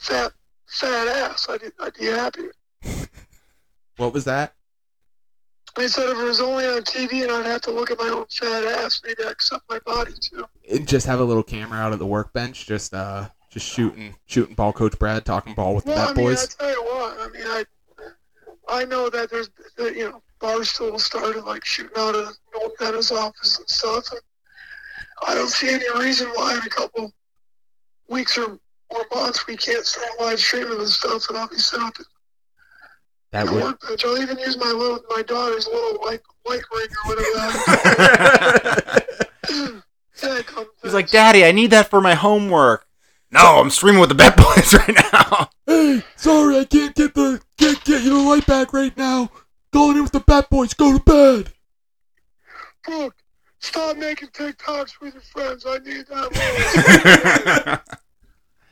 Speaker 8: fat fat ass, I'd, I'd be happier.
Speaker 7: What was that?
Speaker 8: I said if it was only on TV and I'd have to look at my own fat ass, maybe I'd accept my body too.
Speaker 7: It- just have a little camera out at the workbench, just uh, just shooting shooting ball, Coach Brad talking ball with
Speaker 8: Well,
Speaker 7: the
Speaker 8: I
Speaker 7: bat
Speaker 8: mean,
Speaker 7: boys.
Speaker 8: I tell you what. I mean, I I know that there's that, you know Barstool started like shooting out of North Dennis office and stuff. And I don't see any reason why in a couple weeks or, or months we can't start live streaming this stuff, and I'll be sitting up at
Speaker 7: That
Speaker 8: the
Speaker 7: would
Speaker 8: workbench. I'll even use my little my daughter's little white white ring or whatever. that is. Yeah, come-
Speaker 2: (laughs) He's like, Daddy, I need that for my homework. No, I'm streaming with the Bet (laughs) Boys right now.
Speaker 7: (gasps) Hey, sorry, I can't get the can't get you the light back right now. Calling in with the bat boys. Go to bed.
Speaker 8: Brooke, stop making TikToks with your friends. I need that.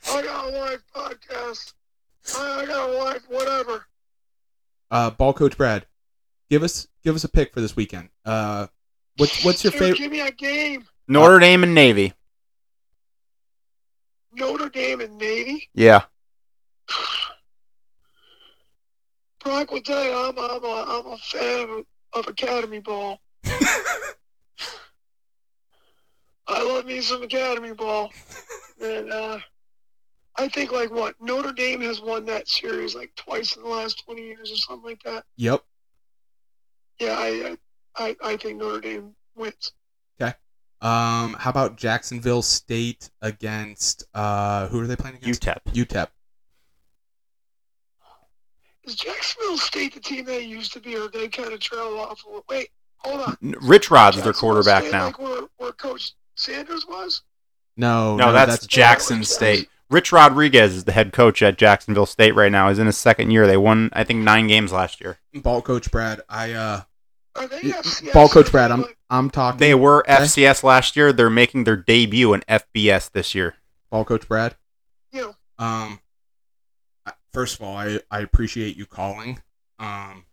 Speaker 8: Little. I got a live podcast. I, I got a live whatever.
Speaker 7: Uh, ball, Coach Brad, give us give us a pick for this weekend. Uh, what's what's your
Speaker 8: Dude,
Speaker 7: favorite?
Speaker 8: Give me a game.
Speaker 2: (laughs) Notre Dame and Navy.
Speaker 8: Notre Dame and Navy.
Speaker 2: Yeah.
Speaker 8: Brock will tell you I'm, I'm, a, I'm a fan of, of Academy Ball. I love me some Academy Ball. And uh, I think, like, what? Notre Dame has won that series, like, twice in the last 20 years or something like that.
Speaker 7: Yep.
Speaker 8: Yeah, I, I, I I think Notre Dame wins.
Speaker 7: Um, how about Jacksonville State against uh, who are they playing against? E
Speaker 2: UTEP.
Speaker 7: UTEP.
Speaker 8: Is Jacksonville State the team they used to be, or they kind of trail off? a little- Wait, hold on.
Speaker 2: N- Rich Rod's their
Speaker 8: Jacksonville
Speaker 2: quarterback
Speaker 8: State,
Speaker 2: now.
Speaker 8: Like where, where Coach Sanders was?
Speaker 7: No,
Speaker 2: No, that's, Jackson
Speaker 8: Jackson.
Speaker 2: State. Rich Rodriguez is the head coach at Jacksonville State right now. He's in his second year. They won, I think, nine games last year.
Speaker 7: ball coach Brad. I uh,
Speaker 8: Are they
Speaker 7: y-
Speaker 8: FCS?
Speaker 7: ball coach Brad. I'm
Speaker 9: I'm talking.
Speaker 2: They were
Speaker 9: Okay.
Speaker 2: FCS last year. They're making their debut in FBS this year. (laughs)
Speaker 9: ball coach Brad.
Speaker 8: Yeah.
Speaker 7: Um, I- first of all, I, I appreciate you calling. Um,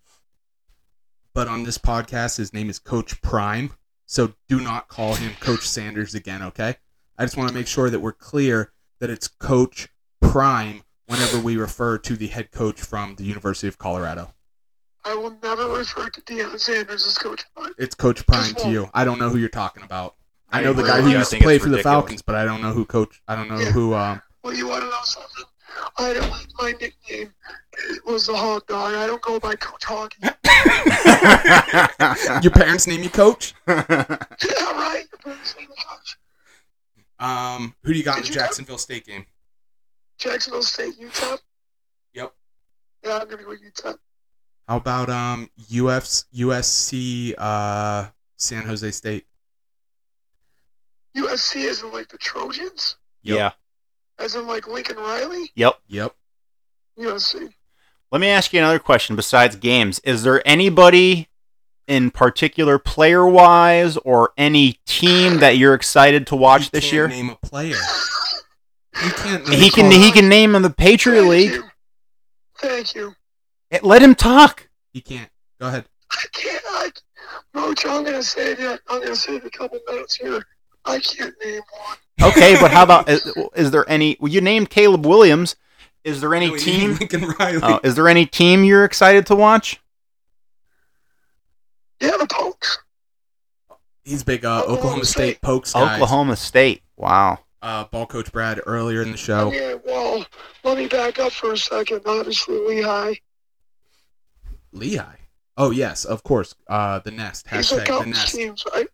Speaker 7: but on this podcast, his name is Coach Prime. So do not call him Coach Sanders again, okay? I just want to make sure that we're clear that it's Coach Prime whenever we refer to the head coach from the University of Colorado.
Speaker 8: I will never refer to Deion Sanders as Coach Prime.
Speaker 7: It's Coach Prime to you. I don't know who you're talking about. I know the guy who
Speaker 8: Yeah, I
Speaker 7: used to
Speaker 2: think
Speaker 7: play
Speaker 2: it's
Speaker 7: for the
Speaker 2: ridiculous.
Speaker 7: Falcons, but I don't know who coach. I don't know
Speaker 8: Yeah.
Speaker 7: who. Um,
Speaker 8: Well, you want to know something? I don't like my nickname. It was the Hog Dog. I don't go by Coach (laughs) Hog. yeah,
Speaker 7: your parents name you Coach.
Speaker 8: right. Your parents name is Hog.
Speaker 7: Um, who do you got in
Speaker 8: Did
Speaker 7: the
Speaker 8: you talk-
Speaker 7: Jacksonville State game?
Speaker 8: Jacksonville State, Utah.
Speaker 7: Yep.
Speaker 8: Yeah, I'm gonna go Utah.
Speaker 7: How about um UF's USC uh San Jose State?
Speaker 8: USC is in like the Trojans,
Speaker 2: yeah.
Speaker 8: as in like Lincoln Riley.
Speaker 2: Yep.
Speaker 7: Yep.
Speaker 8: USC.
Speaker 2: Let me ask you another question besides games. Is there anybody in particular player wise or any team that you're excited to watch
Speaker 7: You
Speaker 2: this
Speaker 7: can't
Speaker 2: year?
Speaker 7: Name a player. You can't. Name
Speaker 2: he can
Speaker 7: Carl-
Speaker 2: he can name in the Patriot
Speaker 8: Thank
Speaker 2: League.
Speaker 8: you. Thank you.
Speaker 2: Let him talk.
Speaker 7: He can't. Go ahead.
Speaker 8: I can't. I, Roach, I'm gonna save you. I'm gonna save you a couple minutes here. I can't name one.
Speaker 2: Okay, but how about is, is there any well, you named Caleb Williams? Is there any
Speaker 7: No, he
Speaker 2: team
Speaker 1: (laughs)
Speaker 7: named Lincoln Riley.
Speaker 2: oh, is there any team you're excited to watch?
Speaker 8: Yeah, the Pokes.
Speaker 7: He's big uh,
Speaker 8: Oklahoma
Speaker 7: Oklahoma State
Speaker 8: State.
Speaker 7: pokes guys.
Speaker 2: Oklahoma State. Wow.
Speaker 7: Uh, ball coach Brad earlier in the show.
Speaker 8: Yeah. Well, let me back up for a second. Obviously, Lehigh.
Speaker 7: Lehigh. Oh yes, of course. Uh, the nest.
Speaker 8: These are
Speaker 7: Hashtag the
Speaker 8: college
Speaker 7: nest.
Speaker 8: teams, right?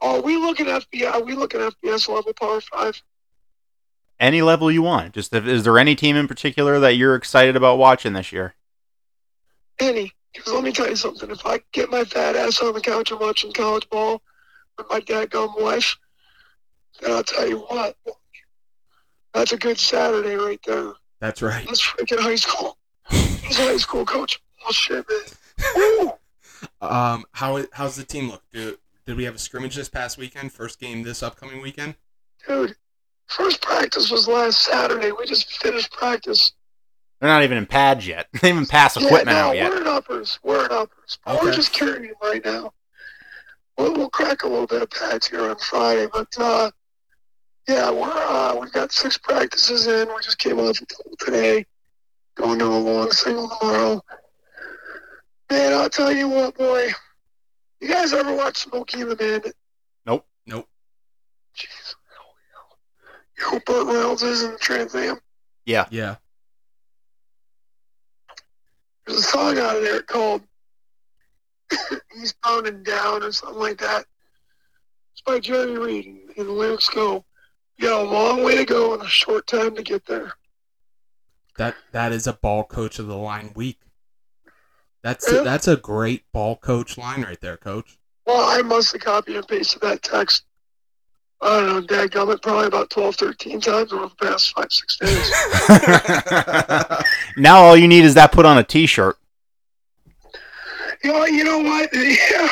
Speaker 8: Are oh, we looking at FBI? Are we looking at FBS level power five?
Speaker 2: Any level you want. Just if, is there any team in particular that you're excited about watching this year?
Speaker 8: Any? Because let me tell you something. If I get my fat ass on the couch and watching college ball with my dadgum wife, then I'll tell you what. That's a good Saturday right there.
Speaker 7: That's right.
Speaker 8: That's freaking high school. He's a high school coach. Oh shit, man. Woo!
Speaker 7: Um, how how's the team look? Do, did we have a scrimmage this past weekend? First game this upcoming weekend.
Speaker 8: Dude, first practice was last Saturday. We just finished practice.
Speaker 2: They're not even in pads yet. (laughs) They haven't passed
Speaker 8: yeah,
Speaker 2: equipment
Speaker 8: no,
Speaker 2: out yet.
Speaker 8: We're in uppers. We're in uppers. But We're
Speaker 7: Okay.
Speaker 8: just carrying them right now. We'll, we'll crack a little bit of pads here on Friday, but uh, yeah, we're uh, we've got six practices in. We just came off a double today, going to a long single tomorrow. Man, I'll tell you what, boy. You guys ever watch Smokey and the Bandit?
Speaker 2: Nope.
Speaker 7: Nope.
Speaker 8: Jeez. You know who Burt Reynolds is in Trans Am?
Speaker 7: Yeah.
Speaker 8: There's a song out of there called (laughs) Eastbound and Down or something like that. It's by Jerry Reed, and the lyrics go, You got a long way to go and a short time to get there.
Speaker 7: That that is a ball coach of the line week. That's
Speaker 8: Yeah.
Speaker 7: that's a great ball coach line right there, coach.
Speaker 8: Well, I must have copied and pasted that text. I don't know, dadgummit, probably about 12, 13 times over the past five, six days.
Speaker 2: Now all you need is that put on a T-shirt.
Speaker 8: you, know, you know what? (laughs) Yeah,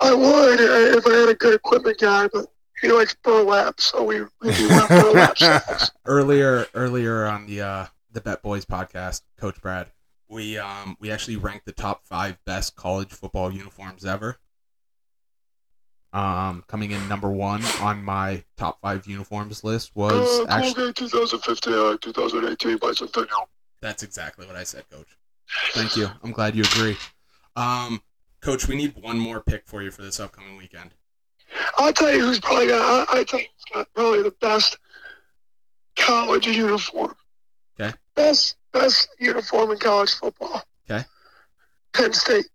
Speaker 8: I would uh, if I had a good equipment guy, but, you know, it's burlap, so we, we do want burlap sacks.
Speaker 7: Earlier earlier on the uh, the Bet Boys podcast, Coach Brad, we um we actually ranked the top five best college football uniforms ever. Um, coming in number one on my top five uniforms list was
Speaker 8: Uh,
Speaker 7: actually
Speaker 8: Colgate 2015, uh, 2018 bicentennial.
Speaker 7: That's exactly what I said, Coach. Thank you. I'm glad you agree. Um, Coach, we need one more pick for you for this upcoming weekend.
Speaker 8: I'll tell you who's probably got. I, I tell you who's got probably the best college uniform.
Speaker 7: Okay.
Speaker 8: Best best uniform in college football.
Speaker 7: Okay.
Speaker 8: Penn State.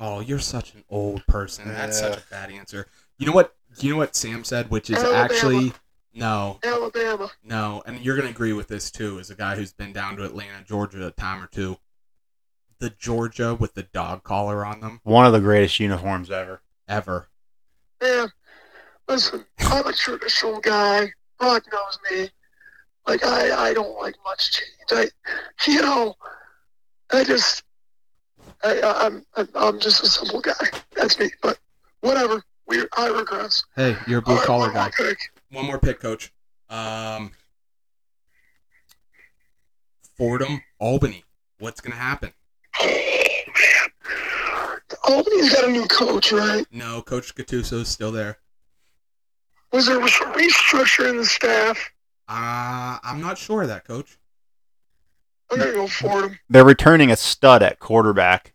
Speaker 7: Oh, you're such an old person. That's such a bad answer. You know what? You know what Sam said, which is
Speaker 8: Alabama.
Speaker 7: actually no,
Speaker 8: Alabama.
Speaker 7: no, and you're gonna agree with this too. As a guy who's been down to Atlanta, Georgia, a time or two, the Georgia with the dog collar on them
Speaker 2: One of the greatest uniforms ever.
Speaker 7: ever.
Speaker 8: Man, listen, I'm a traditional guy. Rock knows me. Like I, I don't like much change. I, you know, I just, I, I- I'm, I'm, I'm just a simple guy. That's me. But whatever. Weird. I regress.
Speaker 7: Hey, you're a blue
Speaker 8: Alright,
Speaker 7: collar
Speaker 8: one more
Speaker 7: guy.
Speaker 8: pick.
Speaker 1: One more pick, coach. Um, Fordham, Albany. What's going to happen?
Speaker 8: Oh man, Albany's got a new coach, right?
Speaker 1: No, Coach Gattuso's still there.
Speaker 8: Was there some restructure in the staff?
Speaker 1: Uh, I'm not sure of that, Coach.
Speaker 8: I'm gonna go for him.
Speaker 2: They're returning a stud at quarterback,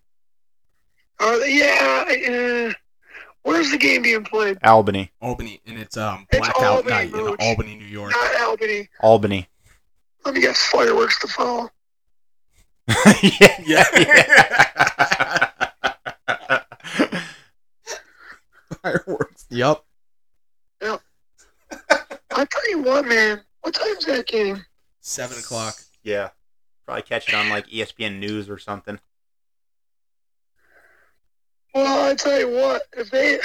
Speaker 8: Uh, yeah. I- Uh, where's the game being played?
Speaker 2: Albany.
Speaker 1: Albany, and it's um
Speaker 8: It's
Speaker 1: blackout
Speaker 8: Albany,
Speaker 1: night
Speaker 8: Coach.
Speaker 1: in Albany, New York.
Speaker 8: Not Albany.
Speaker 2: Albany. (laughs)
Speaker 8: Let me guess. Fireworks to follow.
Speaker 2: yeah.
Speaker 1: Yeah.
Speaker 7: Fireworks. Yep.
Speaker 8: I tell you what, man. What time's that game?
Speaker 1: Seven o'clock.
Speaker 10: Yeah.
Speaker 2: Probably catch it on like E ESPN News or something.
Speaker 8: Well, I tell you what. If they,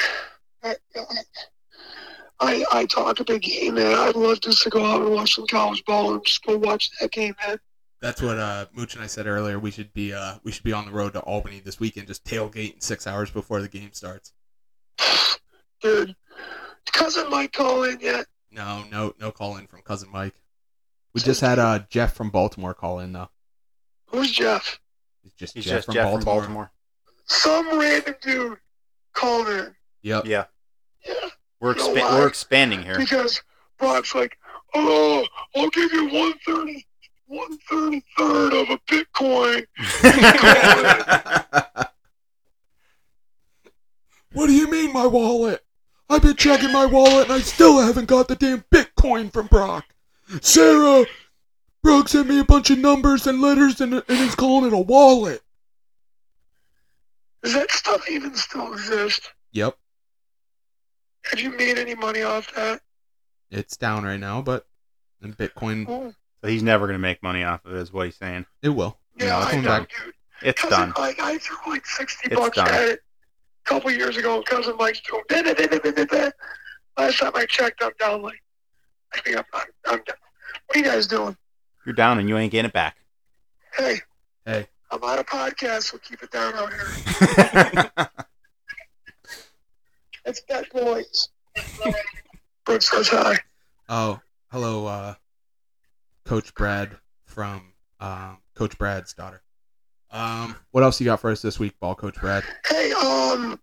Speaker 8: I, I, I talk a big game, man. I'd love just to go out and watch some college ball and just go watch that game, man. (sighs)
Speaker 1: That's what uh, Mooch and I said earlier. We should be uh, we should be on the road to Albany this weekend. Just tailgate six hours before the game starts.
Speaker 8: Dude, cousin might call in yet.
Speaker 1: No, no, no call in from cousin Mike.
Speaker 7: We just had uh, Jeff from Baltimore call in though.
Speaker 8: Who's Jeff?
Speaker 7: It's just
Speaker 2: He's
Speaker 7: Jeff,
Speaker 2: just
Speaker 7: from,
Speaker 2: Jeff
Speaker 7: Baltimore.
Speaker 2: from Baltimore.
Speaker 8: Some random dude called in.
Speaker 1: Yep.
Speaker 2: Yeah.
Speaker 8: Yeah,
Speaker 2: Uh, (gasps) We're,
Speaker 8: You know
Speaker 2: expa-
Speaker 8: why?
Speaker 2: we're expanding (laughs) here.
Speaker 8: because Brock's like, oh, I'll give you one thirty, one thirty third of a Bitcoin.
Speaker 1: What do you mean my wallet? I've been checking my wallet and I still haven't got the damn Bitcoin from Brock. Sarah, Brock sent me a bunch of numbers and letters and, and he's calling it a wallet.
Speaker 8: Does that stuff even still exist?
Speaker 7: Yep.
Speaker 8: Have you made any money off that?
Speaker 7: It's down right now, but in Bitcoin
Speaker 8: Oh,
Speaker 2: so he's never going to make money off of it, is what he's saying.
Speaker 7: it will.
Speaker 8: yeah,
Speaker 2: No, it's
Speaker 8: I know,
Speaker 7: not.
Speaker 8: dude.
Speaker 2: It's
Speaker 8: cousin
Speaker 2: done.
Speaker 8: Mike, I threw like sixty
Speaker 2: It's
Speaker 8: bucks
Speaker 2: done.
Speaker 8: at it a couple years ago. and Cousin Mike's doing da, da, da, da, da, da, da. Last time I checked, I'm down like I think I'm, I'm, I'm down. What are you guys doing?
Speaker 2: You're down and you ain't getting it (laughs) back.
Speaker 8: Hey,
Speaker 7: Hey.
Speaker 8: I'm on a podcast. We'll keep it down out here. It's bad boys. Brooks says hi.
Speaker 7: Oh, hello, uh, Coach Brad from um, Coach Brad's daughter. Um, what else you got for us this week, ball coach Brad?
Speaker 8: Hey, um,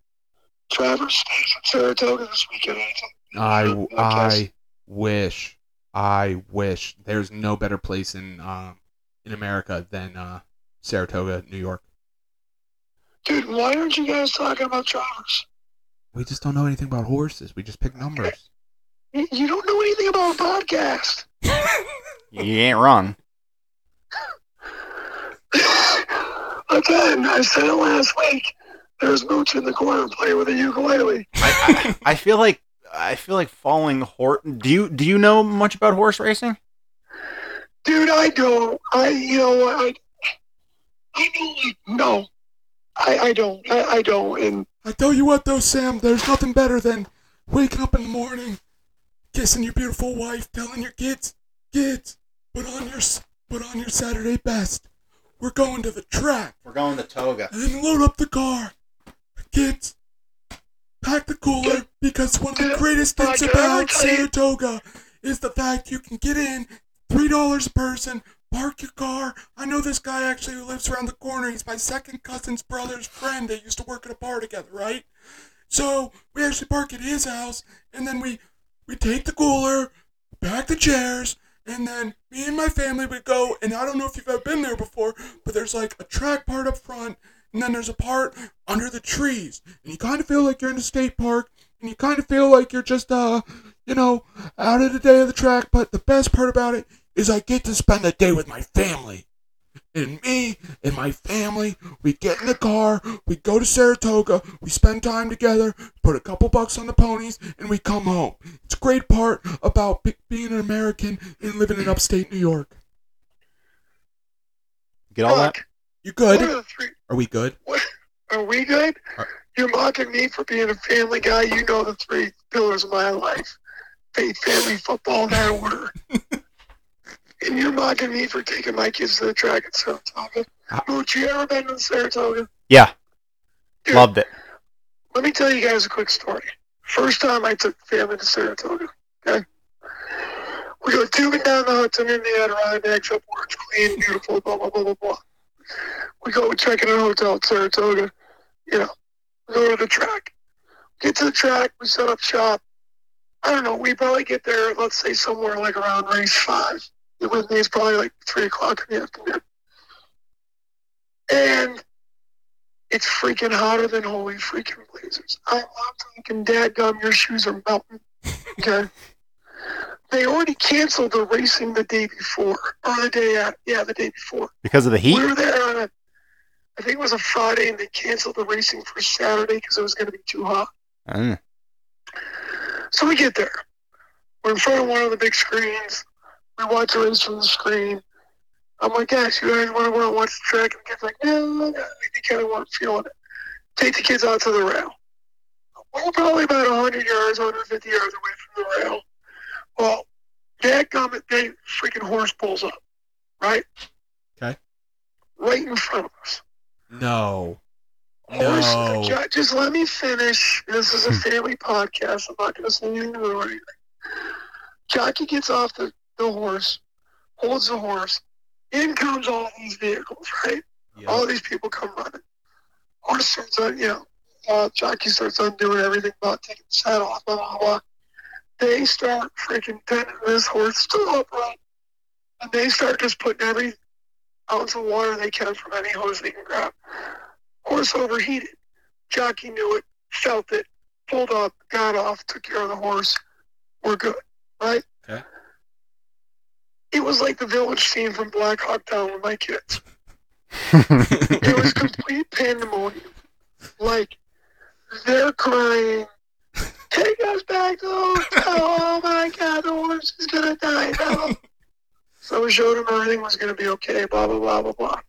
Speaker 8: Travis stays in Saratoga this weekend. I think.
Speaker 7: I,
Speaker 8: Podcast.
Speaker 7: I wish, I wish. There's no better place in um, in America than uh, Saratoga, New York.
Speaker 8: Dude, why aren't you guys talking about Travis?
Speaker 7: We just don't know anything about horses. We just pick numbers.
Speaker 8: You you don't know anything about a podcast. (laughs)
Speaker 2: you ain't wrong.
Speaker 8: Again, I said it last week. There's Mooch in the corner playing with a ukulele.
Speaker 2: I, I, I feel like I feel like following horse. Do you do you know much about horse racing?
Speaker 8: Dude, I don't. I, you know, what, I, I don't like, no. I, I don't. I, I don't. And
Speaker 1: I tell you what, though, Sam, there's nothing better than waking up in the morning, kissing your beautiful wife, telling your kids, kids, put on your s- put on your Saturday best. We're going to the track
Speaker 2: We're going to Toga.
Speaker 1: and then load up the car. Kids, pack the cooler because one of the greatest things about Saratoga is the fact you can get in three dollars a person. Park your car. I know this guy actually who lives around the corner. He's my second cousin's brother's friend. They used to work at a bar together, right? So we actually park at his house, and then we we take the cooler, pack the chairs, and then me and my family would go. And I don't know if you've ever been there before, but there's like a track part up front, and then there's a part under the trees, and you kind of feel like you're in a state park, and you kind of feel like you're just uh, you know, out of the day of the track. But the best part about it is I get to spend the day with my family. And me and my family, we get in the car, we go to Saratoga, we spend time together, put a couple bucks on the ponies, and we come home. It's a great part about be- being an American and living in upstate New York.
Speaker 2: Get all that?
Speaker 8: Fuck,
Speaker 7: You
Speaker 8: what
Speaker 7: good?
Speaker 8: are the three?
Speaker 7: Are we good?
Speaker 8: Are we good?
Speaker 7: Are-
Speaker 8: You're mocking me for being a family guy. You know the three pillars of my life faith, family, football, and that order. and you're mocking me for taking my kids to the track at Saratoga. Mooch, you ever been to Saratoga?
Speaker 2: Yeah,
Speaker 8: Dude,
Speaker 2: loved it.
Speaker 8: Let me tell you guys a quick story. First time I took family to Saratoga. Okay. We go tubing down the Hudson in the Adirondacks up where it's clean, beautiful, blah, blah, blah, blah, blah. We go, we check in a hotel at Saratoga. You know, we go to the track. Get to the track, we set up shop. I don't know, we probably get there, let's say somewhere like around race five. It was it's probably like three o'clock in the afternoon. And it's freaking hotter than holy freaking blazers. I, I'm thinking, Dad gum, your shoes are melting. Okay. they already canceled the racing the day before, or the day after. Yeah, the day before.
Speaker 3: because of the
Speaker 8: We
Speaker 3: heat.
Speaker 8: were there on a, I think it was a Friday, and they canceled the racing for Saturday because it was going to be too hot.
Speaker 3: Mm.
Speaker 8: So we get there. We're in front of one of the big screens. We watch a race from the screen. I'm like, guys, you guys want to want to watch the track? And the kids like, no, no, no, they kind of weren't feeling it. Take the kids out to the rail. We're probably about 100 yards, 150 yards away from the rail. Well, that gummit, they freaking horse pulls up, right?
Speaker 7: Okay.
Speaker 8: Right in front of us.
Speaker 7: No.
Speaker 8: Horse,
Speaker 7: No.
Speaker 8: ju- just let me finish. This is a family podcast. I'm not going to say anything or anything. Jockey gets off the, the horse, holds the horse. In comes all these vehicles, right? All these people come running. Horse starts on, you know, uh, jockey starts undoing everything about taking the saddle off, blah, blah, blah. They start freaking pinning this horse still upright. And they start just putting every ounce of water they can from any hose they can grab. Horse overheated. Jockey knew it, felt it, pulled up, got off, took care of the horse. We're good, right?
Speaker 7: Okay.
Speaker 8: It was like the village scene from Black Hawk Down with my kids. it was complete pandemonium. Like, they're crying. Take us back home. Oh my God, the horse is going to die now. so we showed him everything was going to be okay, blah, blah, blah, blah, blah.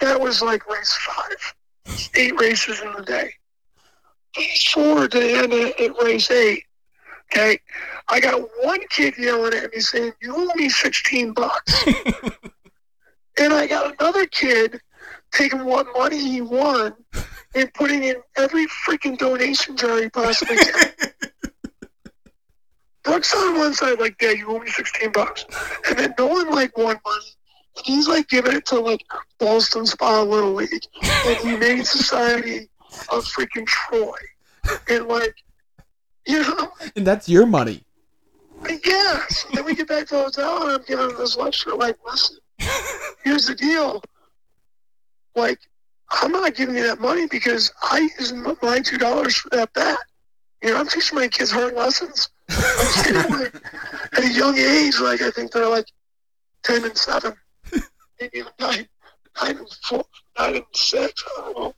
Speaker 8: That was like race five. It's Eight races in the day. Fast forward to the end of at race eight. Okay. I got one kid yelling at me saying, You owe me sixteen bucks. and I got another kid taking what money he won and putting in every freaking donation jar he possibly can. Brooks on one side like, Dad, you owe me sixteen bucks. And then Nolan like won money. And he's like giving it to like Boston Spa Little League and Humane Society of freaking Troy. And like, you know,
Speaker 7: And that's your money.
Speaker 8: yeah. So then we get back to the hotel, and I'm giving him this lecture. Like, listen, here's the deal. Like, I'm not giving you that money because I used m- my two dollars for that bet. You know, I'm teaching my kids hard lessons I'm saying, like, (laughs) at a young age. Like, I think they're like ten and seven, maybe even nine, nine and four, nine and six. I don't know.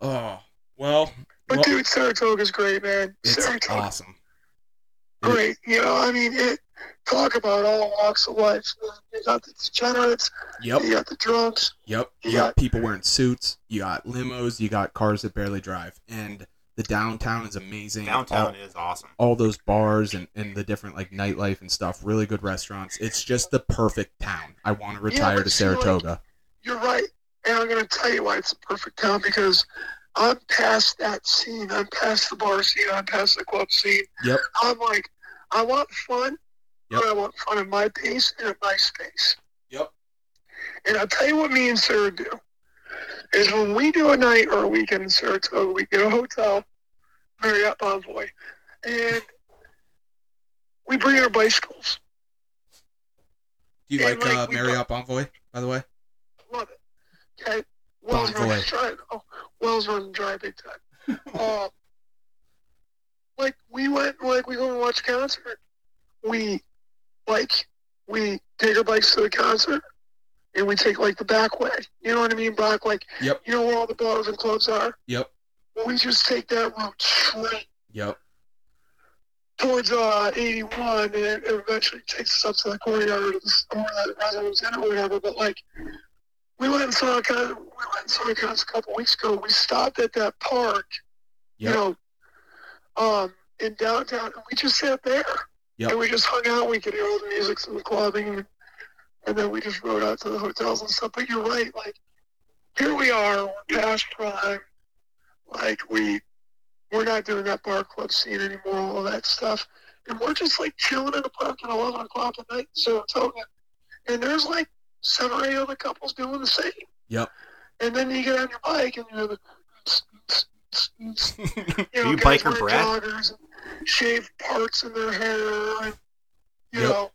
Speaker 1: Oh, well,
Speaker 8: But
Speaker 1: well,
Speaker 8: dude, Saratoga's great, man.
Speaker 1: it's
Speaker 8: Saratoga.
Speaker 1: awesome.
Speaker 8: great. You know, I mean, it, talk about all walks of life. You got the degenerates,
Speaker 7: Yep.
Speaker 8: you got the drunks.
Speaker 7: Yep. You
Speaker 8: Yeah.
Speaker 7: got people wearing suits. You got limos. You got cars that barely drive. And the downtown is amazing.
Speaker 2: (laughs) (laughs) Downtown is awesome.
Speaker 7: All, all those bars and, and the different like nightlife and stuff. Really good restaurants. It's just the perfect town. I want to retire
Speaker 8: but
Speaker 7: to
Speaker 8: see, like-
Speaker 7: Saratoga.
Speaker 8: You're right. And I'm going to tell you why it's a perfect town because I'm past that scene. I'm past the bar scene. I'm past the club scene.
Speaker 7: Yep.
Speaker 8: I'm like, I want fun,
Speaker 7: Yep.
Speaker 8: but I want fun at my pace and at my space.
Speaker 1: Yep.
Speaker 8: And I'll tell you what me and Sarah do is when we do a night or a weekend in Saratoga, we get a hotel, Marriott Bonvoy, and we bring our bicycles.
Speaker 7: Do you
Speaker 8: Yeah,
Speaker 7: like
Speaker 8: like,
Speaker 7: uh,
Speaker 8: we-
Speaker 7: Marriott Bonvoy, by the way?
Speaker 8: Love it.
Speaker 7: Oh,
Speaker 8: Okay. Wells
Speaker 7: Bonvoy.
Speaker 8: run dry. Oh, Wells run dry big time.
Speaker 7: (laughs)
Speaker 8: uh, like we went, like we go and watch a concert. We like we take our bikes to the concert, and we take like the back way. You know what I mean? Back like
Speaker 7: Yep.
Speaker 8: you know where all the bars and clubs are.
Speaker 7: Yep.
Speaker 8: We just take that route straight
Speaker 7: Yep.
Speaker 8: towards uh, 81 and it eventually takes us up to the courtyard of the store that residents in or whatever. But like, we went and saw a con- we went and saw a concert a couple weeks ago. We stopped at that park,
Speaker 7: Yep.
Speaker 8: you know, um, in downtown, and we just sat there
Speaker 7: Yep.
Speaker 8: and we just hung out. We could hear all the music and the clubbing, and, and then we just rode out to the hotels and stuff. But you're right, like here we are, we're past prime, like we We're not doing that bar club scene anymore, all that stuff. And we're just like chilling in the park at 11 o'clock at night in Saratoga. And there's like seven or eight other couples doing the same.
Speaker 7: Yep.
Speaker 8: And then you get on your bike and you're the.
Speaker 2: (laughs)
Speaker 8: You know,
Speaker 2: you
Speaker 8: guys
Speaker 2: biker
Speaker 8: wearing
Speaker 2: brat?
Speaker 8: joggers and shaved parts in their hair and, you
Speaker 7: Yep.
Speaker 8: know,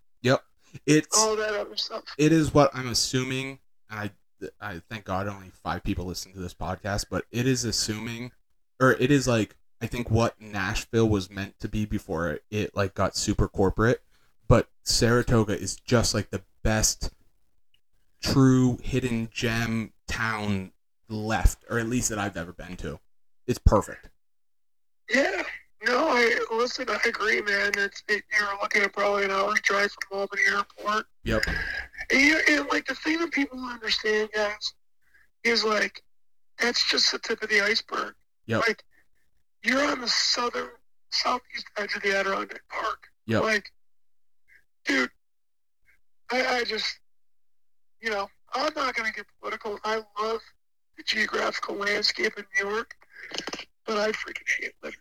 Speaker 7: It's
Speaker 8: all that other stuff.
Speaker 7: it is what I'm assuming, and I I thank God only five people listen to this podcast, but it is assuming, or it is like I think what Nashville was meant to be before it, it like got super corporate, but Saratoga is just like the best true hidden gem town left, or at least that I've ever been to. It's perfect.
Speaker 8: Yeah. No, I listen. I agree, man. It's it, you're looking at probably an hour's drive from Albany Airport.
Speaker 7: Yep.
Speaker 8: And, you and like the thing that people don't understand, guys, is like that's just the tip of the iceberg.
Speaker 7: Yep.
Speaker 8: Like you're on the southern southeast edge of the Adirondack Park.
Speaker 7: Yep.
Speaker 8: Like, dude, I, I just, you know, I'm not gonna get political. I love the geographical landscape in New York, but I freaking hate living.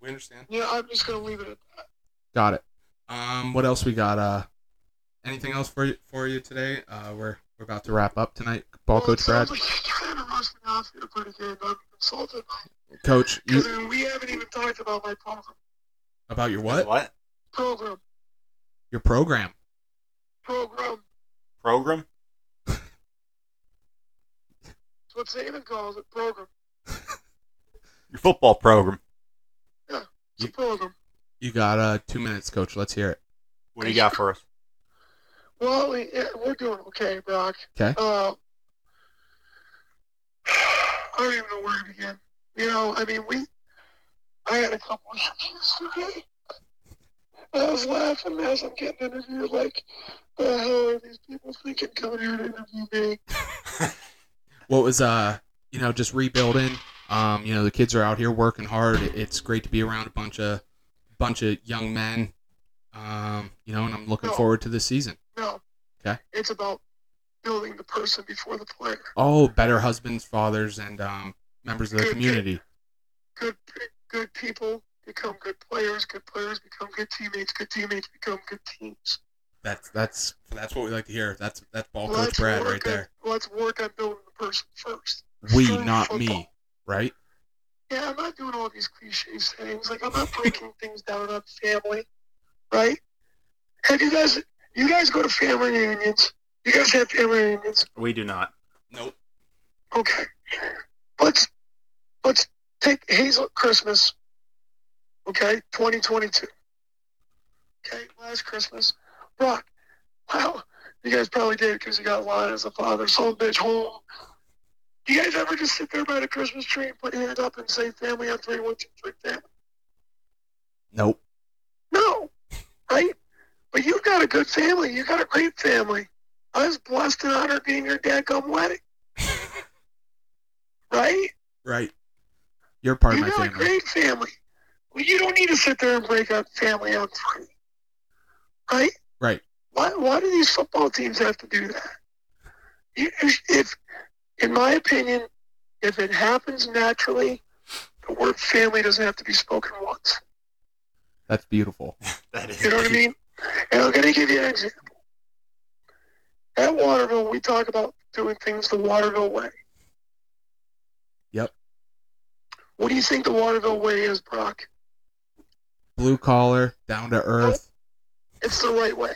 Speaker 1: We understand.
Speaker 8: Yeah, I'm just gonna leave it at that.
Speaker 7: Got it. Um, what else we got? Uh, anything else for for you today? Uh, we're we're about to wrap up tonight. Ball
Speaker 8: Well, it
Speaker 7: coach Brad,
Speaker 8: sounds like you kind of rushed me off here pretty good. I'm insulted
Speaker 7: coach, you,
Speaker 8: because we haven't even talked about my program.
Speaker 7: about your what?
Speaker 2: What?
Speaker 8: Program,
Speaker 7: Your program.
Speaker 8: program.
Speaker 2: Program?
Speaker 8: It's what Zayden calls it. Program.
Speaker 2: Your football program.
Speaker 8: It's a program.
Speaker 7: You got uh two minutes, coach. Let's hear it.
Speaker 2: What do you got for us?
Speaker 8: Well, we, yeah, we're doing okay, Brock.
Speaker 7: 'Kay.
Speaker 8: Uh, (sighs) I don't even know where to begin. You know, I mean, we. I had a couple of issues today. I was laughing as I'm getting interviewed, like, the hell are these people thinking coming here to interview me?
Speaker 7: What was uh you know just rebuilding. Um, you know the kids are out here working hard. It's great to be around a bunch of bunch of young men. Um, you know, and I'm looking
Speaker 8: No.
Speaker 7: forward to this season.
Speaker 8: No.
Speaker 7: 'Kay.
Speaker 8: It's about building the person before the player.
Speaker 7: Oh, better husbands, fathers, and um, members of the
Speaker 8: Good, good.
Speaker 7: community.
Speaker 8: Good, good people become good players. Good players become good teammates. Good teammates become good teams.
Speaker 7: That's that's that's what we like to hear. That's that's ball coach
Speaker 8: Let's
Speaker 7: Brad right
Speaker 8: work on-
Speaker 7: there.
Speaker 8: Let's work on building the person first.
Speaker 7: we,
Speaker 8: Screw
Speaker 7: not me,
Speaker 8: football.
Speaker 7: right?
Speaker 8: Yeah, I'm not doing all these cliche things. Like I'm not
Speaker 7: (laughs)
Speaker 8: breaking things down on family, right? And you guys, you guys go to family reunions. You guys have family reunions.
Speaker 2: We do (laughs) not.
Speaker 1: Nope.
Speaker 8: Okay. Let's let's take Hazel Christmas. Okay, twenty twenty two. Okay, last Christmas. Brock, wow, you guys probably did because you got Lon as a father, son, bitch, home. You guys ever just sit there by the Christmas tree and put hands up and say family on three, one, two, three, family?
Speaker 7: Nope.
Speaker 8: No, right? But you've got a good family. You got a great family. I was blessed and honored being your dadgum wedding. right?
Speaker 7: Right. You're part
Speaker 8: you
Speaker 7: of my
Speaker 8: got
Speaker 7: family.
Speaker 8: a great family. Well, you don't need to sit there and break up family on three, right?
Speaker 7: Right.
Speaker 8: Why? Why do these football teams have to do that? You- If, if in my opinion, if it happens naturally, the word family doesn't have to be spoken once.
Speaker 7: That's beautiful.
Speaker 2: That is.
Speaker 8: You know what
Speaker 7: (laughs)
Speaker 8: I mean? And I'm going to give you an example. At Waterville, we talk about doing things the Waterville way.
Speaker 7: Yep.
Speaker 8: What do you think the Waterville way is, Brock?
Speaker 7: Blue collar, down to earth.
Speaker 8: It's the right way.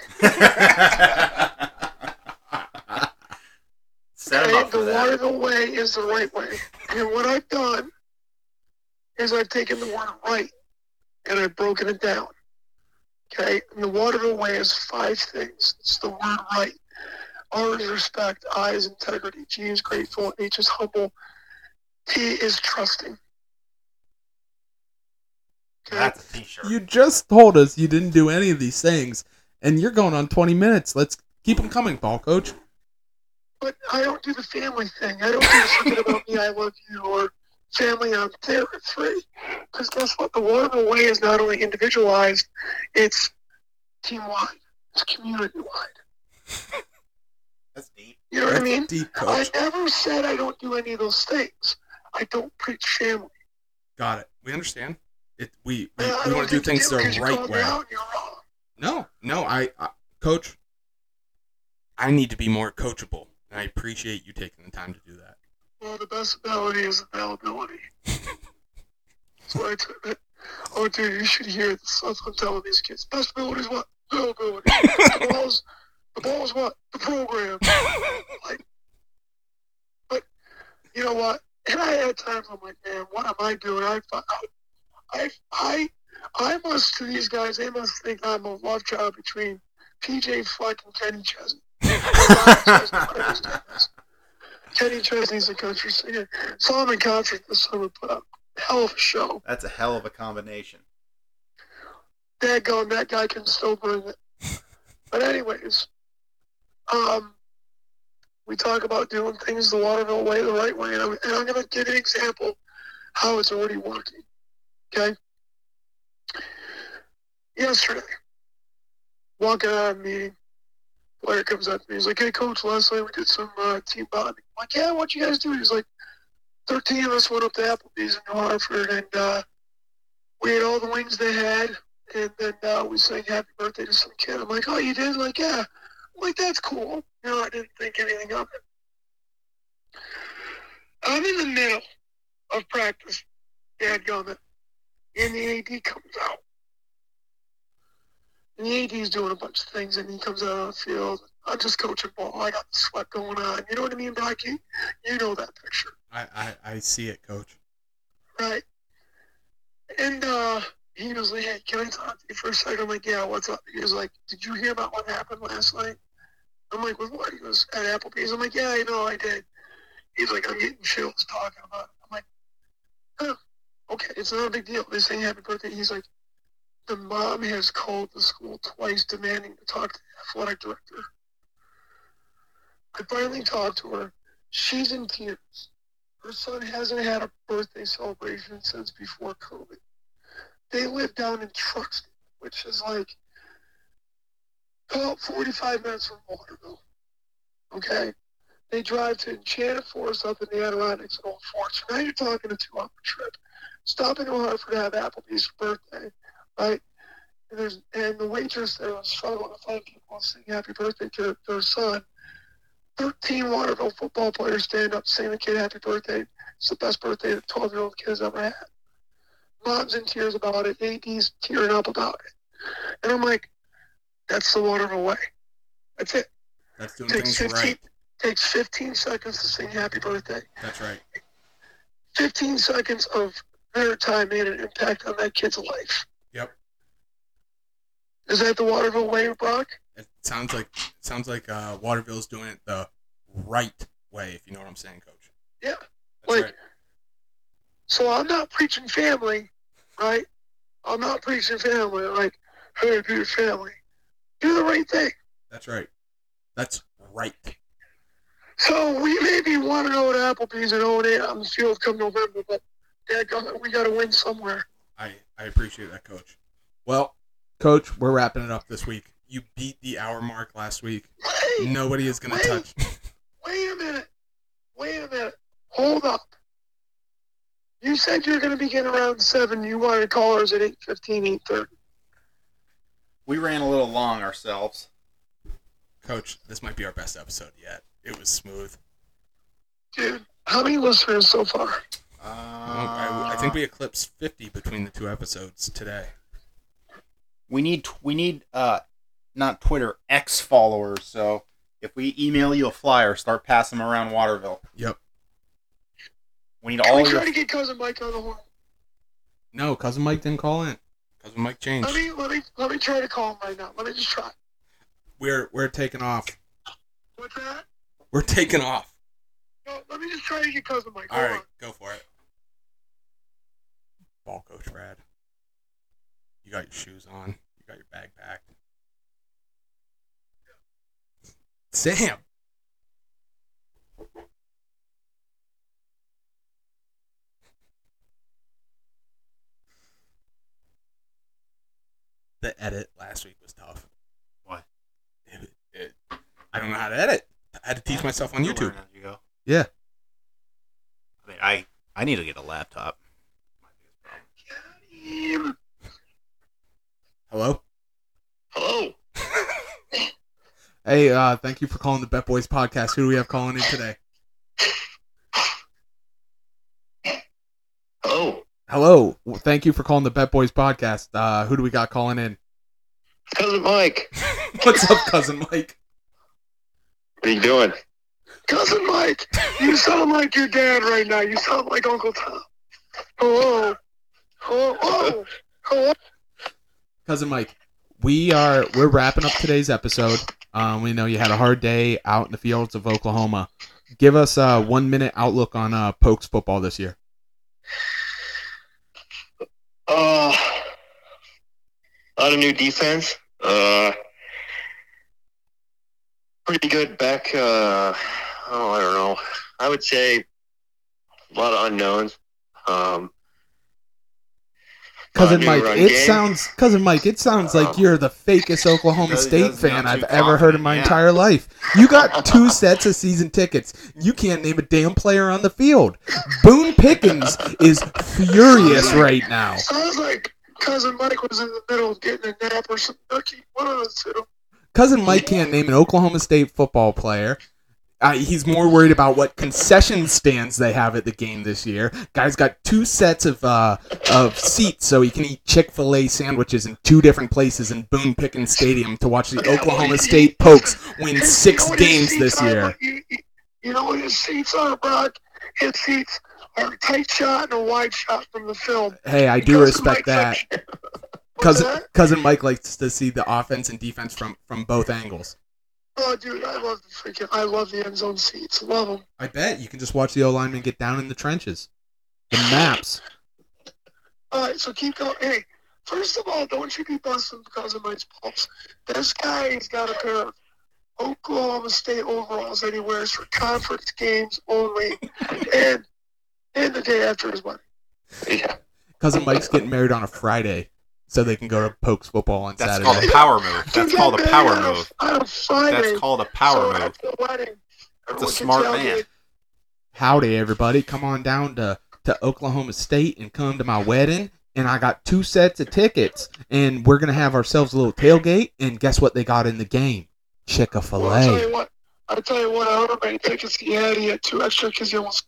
Speaker 2: Set him
Speaker 8: Right?
Speaker 2: up
Speaker 8: the
Speaker 2: for that.
Speaker 8: Waterville way is the right way. And what I've done is I've taken the word right and I've broken it down. Okay? And the Waterville way is five things. It's the word right. R is respect, I is integrity, G is grateful, H is humble, T is trusting. Okay?
Speaker 2: That's a t-shirt.
Speaker 7: You just told us you didn't do any of these things, and you're going on 20 minutes. Let's keep them coming, ball coach.
Speaker 8: But I don't do the family thing. I don't do the forget about me, I love you, or family on there three. Because guess what? The Waterville Way is not only individualized, it's team wide, it's community wide.
Speaker 2: That's deep.
Speaker 8: You know what I mean?
Speaker 7: Deep
Speaker 8: I
Speaker 7: coach.
Speaker 8: never said I don't do any of those things. I don't preach family.
Speaker 1: Got it. We understand. It, we we,
Speaker 8: And I
Speaker 1: we
Speaker 8: don't
Speaker 1: want to do
Speaker 8: think you
Speaker 1: things the
Speaker 8: 'cause you
Speaker 1: right
Speaker 8: called me
Speaker 1: way.
Speaker 8: out and you're wrong.
Speaker 1: No, no, I, I coach. I need to be more coachable, and I appreciate you taking the time to do that.
Speaker 8: Well, the best ability is availability. That's why I took it. Oh, dude, you should hear the stuff I'm telling these kids. Best ability is what? Availability. the ball's the ball's what? The program. like, but you know what? And I had times I'm like, man, what am I doing? I, fu- I, I, I, I must to these guys. They must think I'm a love child between PJ Fleck and Kenny Chesney. Kenny Chesney's a country singer. Solomon Country this summer put up a hell of a show.
Speaker 2: That's a hell of a combination.
Speaker 8: Dad gone, that guy can still bring it. But anyways, um, we talk about doing things the Waterville way, the right way, and I'm, and I'm going to give you an example how it's already working. Okay. Yesterday, walking out of a meeting, player comes up to me. He's like, "Hey, coach, last night we did some uh, team bonding." I'm like, "Yeah, what you guys do?" He's like, "13 of us went up to Applebee's in New Hartford, and uh, we ate all the wings they had." and then uh, we sang happy birthday to some kid. I'm like, oh, you did? Like, yeah. I'm like, that's cool. You know, I didn't think anything of it. I'm in the middle of practice, dadgummit, and the AD comes out. And the AD's doing a bunch of things, and he comes out on the field. I'm just coaching ball. I got the sweat going on. You know what I mean, Blackie? You know that picture
Speaker 1: I, I, I see it, coach.
Speaker 8: right? And uh, he was like, "Hey, can I talk to you for a second? I'm like, "Yeah, what's up?" He was like, "Did you hear about what happened last night?" I'm like, "With what?" He was at Applebee's. I'm like, "Yeah, I know, I did." He's like, "I'm getting chills talking about it." I'm like, "Huh, okay, it's not a big deal." They say happy birthday. He's like, "The mom has called the school twice, demanding to talk to the athletic director." I finally talked to her. She's in tears. Her son hasn't had a birthday celebration since before COVID. They live down in Truxton, which is like about 45 minutes from Waterville. Okay? They drive to Enchanted Forest up in the Adirondacks and Old Forks. Now you're talking a two-hour trip. Stop in New Hartford to have Applebee's for birthday, right? And, there's, and the waitress there was struggling to find people to sing happy birthday to their son. 13 Waterville football players stand up, sing the kid happy birthday. It's the best birthday the 12 year old kid has ever had. Mom's in tears about it. AD's tearing up about it. And I'm like, that's the Waterville way. That's it.
Speaker 1: That's doing
Speaker 8: Takes
Speaker 1: things
Speaker 8: 15,
Speaker 1: right.
Speaker 8: takes 15 seconds to sing happy birthday.
Speaker 1: That's right.
Speaker 8: 15 seconds of their time made an impact on that kid's life.
Speaker 1: Yep.
Speaker 8: Is that the Waterville way, Brock?
Speaker 1: It sounds like it sounds like uh, Waterville's doing it the right way, if you know what I'm saying, coach.
Speaker 8: Yeah.
Speaker 1: That's
Speaker 8: Like-
Speaker 1: right.
Speaker 8: So I'm not preaching family, right? I'm not preaching family. Like, hey, do your family. Do the right thing.
Speaker 1: That's right. That's right.
Speaker 8: So we may be 1 0 at Applebee's and 0 8 on the field come November, but dadgummit, we got to win somewhere.
Speaker 1: I, I appreciate that, coach. Well, coach, we're wrapping it up this week. You beat the hour mark last week.
Speaker 8: Wait,
Speaker 1: Nobody is going
Speaker 8: Wait.
Speaker 1: to touch. (laughs)
Speaker 8: wait a minute. Wait a minute. Hold up. You said you're going to begin around 7. You wanted callers at 8.15, 8.30.
Speaker 2: We ran a little long ourselves.
Speaker 1: Coach, this might be our best episode yet. It was smooth.
Speaker 8: Dude, how many listeners so far?
Speaker 2: Uh,
Speaker 1: I,
Speaker 8: Uh,
Speaker 1: I think we eclipsed 50 between the two episodes today.
Speaker 2: we need tw- we need uh not Twitter X followers. So if we email you a flyer, start passing them around Waterville.
Speaker 1: Yep.
Speaker 2: We need
Speaker 8: Can
Speaker 2: all
Speaker 8: we
Speaker 2: your
Speaker 8: try to get Cousin Mike on the horn?
Speaker 1: No, cousin Mike didn't call in. Cousin Mike changed.
Speaker 8: Let me, let me, let me try to call him right now. Let me just try.
Speaker 1: We're we're taking off.
Speaker 8: What's that?
Speaker 1: We're taking off.
Speaker 8: No, let me just try to get Cousin Mike.
Speaker 1: All
Speaker 8: Hold
Speaker 1: right, go for it. Ball coach Brad. You got your shoes on. You got your bag packed. Sam. The edit last week was tough.
Speaker 2: What?
Speaker 1: It, it, I don't know how to edit. I had to teach myself on
Speaker 2: You're
Speaker 1: YouTube.
Speaker 2: learning as you go.
Speaker 7: Yeah.
Speaker 2: I mean, I I need to get a laptop.
Speaker 8: Oh,
Speaker 7: Hey, uh, thank you for calling the Bet Boys podcast. Who do we have calling in today?
Speaker 8: oh.
Speaker 6: Hello.
Speaker 7: Hello. Well, Thank you for calling the Bet Boys podcast. Uh, who do we got calling in? (laughs)
Speaker 6: Cousin Mike.
Speaker 7: What's up, cousin Mike?
Speaker 6: What are you doing?
Speaker 8: Cousin Mike, you sound like your dad right now. You sound like Uncle Tom. Hello. Hello. Hello. Hello.
Speaker 7: Cousin Mike, we are we're wrapping up today's episode. Um, we know you had a hard day out in the fields of Oklahoma. Give us a one minute outlook on uh, Pokes football this year.
Speaker 6: Uh, a lot of new defense. Uh, pretty good back. Uh, oh, I don't know. I would say a lot of unknowns. Um,
Speaker 7: Cousin
Speaker 6: new
Speaker 7: Mike,
Speaker 6: run
Speaker 7: it
Speaker 6: game.
Speaker 7: sounds cousin Mike, it sounds like
Speaker 6: Um,
Speaker 7: you're the
Speaker 2: (laughs)
Speaker 7: fakest Oklahoma
Speaker 2: does-
Speaker 7: State
Speaker 2: does
Speaker 7: fan
Speaker 2: not
Speaker 7: I've
Speaker 2: too
Speaker 7: ever heard in my
Speaker 2: confident, yeah.
Speaker 7: entire life. You
Speaker 2: (laughs)
Speaker 7: got two sets of season tickets. You can't name a damn player on the field. Boone Pickens
Speaker 2: (laughs)
Speaker 7: is furious right now.
Speaker 8: Sounds like Cousin Mike was in the middle of getting a nap or some nookie. One of the two.
Speaker 7: Cousin Mike can't name an Oklahoma State football player. Uh, he's more worried about what concession stands they have at the game this year. Guy's got two sets of uh, of seats, so he can eat Chick Fil A sandwiches in two different places in Boone Pickens Stadium to watch the Oklahoma State Pokes win
Speaker 8: His-
Speaker 7: six
Speaker 8: you know what his
Speaker 7: games
Speaker 8: seats
Speaker 7: this
Speaker 8: are,
Speaker 7: year.
Speaker 8: Mike? You, you- you know what his seats are, Brock? His seats are a tight shot and a wide shot from the film.
Speaker 7: Hey, I do
Speaker 8: Cousin
Speaker 7: respect
Speaker 8: Mike's
Speaker 7: that.
Speaker 8: like- (laughs) What's
Speaker 7: Cousin
Speaker 8: that?
Speaker 7: cousin Mike likes to see the offense and defense from from both angles.
Speaker 8: Oh, dude, I love the freaking, I love the end zone seats. Love them.
Speaker 7: I bet you can just watch the O linemen get down in the trenches, the maps.
Speaker 8: All right, so keep going. Hey, first of all, don't you be busting Cousin Mike's pulse. This guy's got a pair of Oklahoma State overalls that he wears for conference games only, and and the day after his wedding.
Speaker 6: yeah.
Speaker 7: Cousin Mike's getting married on a Friday, so they can go to Pokes football on
Speaker 2: That's
Speaker 7: Saturday.
Speaker 2: called a power move. That's
Speaker 8: You
Speaker 2: called
Speaker 8: got
Speaker 2: a power
Speaker 6: (laughs)
Speaker 8: married on
Speaker 2: move.
Speaker 8: On a Friday.
Speaker 2: That's called a power
Speaker 8: so
Speaker 2: move.
Speaker 8: After the wedding, everyone can
Speaker 2: smart
Speaker 8: tell
Speaker 2: man.
Speaker 8: you-
Speaker 7: Howdy, everybody! Come on down to to Oklahoma State and come to my wedding. And I got two sets of tickets, and we're gonna have ourselves a little tailgate. And guess what they got in the game? Chick a
Speaker 8: Well, I'll tell
Speaker 7: Filet.
Speaker 8: you what. I'll tell you what. I don't know how many tickets he had. He had two extra because he almost,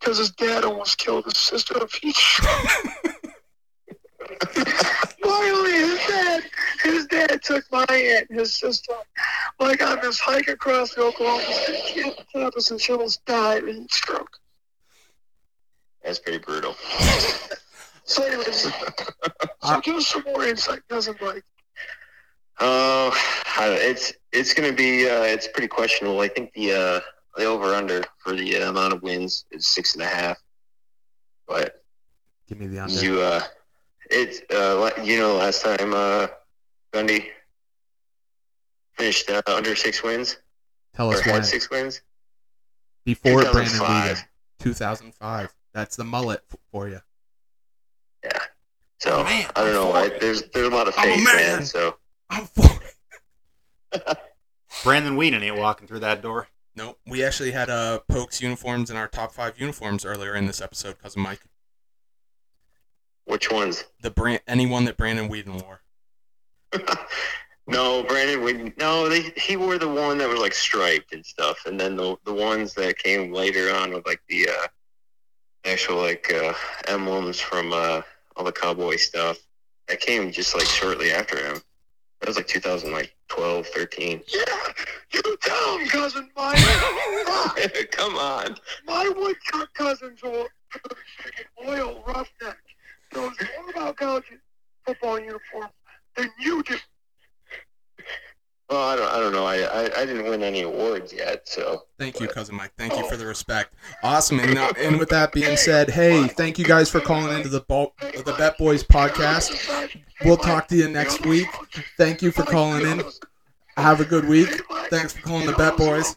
Speaker 8: because his dad almost killed his sister. If he, finally, his dad, his dad took my aunt, and his sister, like on this hike across the Oklahoma State campus, and she almost died of heat stroke.
Speaker 6: That's pretty brutal.
Speaker 8: So, anyways, so give us some more insight, cousin Mike.
Speaker 6: Uh, I- it's it's gonna be uh, it's pretty questionable. I think the uh, the over under for the uh, amount of wins is six and a half. But
Speaker 7: Give me the under.
Speaker 6: you uh, it's uh, like- you know last time uh, Gundy finished uh, under six wins
Speaker 7: Tell
Speaker 6: or
Speaker 7: us why.
Speaker 6: had six wins.
Speaker 7: Before Brandon
Speaker 6: 2005.
Speaker 7: Weeden, 2005. That's the mullet f- for you.
Speaker 6: So
Speaker 1: Man,
Speaker 6: I don't know.
Speaker 1: I'm
Speaker 6: I,
Speaker 1: for it.
Speaker 6: there's there's a lot of
Speaker 1: I'm a
Speaker 6: faith,
Speaker 1: man.
Speaker 6: man. So
Speaker 1: I'm for it.
Speaker 2: Brandon Whedon ain't walking through that door.
Speaker 1: (laughs) Nope. We actually had uh, Pokes uniforms in our top five uniforms earlier in this episode, cousin Mike.
Speaker 6: which ones?
Speaker 1: The brand, anyone that Brandon Whedon wore.
Speaker 6: (laughs) no, Brandon. We, no, they, he wore the one that was like striped and stuff, and then the the ones that came later on with like the uh, actual like uh, emblems from uh, all the cowboy stuff that came just like shortly after him. That was like 2012, 13.
Speaker 8: Yeah, you tell him, cousin
Speaker 6: (laughs)
Speaker 8: Mike. Fuck.
Speaker 6: Come on.
Speaker 8: My woodchuck cousins (laughs) were loyal roughneck. Knows more about college football uniforms than you do.
Speaker 6: Well, I don't, I don't know. I, I, I didn't win any awards yet, so
Speaker 1: Thank you, cousin Mike. Thank you for the respect. Awesome. And, uh, and with that being said, hey, thank you guys for calling into the Bal- the Bet Boys podcast. We'll talk to you next week. Thank you for calling in. Have a good week. Thanks for calling the Bet Boys.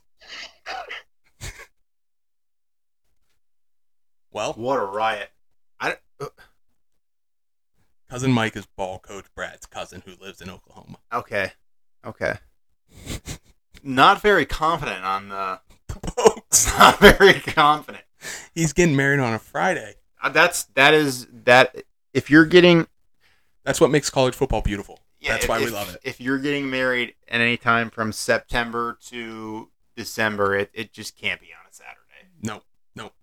Speaker 1: Well,
Speaker 2: What a riot.
Speaker 1: cousin Mike is ball coach Brad's cousin who lives in Oklahoma. (laughs)
Speaker 2: Okay. Okay. Not very confident on the. (laughs)
Speaker 1: Pokes.
Speaker 2: Not very confident.
Speaker 1: He's getting married on a Friday.
Speaker 2: Uh, That's that is that. If you're getting
Speaker 1: That's what makes college football beautiful.
Speaker 2: yeah,
Speaker 1: That's
Speaker 2: if-
Speaker 1: why we
Speaker 2: if-
Speaker 1: love it.
Speaker 2: If you're getting married at any time from September to December, it, it just can't be on a Saturday
Speaker 1: No.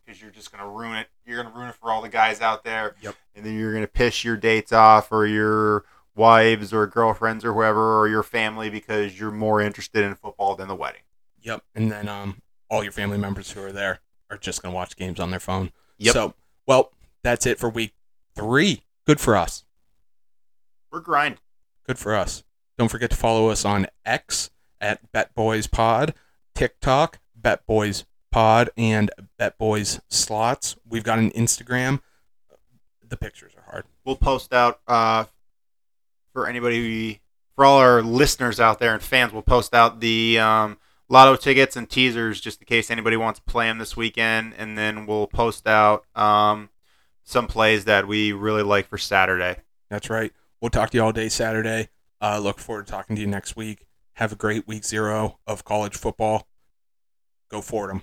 Speaker 2: because you're just gonna ruin it. You're gonna ruin it for all the guys out there.
Speaker 1: Yep.
Speaker 2: And then you're gonna piss your dates off or your wives or girlfriends or whoever or your family because you're more interested in football than the wedding.
Speaker 1: Yep. And then um, all your family members who are there are just going to watch games on their phone.
Speaker 2: Yep.
Speaker 1: So, well, that's it for week three. Good for us.
Speaker 2: We're grinding.
Speaker 1: Good for us. Don't forget to follow us on X at Bet Boys Pod, TikTok, Bet Boys Pod, and Bet Boys Slots. We've got an Instagram. The pictures are hard.
Speaker 2: We'll post out uh, for anybody for all our listeners out there and fans. We'll post out the um, lotto tickets and teasers just in case anybody wants to play them this weekend, and then we'll post out um, some plays that we really like for Saturday.
Speaker 1: That's right. We'll talk to you all day Saturday. Uh, look forward to talking to you next week. Have a great week zero of college football. Go for 'em.